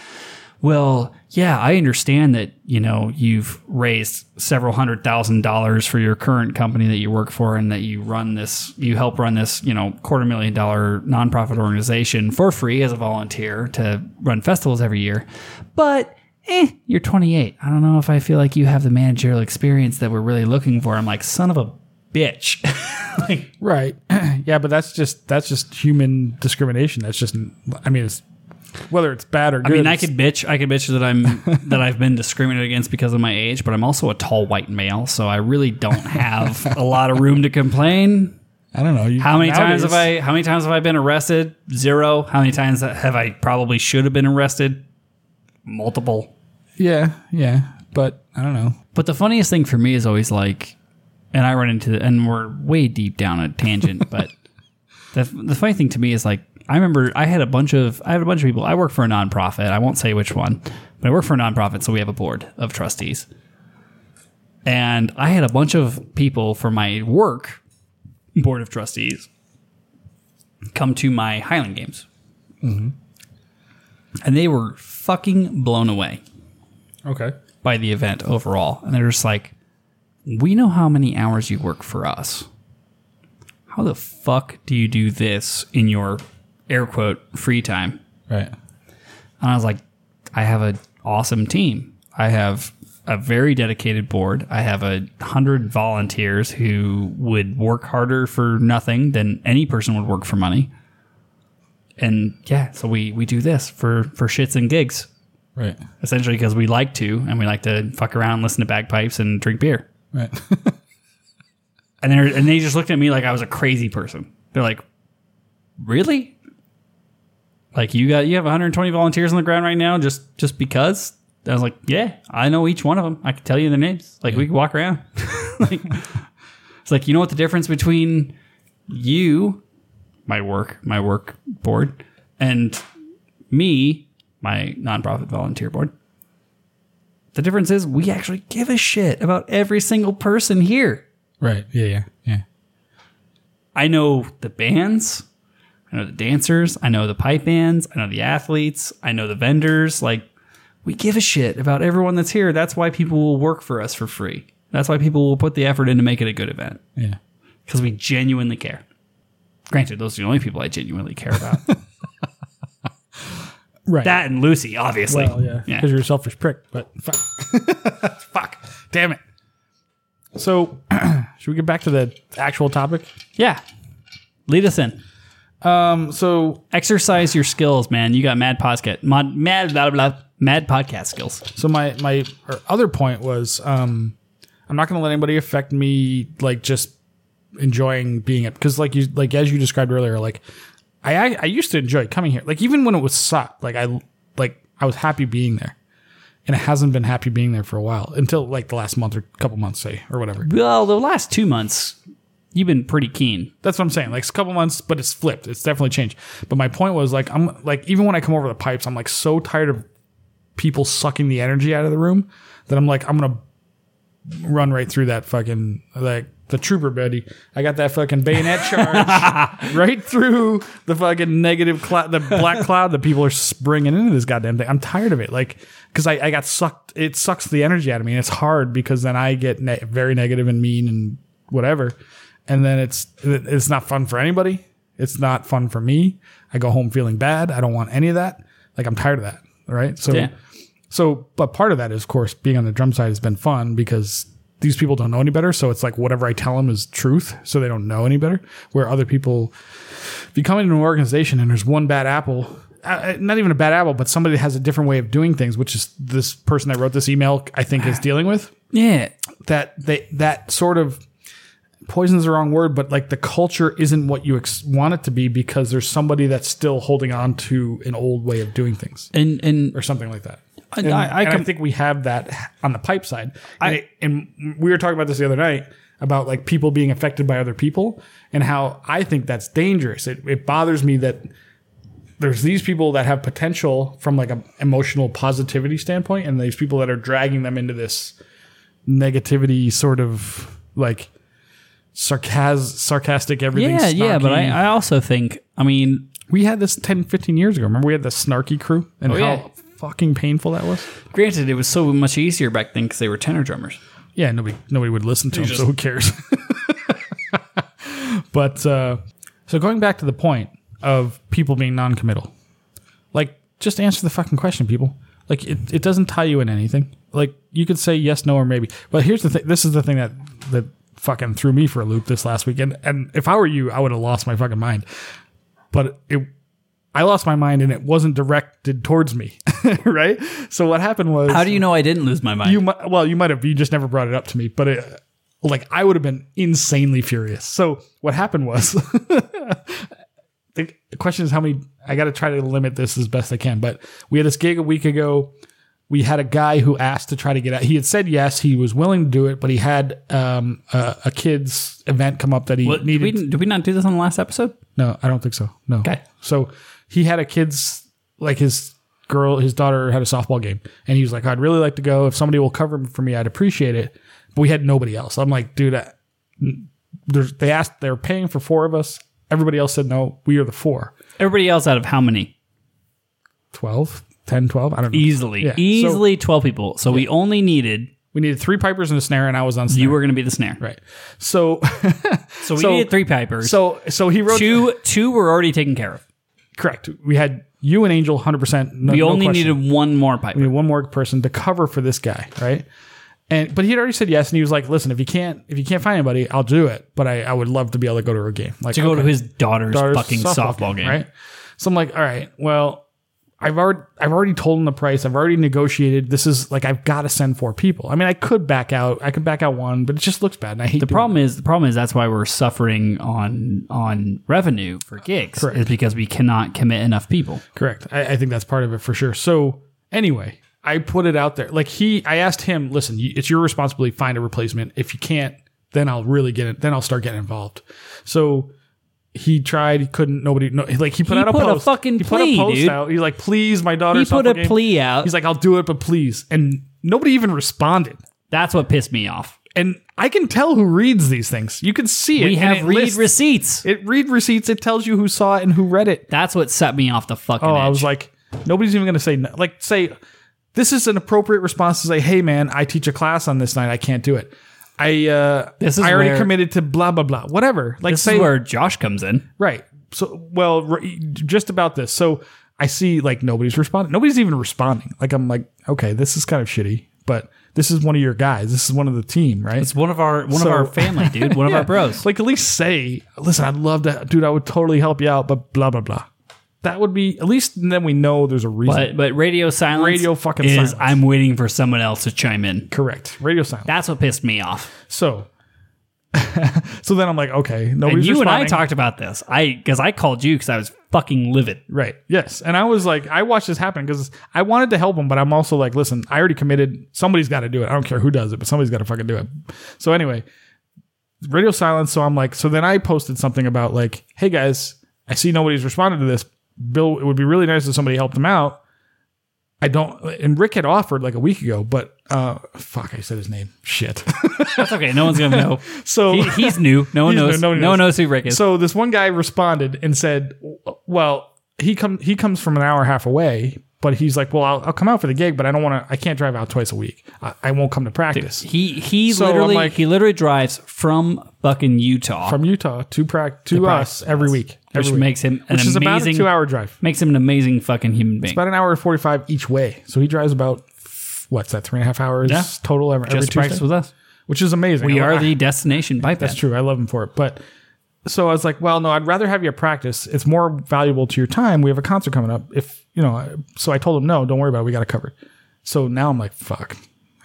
Speaker 1: well yeah i understand that you know you've raised several hundred thousand dollars for your current company that you work for and that you run this you help run this you know quarter million dollar nonprofit organization for free as a volunteer to run festivals every year but eh, you're 28. I don't know if I feel like you have the managerial experience that we're really looking for. I'm like, son of a bitch. <laughs> like,
Speaker 2: right. <clears throat> yeah, but that's just that's just human discrimination. That's just I mean, it's whether it's bad or good.
Speaker 1: I mean, I
Speaker 2: it's-
Speaker 1: could bitch. I could bitch that I'm that I've been discriminated against because of my age, but I'm also a tall white male, so I really don't have a lot of room to complain.
Speaker 2: I don't know you,
Speaker 1: How many times
Speaker 2: nowadays-
Speaker 1: have I? How many times have I been arrested? Zero. How many times have I probably should have been arrested? Multiple.
Speaker 2: Yeah, yeah, but I don't know.
Speaker 1: But the funniest thing for me is always like, and I run into, and we're way deep down a tangent, but the the funny thing to me is like, I remember I had a bunch of, I had a bunch of people. I work for a nonprofit. I won't say which one, but I work for a nonprofit, so we have a board of trustees. And I had a bunch of people for my work board of trustees come to my Highland games, and they were fucking blown away
Speaker 2: Okay.
Speaker 1: by the event overall. And they're just like, we know how many hours you work for us. How the fuck do you do this in your air quote free time?
Speaker 2: Right.
Speaker 1: And I was like, I have an awesome team. I have a very dedicated board. I have a hundred volunteers who would work harder for nothing than any person would work for money. And yeah, so we, we do this for, for shits and gigs
Speaker 2: Right.
Speaker 1: essentially because we like to and we like to fuck around, listen to bagpipes, and drink beer.
Speaker 2: Right. <laughs>
Speaker 1: And they are and they just looked at me like I was a crazy person. They're like, "Really? Like you got you have 120 volunteers on the ground right now just just because?" I was like, "Yeah, I know each one of them. I can tell you their names. Like we could walk around." <laughs> like it's like you know what the difference between you, my work, my work board, and me, my nonprofit volunteer board. The difference is we actually give a shit about every single person here.
Speaker 2: right. Yeah. Yeah. Yeah.
Speaker 1: I know the bands, I know the dancers, I know the pipe bands, I know the athletes, I know the vendors. Like, we give a shit about everyone that's here. That's why people will work for us for free. That's why people will put the effort in to make it a good event
Speaker 2: Yeah.
Speaker 1: because we genuinely care. Granted, those are the only people I genuinely care about.
Speaker 2: <laughs> Right.
Speaker 1: that and Lucy, obviously.
Speaker 2: Well, yeah, because you're a selfish prick. But fuck, <laughs> fuck, damn it. So, <clears throat> should we get back to the actual topic?
Speaker 1: Yeah. Lead us in.
Speaker 2: Um, so,
Speaker 1: Exercise your skills, man. You got mad podcast, mod, mad blah, blah, blah, mad podcast skills.
Speaker 2: so my my or other point was, um, I'm not going to let anybody affect me, like just enjoying being it, because like you like as you described earlier, like I, I I used to enjoy coming here, like even when it was sucked, like I like I was happy being there. And it hasn't been happy being there for a while until like the last month or couple months, say, or whatever.
Speaker 1: Well, the last two months, you've been pretty keen.
Speaker 2: That's what I'm saying. Like it's a couple months, but it's flipped. It's definitely changed. But my point was like I'm like even when I come over the pipes, I'm like so tired of people sucking the energy out of the room that I'm like I'm gonna run right through that fucking like the trooper buddy. I got that fucking bayonet charge right through the fucking negative cloud, the black cloud that people are springing into this goddamn thing. I'm tired of it, like because I, I got sucked. It sucks the energy out of me, and it's hard because then I get ne- very negative and mean and whatever, and then it's it's not fun for anybody. It's not fun for me. I go home feeling bad. I don't want any of that. Like I'm tired of that. Right. So
Speaker 1: Yeah.
Speaker 2: so, but part of that is, of course, being on the drum side has been fun because these people don't know any better. So it's like whatever I tell them is truth. So they don't know any better. Where other people, if you come into an organization and there's one bad apple, uh, not even a bad apple, but somebody that has a different way of doing things, which is this person that wrote this email, I think, is dealing with
Speaker 1: Yeah.
Speaker 2: that they that sort of poison's the wrong word, but like the culture isn't what you ex- want it to be because there's somebody that's still holding on to an old way of doing things
Speaker 1: And and
Speaker 2: or something like that.
Speaker 1: I-
Speaker 2: And,
Speaker 1: I- I
Speaker 2: and I
Speaker 1: com-
Speaker 2: think we have that on the pipe side. And, I, and we were talking about this the other night about like people being affected by other people and how I think that's dangerous. It, it bothers me that there's these people that have potential from like an emotional positivity standpoint, and these people that are dragging them into this negativity sort of like sarcas- sarcastic everything.
Speaker 1: yeah, yeah, but
Speaker 2: snarky-
Speaker 1: I, I also think I mean
Speaker 2: we had this 10, 15 years ago. Remember, we had the snarky crew and
Speaker 1: Oh,
Speaker 2: how
Speaker 1: yeah.
Speaker 2: fucking painful that was.
Speaker 1: granted it was so much easier back then because they were tenor drummers.
Speaker 2: Yeah, nobody nobody would listen to him, so
Speaker 1: just-
Speaker 2: who cares? <laughs> but uh, so going back to the point of people being non-committal, like just answer the fucking question, people. Like it, it doesn't tie you in anything. Like you could say yes, no, or maybe. But here's the thing. This is the thing that that fucking threw me for a loop this last weekend. And if I were you, I would have lost my fucking mind. But it, I lost my mind, and it wasn't directed towards me, <laughs> right? So what happened was
Speaker 1: How do you know I didn't lose my mind?
Speaker 2: you might well you might have you just never brought it up to me but it, like i would have been insanely furious so what happened was <laughs> the question is how many i gotta try to limit this as best i can but we had this gig a week ago we had a guy who asked to try to get out he had said yes he was willing to do it but he had um, a, a kids event come up that he
Speaker 1: What- did,
Speaker 2: needed
Speaker 1: we, did we not do this on the last episode?
Speaker 2: no, I don't think so. No.
Speaker 1: Okay.
Speaker 2: So he had a kid's like his girl, his daughter had a softball game, and he was like, "I'd really like to go. If somebody will cover for me, I'd appreciate it." But we had nobody else. I'm like, dude, I, there's, they asked, they're paying for four of us. Everybody else said no. We are the four.
Speaker 1: Everybody else out of how many?
Speaker 2: 12, 10, 12. I don't know.
Speaker 1: Easily,
Speaker 2: Yeah, so-
Speaker 1: easily twelve people. So we only needed
Speaker 2: We needed three pipers and a snare, and I was on snare.
Speaker 1: you were going to be the snare.
Speaker 2: right. So, <laughs>
Speaker 1: So we
Speaker 2: So-
Speaker 1: needed three pipers.
Speaker 2: so, so he wrote
Speaker 1: two two were already taken care of.
Speaker 2: correct. We had you and Angel, hundred percent.
Speaker 1: We only needed one more piper.
Speaker 2: we need one more person to cover for this guy, right? And but he had already said yes, and he was like, "Listen, if you can't if you can't find anybody, I'll do it, but I, I would love to be able to go to a game, like
Speaker 1: To go to
Speaker 2: okay,
Speaker 1: his daughter's,
Speaker 2: daughter's
Speaker 1: fucking softball, game.
Speaker 2: right?" So I'm like, "All right, well, I've already I've already told him the price, I've already negotiated. This is like I've got to send four people. I mean, I could back out, I could back out one, but it just looks bad, and I hate
Speaker 1: The problem is the problem is that's why we're suffering on on revenue for gigs is because we cannot commit enough people.
Speaker 2: Correct. I, I think that's part of it for sure. So anyway, I put it out there. Like he, I asked him, listen, you- it's your responsibility. Find a replacement. If you can't, then I'll really get it. Then I'll start getting involved. So he tried. He couldn't. Nobody. No, like he put
Speaker 1: He
Speaker 2: out a
Speaker 1: put a
Speaker 2: post.
Speaker 1: fucking
Speaker 2: he
Speaker 1: plea,
Speaker 2: put a post
Speaker 1: dude.
Speaker 2: out. He's like, please, my daughter.
Speaker 1: He put a
Speaker 2: game.
Speaker 1: plea out.
Speaker 2: He's like, I'll do it, but please. And nobody even responded.
Speaker 1: That's what pissed me off.
Speaker 2: And I can tell who reads these things. You can see it.
Speaker 1: We
Speaker 2: and
Speaker 1: have
Speaker 2: it
Speaker 1: read
Speaker 2: lists-
Speaker 1: receipts.
Speaker 2: It read receipts. It tells you who saw it and who read it.
Speaker 1: That's what set me off the fucking.
Speaker 2: Oh,
Speaker 1: edge.
Speaker 2: I was like, nobody's even going to say no. Like, say, this is an appropriate response to say, hey, man, I teach a class on this night. I can't do it. I uh,
Speaker 1: This is
Speaker 2: I already
Speaker 1: where-
Speaker 2: committed to blah blah blah. Whatever. Like,
Speaker 1: this
Speaker 2: say
Speaker 1: is where Josh comes in.
Speaker 2: right. So, well, r- just about this. So, I see like nobody's responding. Nobody's even responding. Like, I'm like, okay, this is kind of shitty, but this is one of your guys. This is one of the team, right?
Speaker 1: It's one of our one
Speaker 2: So-
Speaker 1: of our <laughs> family, dude. One of our bros.
Speaker 2: Like, at least say, listen, I'd love to, dude. I would totally help you out, but blah blah blah. That would be at least. Then we know there's a reason.
Speaker 1: But but radio silence.
Speaker 2: Radio fucking
Speaker 1: is
Speaker 2: silence.
Speaker 1: I'm waiting for someone else to chime in.
Speaker 2: Correct. Radio silence.
Speaker 1: That's what pissed me off.
Speaker 2: so <laughs> so then I'm like, okay, nobody's
Speaker 1: And you and I
Speaker 2: responding.
Speaker 1: talked about this. I because I called you because I was fucking livid.
Speaker 2: Right. Yes. And I was like, I watched this happen because I wanted to help him, but I'm also like, listen, I already committed. Somebody's got to do it. I don't care who does it, but somebody's got to fucking do it. So anyway, radio silence. So I'm like, so then I posted something about like, hey guys, I see nobody's responded to this. Bill, it would be really nice if somebody helped him out. I don't. And Rick had offered like a week ago, but uh, fuck, I said his name. Shit. <laughs>
Speaker 1: That's okay. No one's gonna know.
Speaker 2: so
Speaker 1: He- he's new. No one
Speaker 2: He's new.
Speaker 1: knows.
Speaker 2: Nobody
Speaker 1: no one
Speaker 2: knows.
Speaker 1: knows who Rick is.
Speaker 2: So this one guy responded and said, "Well, he come he comes from an hour and a half away, but he's like, well, I'll, I'll come out for the gig, but I don't want to. I can't drive out twice a week. I, I won't come to practice
Speaker 1: he he
Speaker 2: So I'm
Speaker 1: literally
Speaker 2: like-
Speaker 1: he literally drives from fucking Utah,
Speaker 2: from Utah to prac to,
Speaker 1: practice.
Speaker 2: us every week,
Speaker 1: which
Speaker 2: every week.
Speaker 1: makes him an
Speaker 2: which is about a
Speaker 1: amazing
Speaker 2: two hour drive,
Speaker 1: makes him an amazing fucking human being.
Speaker 2: about an hour and forty five each way. So he drives about what's that three and a half hours
Speaker 1: Yeah.
Speaker 2: total every, every
Speaker 1: Just practice
Speaker 2: Tuesday,
Speaker 1: with us.
Speaker 2: which is amazing.
Speaker 1: We
Speaker 2: I-
Speaker 1: are
Speaker 2: I-
Speaker 1: the destination bike
Speaker 2: That's true. I love him for it. But so I was like, well, no, I'd rather have you practice. It's more valuable to your time. We have a concert coming up. If you know, I- so I told him, no, don't worry about it. We got it covered. So now I'm like, fuck.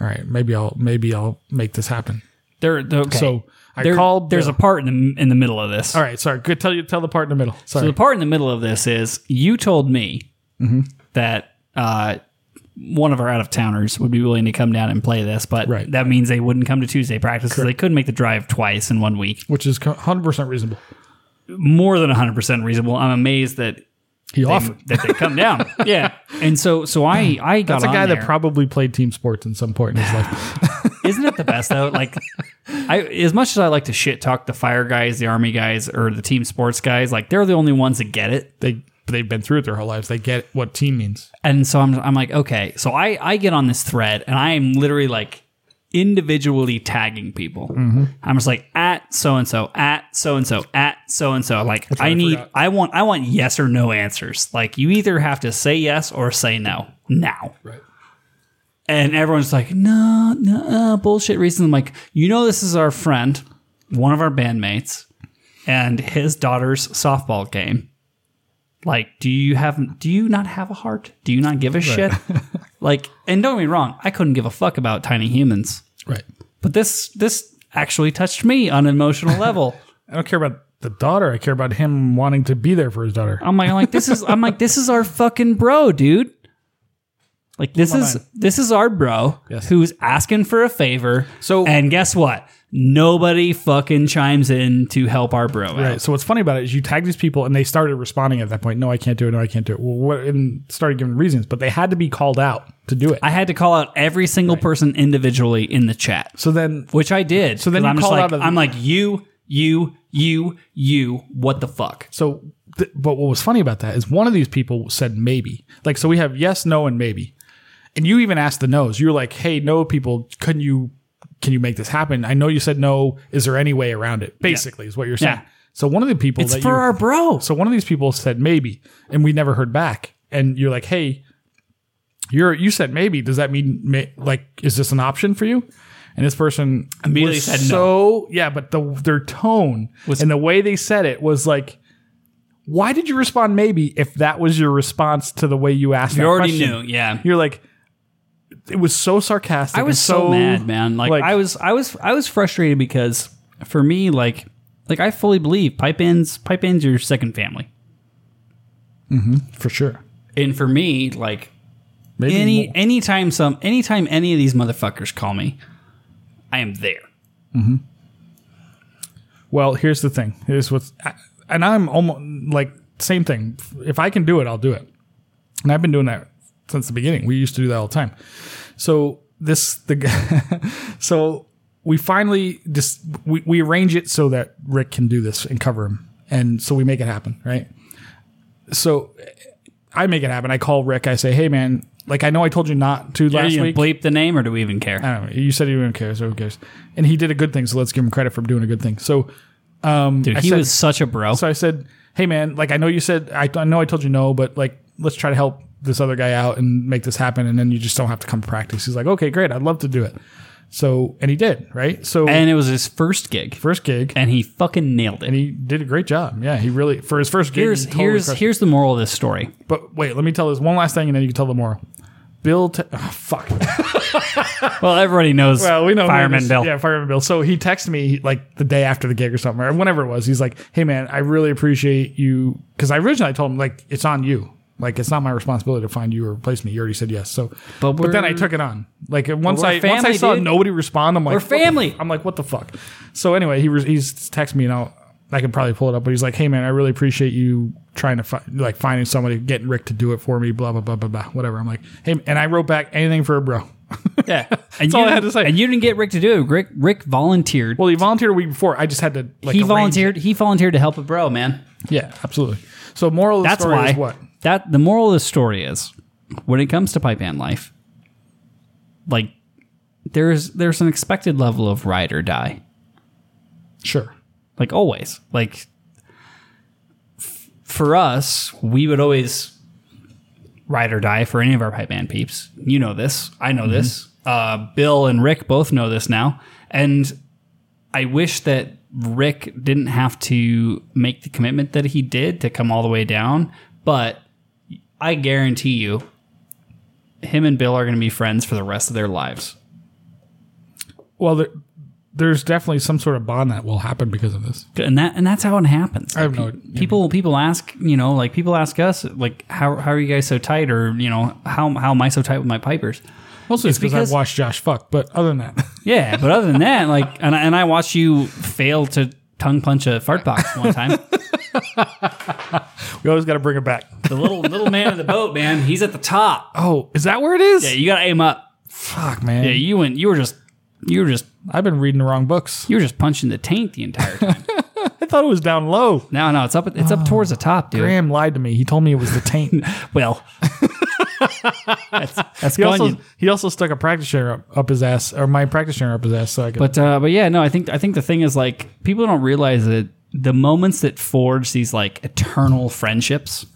Speaker 2: All right, maybe I'll maybe I'll make this happen.
Speaker 1: There, the- okay.
Speaker 2: So I
Speaker 1: There-
Speaker 2: called.
Speaker 1: There's a part in the in the middle of this.
Speaker 2: All right, sorry. Good. Tell you tell the part in the middle. Sorry. Mm-hmm.
Speaker 1: So the part in the middle of this is you told me that uh, one of our out of towners would be willing to come down and play this, but
Speaker 2: Right.
Speaker 1: that means they wouldn't come to Tuesday practice because they couldn't make the drive twice in one week.
Speaker 2: which is 100% reasonable.
Speaker 1: More than 100% reasonable. I'm amazed that
Speaker 2: He
Speaker 1: they,
Speaker 2: offered.
Speaker 1: <laughs> that they come down. yeah. And so so I I got
Speaker 2: That's a
Speaker 1: on
Speaker 2: guy that
Speaker 1: there.
Speaker 2: probably played team sports in some point in his life. <sighs>
Speaker 1: Isn't it the best though? Like, I as much as I like to shit talk the fire guys, the army guys, or the team sports guys, like they're the only ones that get it.
Speaker 2: They they've been through it their whole lives. They get what team means.
Speaker 1: And so I'm I'm like, okay. So I I get on this thread and I am literally like individually tagging people. I'm just like at so and so, at so and so, at so and so. Like I, need I want I want yes or no answers. Like you either have to say yes or say no now.
Speaker 2: Right.
Speaker 1: And everyone's like, no, no, uh, bullshit reasons. I'm like, you know, this is our friend, one of our bandmates, and his daughter's softball game. Like, do you have, do you not have a heart? Do you not give a shit?
Speaker 2: <laughs>
Speaker 1: like, and don't get me wrong, I couldn't give a fuck about tiny humans,
Speaker 2: Right.
Speaker 1: but this, this actually touched me on an emotional
Speaker 2: <laughs>
Speaker 1: level.
Speaker 2: I don't care about the daughter. I care about him wanting to be there for his daughter.
Speaker 1: I'm like, I'm like, this is, I'm like, this is our fucking bro, dude. Like this
Speaker 2: Oh my
Speaker 1: is
Speaker 2: mind.
Speaker 1: this is our bro
Speaker 2: Yes.
Speaker 1: who's asking for a favor.
Speaker 2: So-
Speaker 1: and guess what? Nobody fucking chimes in to help our bro out.
Speaker 2: Right. So what's funny about it is you tag these people and they started responding at that point. No, I can't do it. No, I can't do it. Well, what, and started giving reasons, but they had to be called out to do it.
Speaker 1: I had to call out every single person individually in the chat,
Speaker 2: so then,
Speaker 1: which I did. So
Speaker 2: then you
Speaker 1: I'm just
Speaker 2: called
Speaker 1: like,
Speaker 2: out a-
Speaker 1: I'm like, you, you, you, you. What the fuck?
Speaker 2: so, th- but what was funny about that is one of these people said maybe. Like, so we have yes, no, and maybe. And you even asked the no's. You were like, hey, no, people, couldn't you, can you make this happen? I know you said no. Is there any way around it? Basically, is what you're saying.
Speaker 1: Yeah.
Speaker 2: So one of the people
Speaker 1: It's
Speaker 2: that
Speaker 1: for
Speaker 2: you,
Speaker 1: our bro.
Speaker 2: So one of these people said maybe, and we never heard back. And you're like, hey, you're you said maybe. Does that mean ma- like is this an option for you? And this person
Speaker 1: Immediately
Speaker 2: was
Speaker 1: said no.
Speaker 2: so yeah, but the their tone and the way they said it was like, why did you respond maybe if that was your response to the way you asked?
Speaker 1: You
Speaker 2: that
Speaker 1: already
Speaker 2: question?
Speaker 1: knew, yeah.
Speaker 2: You're like, it was so sarcastic.
Speaker 1: I was
Speaker 2: and
Speaker 1: so, mad, man. Like,
Speaker 2: like-
Speaker 1: I was, I was, I was frustrated because for me, like, like I fully believe pipe ins, pipe ins, your second family,
Speaker 2: for sure.
Speaker 1: and for me, like
Speaker 2: Maybe
Speaker 1: any
Speaker 2: more.
Speaker 1: anytime some anytime any of these motherfuckers call me, I am there.
Speaker 2: Well, here's the thing. Here's what's, and I'm almost like same thing. If I can do it, I'll do it. And I've been doing that since the beginning. We used to do that all the time. So this the g- <laughs> so we finally just we, we arrange it so that Rick can do this and cover him, and so we make it happen, right? So I make it happen. I call Rick. I say, "Hey, man, like I know I told you not to
Speaker 1: Are
Speaker 2: last
Speaker 1: you gonna
Speaker 2: week. Um,
Speaker 1: bleep the name, or do we even care?
Speaker 2: I don't know. You said you didn't care, so who cares? And he did a good thing, so let's give him credit for doing a good thing. So." Um,
Speaker 1: Dude,
Speaker 2: I
Speaker 1: he
Speaker 2: said-
Speaker 1: was such a bro.
Speaker 2: so I said, "Hey, man, like I know you said I, I know I told you no, but like let's try to help this other guy out and make this happen, and then you just don't have to come to practice." He's like, "Okay, great, I'd love to do it." So and he did, right? So
Speaker 1: and it was his first gig,
Speaker 2: first gig, and,
Speaker 1: and he fucking nailed it.
Speaker 2: he did a great job. Yeah, he really for his first gig.
Speaker 1: Here's
Speaker 2: he totally
Speaker 1: here's
Speaker 2: crushed it.
Speaker 1: here's the moral of this story.
Speaker 2: But wait, let me tell this one last thing, and then you can tell the moral. Bill, te- oh, <laughs> fuck.
Speaker 1: Well, everybody knows.
Speaker 2: Well, we know who it
Speaker 1: Fireman
Speaker 2: is.
Speaker 1: Bill.
Speaker 2: Yeah, Fireman Bill. So he texted me like the day after the gig or something, or whenever it was. He's like, "Hey, man, I really appreciate you." Because I originally told him like it's on you, like it's not my responsibility to find you or replace me. You already said yes. So,
Speaker 1: But
Speaker 2: but, then
Speaker 1: we're-
Speaker 2: I took it on. Like once
Speaker 1: we're
Speaker 2: I once I
Speaker 1: family,
Speaker 2: saw
Speaker 1: dude.
Speaker 2: nobody respond, I'm like,
Speaker 1: We're
Speaker 2: "What the
Speaker 1: family."
Speaker 2: f-" I'm like, what the fuck? So anyway, he was he's texting me and I'll I could probably pull it up, but he's like, "Hey man, I really appreciate you trying to fi- like finding somebody, getting Rick to do it for me, blah blah blah blah blah, whatever." I'm like, "Hey," and I wrote back, "Anything for a bro." <laughs>
Speaker 1: Yeah, and
Speaker 2: all
Speaker 1: you
Speaker 2: I had
Speaker 1: didn't-
Speaker 2: to say.
Speaker 1: And you didn't get Rick to do it. Rick Rick volunteeered.
Speaker 2: Well, he volunteered a week before. I just had to. Like,
Speaker 1: he
Speaker 2: arrange
Speaker 1: volunteered. He volunteered to help a bro, man.
Speaker 2: it. Yeah, absolutely. So moral of the
Speaker 1: That's
Speaker 2: story
Speaker 1: why.
Speaker 2: is what?
Speaker 1: That the moral of the story is, when it comes to pipe band life, like there's there's an expected level of ride or die,
Speaker 2: Sure.
Speaker 1: like always. Like f- for us, we would always ride or die for any of our pipe band peeps. You know this. I
Speaker 2: Mm-hmm.
Speaker 1: know this. Uh, Bill and Rick both know this now, and I wish that Rick didn't have to make the commitment that he did to come all the way down, but I guarantee you, him and Bill are going to be friends for the rest of their lives.
Speaker 2: Well, there, there's definitely some sort of bond that will happen because of this.
Speaker 1: And that and that's how it happens.
Speaker 2: I have no-
Speaker 1: people people ask you know like people ask us like how how are you guys so tight or you know how how am I so tight with my pipers?
Speaker 2: Mostly it's because
Speaker 1: because-
Speaker 2: I watched Josh fuck, but other than that, <laughs>
Speaker 1: Yeah, but other than that, like, and I, and I watched you fail to tongue punch a fart box one time.
Speaker 2: we always got to bring it back.
Speaker 1: <laughs> the little little man in the boat, man, he's at the top.
Speaker 2: Oh, is that where it is?
Speaker 1: Yeah, you gotta aim up.
Speaker 2: Fuck, man.
Speaker 1: Yeah, you went. You were just. You were just.
Speaker 2: I've been reading the wrong books.
Speaker 1: You were just punching the taint the entire time.
Speaker 2: I thought it was down low.
Speaker 1: no, no, it's up. It's up towards the top, dude.
Speaker 2: Graham lied to me. He told me it was the <laughs> taint.
Speaker 1: Well, that's, that's
Speaker 2: He
Speaker 1: going.
Speaker 2: also, he also stuck a practice chair up, up his ass, or my practice chair up his ass, so I could.
Speaker 1: But uh, but yeah, no, I think I think the thing is like people don't realize that the moments that forge these like eternal friendships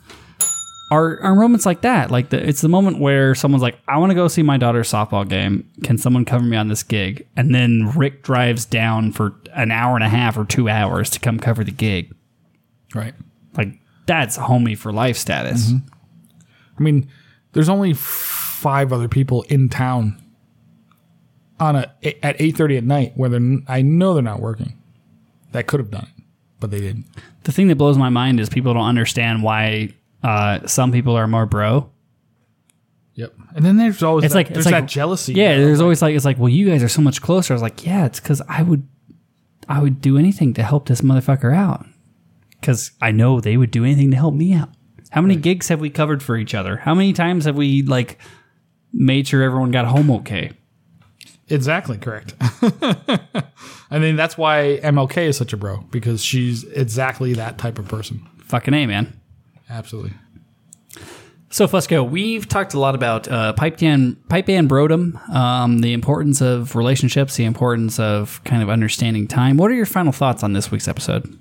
Speaker 1: are are moments like that. Like the, it's the moment where someone's like, I want to go see my daughter's softball game. Can someone cover me on this gig? And then Rick drives down for an hour and a half or two hours to come cover the gig.
Speaker 2: right.
Speaker 1: Like that's homie for life status.
Speaker 2: I mean, there's only five other people in town on a at eight thirty at night where they're n- I know they're not working. That could have done it, but they didn't.
Speaker 1: The thing that blows my mind is people don't understand why uh, some people are more bro
Speaker 2: Yep. And then there's always
Speaker 1: it's
Speaker 2: that,
Speaker 1: like
Speaker 2: there's
Speaker 1: it's like
Speaker 2: that jealousy.
Speaker 1: Yeah, there's always like it's like, well, you guys are so much closer. I was like, yeah, it's because I would, I would do anything to help this motherfucker out, because I know they would do anything to help me out. How many gigs have we covered for each other? How many times have we like made sure everyone got home okay?
Speaker 2: Exactly correct. <laughs> I mean, that's why MLK is such a bro because she's exactly that type of person.
Speaker 1: Fucking a man.
Speaker 2: Absolutely.
Speaker 1: So Fusco, we've talked a lot about uh, pipe band, pipe band brodom, um, the importance of relationships, the importance of kind of understanding time. What are your final thoughts on this week's episode?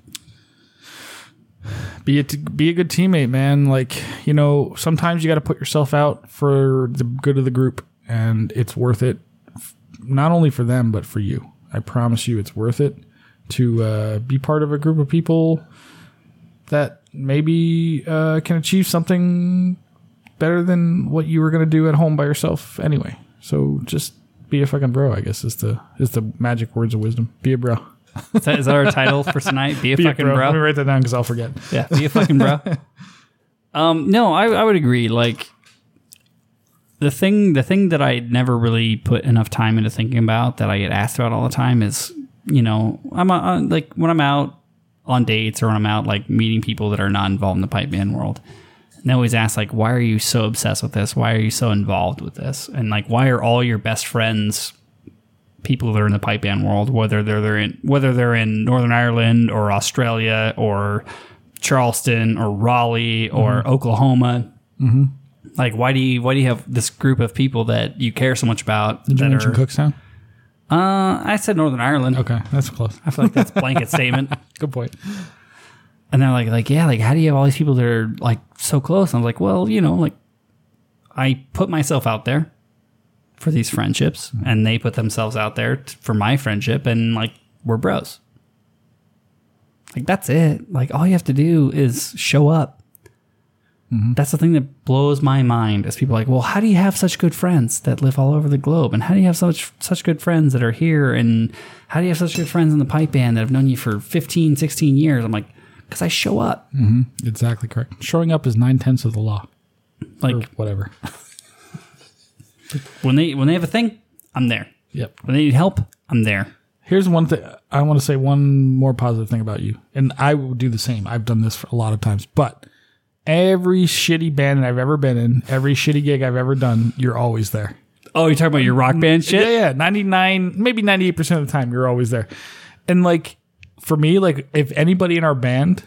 Speaker 2: Be a t- be a good teammate, man. Like you know, sometimes you got to put yourself out for the good of the group, and it's worth it. f- Not only for them, but for you. I promise you, it's worth it to uh, be part of a group of people that maybe uh, can achieve something better than what you were gonna do at home by yourself anyway. So just be a fucking bro. I guess is the is the magic words of wisdom. Be a bro.
Speaker 1: Is that, is that our title for tonight? <laughs> Be a
Speaker 2: Be
Speaker 1: fucking
Speaker 2: a bro.
Speaker 1: bro.
Speaker 2: Let me write that down because I'll forget.
Speaker 1: Yeah, be a fucking <laughs> bro. um, no, I, I would agree. Like the thing, the thing that I never really put enough time into thinking about that I get asked about all the time is, you know, I'm uh, like when I'm out on dates or when I'm out like meeting people that are not involved in the pipe band world. And they always ask like, why are you so obsessed with this? Why are you so involved with this? And like, why are all your best friends people that are in the pipe band world, whether they're, they're in whether they're in Northern Ireland or Australia or Charleston or Raleigh or Oklahoma. Like, why do you why do you have this group of people that you care so much about?
Speaker 2: Did you
Speaker 1: that
Speaker 2: mention
Speaker 1: are-
Speaker 2: Cookstown?
Speaker 1: Uh, I said Northern Ireland.
Speaker 2: Okay, that's close.
Speaker 1: I feel like that's a blanket statement.
Speaker 2: Good point.
Speaker 1: And they're like, like, yeah, like, how do you have all these people that are like so close? And I was like, well, you know, like, I put myself out there for these friendships, and they put themselves out there t- for my friendship, and like, we're bros. Like, that's it. Like, all you have to do is show up. That's the thing that blows my mind is people are like, well, how do you have such good friends that live all over the globe, and how do you have such such good friends that are here, and how do you have such good friends in the pipe band that have known you for 15, 16 years? I'm like, because I show up.
Speaker 2: Exactly correct. Showing up is nine tenths of the law, or
Speaker 1: Like
Speaker 2: whatever. <laughs>
Speaker 1: when they when they have a thing, I'm there.
Speaker 2: Yep.
Speaker 1: When they need help, I'm there.
Speaker 2: Here's one thing I want to say one more positive thing about you, and I will do the same. I've done this for a lot of times, but every shitty band I've ever been in, every shitty gig I've ever done, you're always there.
Speaker 1: Oh, you're talking about your rock band shit?
Speaker 2: Yeah, yeah. 99, maybe 98% of the time, you're always there. And like, for me, like, if anybody in our band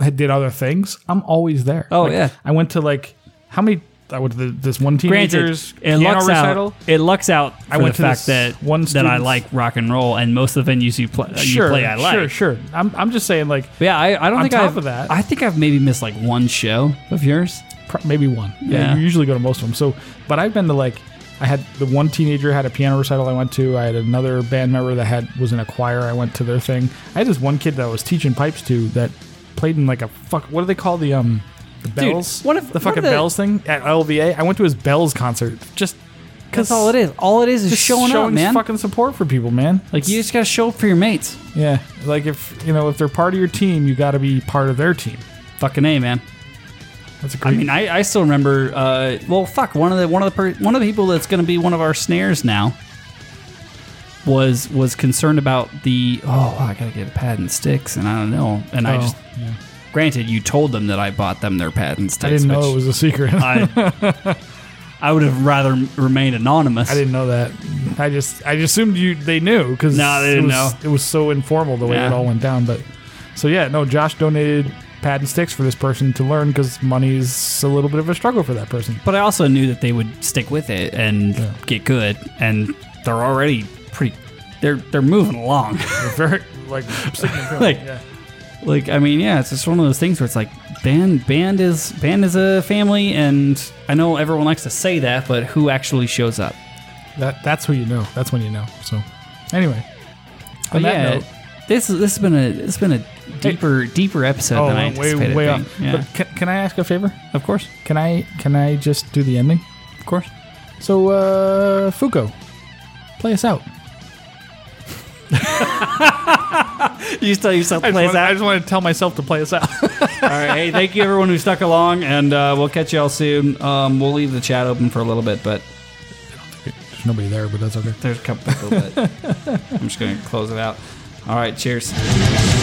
Speaker 2: had did other things, I'm always there.
Speaker 1: Oh,
Speaker 2: Like,
Speaker 1: yeah.
Speaker 2: I went to like, how many? I went to the, this one
Speaker 1: Granted,
Speaker 2: teenagers
Speaker 1: it
Speaker 2: piano
Speaker 1: lucks
Speaker 2: recital.
Speaker 1: out. It lucks out. For I
Speaker 2: went
Speaker 1: went
Speaker 2: to
Speaker 1: the fact
Speaker 2: this
Speaker 1: that
Speaker 2: one
Speaker 1: that I
Speaker 2: student's-
Speaker 1: like rock and roll, and most of the venues you play,
Speaker 2: Sure,
Speaker 1: you play, I like.
Speaker 2: sure, sure. I'm, I'm just saying, like,
Speaker 1: But yeah, I, I don't
Speaker 2: On
Speaker 1: think
Speaker 2: top
Speaker 1: I've,
Speaker 2: of that-
Speaker 1: I think I've maybe missed like one show of yours.
Speaker 2: pr- maybe one. Yeah,
Speaker 1: Yeah.
Speaker 2: you usually go to most of them. So, but I've been to like, I had the one teenager had a piano recital I went to. I had another band member that had was in a choir. I went to their thing. I had this one kid that I was teaching pipes to that played in like a fuck. What do they call the um the bells?
Speaker 1: one of-
Speaker 2: the
Speaker 1: one
Speaker 2: fucking
Speaker 1: of the-
Speaker 2: bells thing at LVA. I went to his bells concert just
Speaker 1: That's all it is. All it is is
Speaker 2: just
Speaker 1: showing up,
Speaker 2: showing
Speaker 1: man.
Speaker 2: Fucking support for people, man.
Speaker 1: like you just gotta show up for your mates.
Speaker 2: yeah, like if you know if they're part of your team, you got to be part of their team.
Speaker 1: Fucking a, man.
Speaker 2: That's a great.
Speaker 1: I mean, I, I still remember. Uh, well, fuck one of the one of the per- one of the people that's going to be one of our snares now was was concerned about the oh I gotta get a pad and sticks and I don't know and I
Speaker 2: Oh,
Speaker 1: just
Speaker 2: yeah.
Speaker 1: granted you told them that I bought them their pad and sticks.
Speaker 2: I didn't know
Speaker 1: which
Speaker 2: it was a secret.
Speaker 1: I
Speaker 2: <laughs>
Speaker 1: I would have rather remained anonymous.
Speaker 2: I didn't know that. I just I just assumed you they knew because
Speaker 1: No, they
Speaker 2: it
Speaker 1: didn't
Speaker 2: was,
Speaker 1: know.
Speaker 2: It was so informal the way
Speaker 1: Yeah.
Speaker 2: it all went down. But so yeah, no. Josh donated pad and sticks for this person to learn because money is a little bit of a struggle for that person.
Speaker 1: But I also knew that they would stick with it and
Speaker 2: Yeah.
Speaker 1: get good, and they're already pretty. They're they're moving along.
Speaker 2: <laughs>
Speaker 1: <laughs>
Speaker 2: Very like
Speaker 1: like
Speaker 2: yeah.
Speaker 1: like I mean, yeah, it's just one of those things where it's like band band is band is a family, and I know everyone likes to say that, but who actually shows up?
Speaker 2: that that's who you know. That's when you know. So anyway,
Speaker 1: But
Speaker 2: on that
Speaker 1: yeah,
Speaker 2: note-
Speaker 1: this this has been a it's been a deeper deeper episode
Speaker 2: oh
Speaker 1: than I
Speaker 2: went way
Speaker 1: anticipated.
Speaker 2: way
Speaker 1: I think.
Speaker 2: off.
Speaker 1: Yeah,
Speaker 2: But can, can I ask a favor?
Speaker 1: of course,
Speaker 2: Can I can I just do the ending?
Speaker 1: of
Speaker 2: <laughs>
Speaker 1: course.
Speaker 2: So uh Fuko, play us out.
Speaker 1: You still <laughs> yourself plays out.
Speaker 2: want to tell myself to play us out.
Speaker 1: all right, hey, thank you everyone who stuck along, and uh, we'll catch y'all soon. Um, we'll leave the chat open for a little bit, but.
Speaker 2: There's nobody there, but that's okay.
Speaker 1: There's a couple people, but I'm just going to close it out. All right, cheers.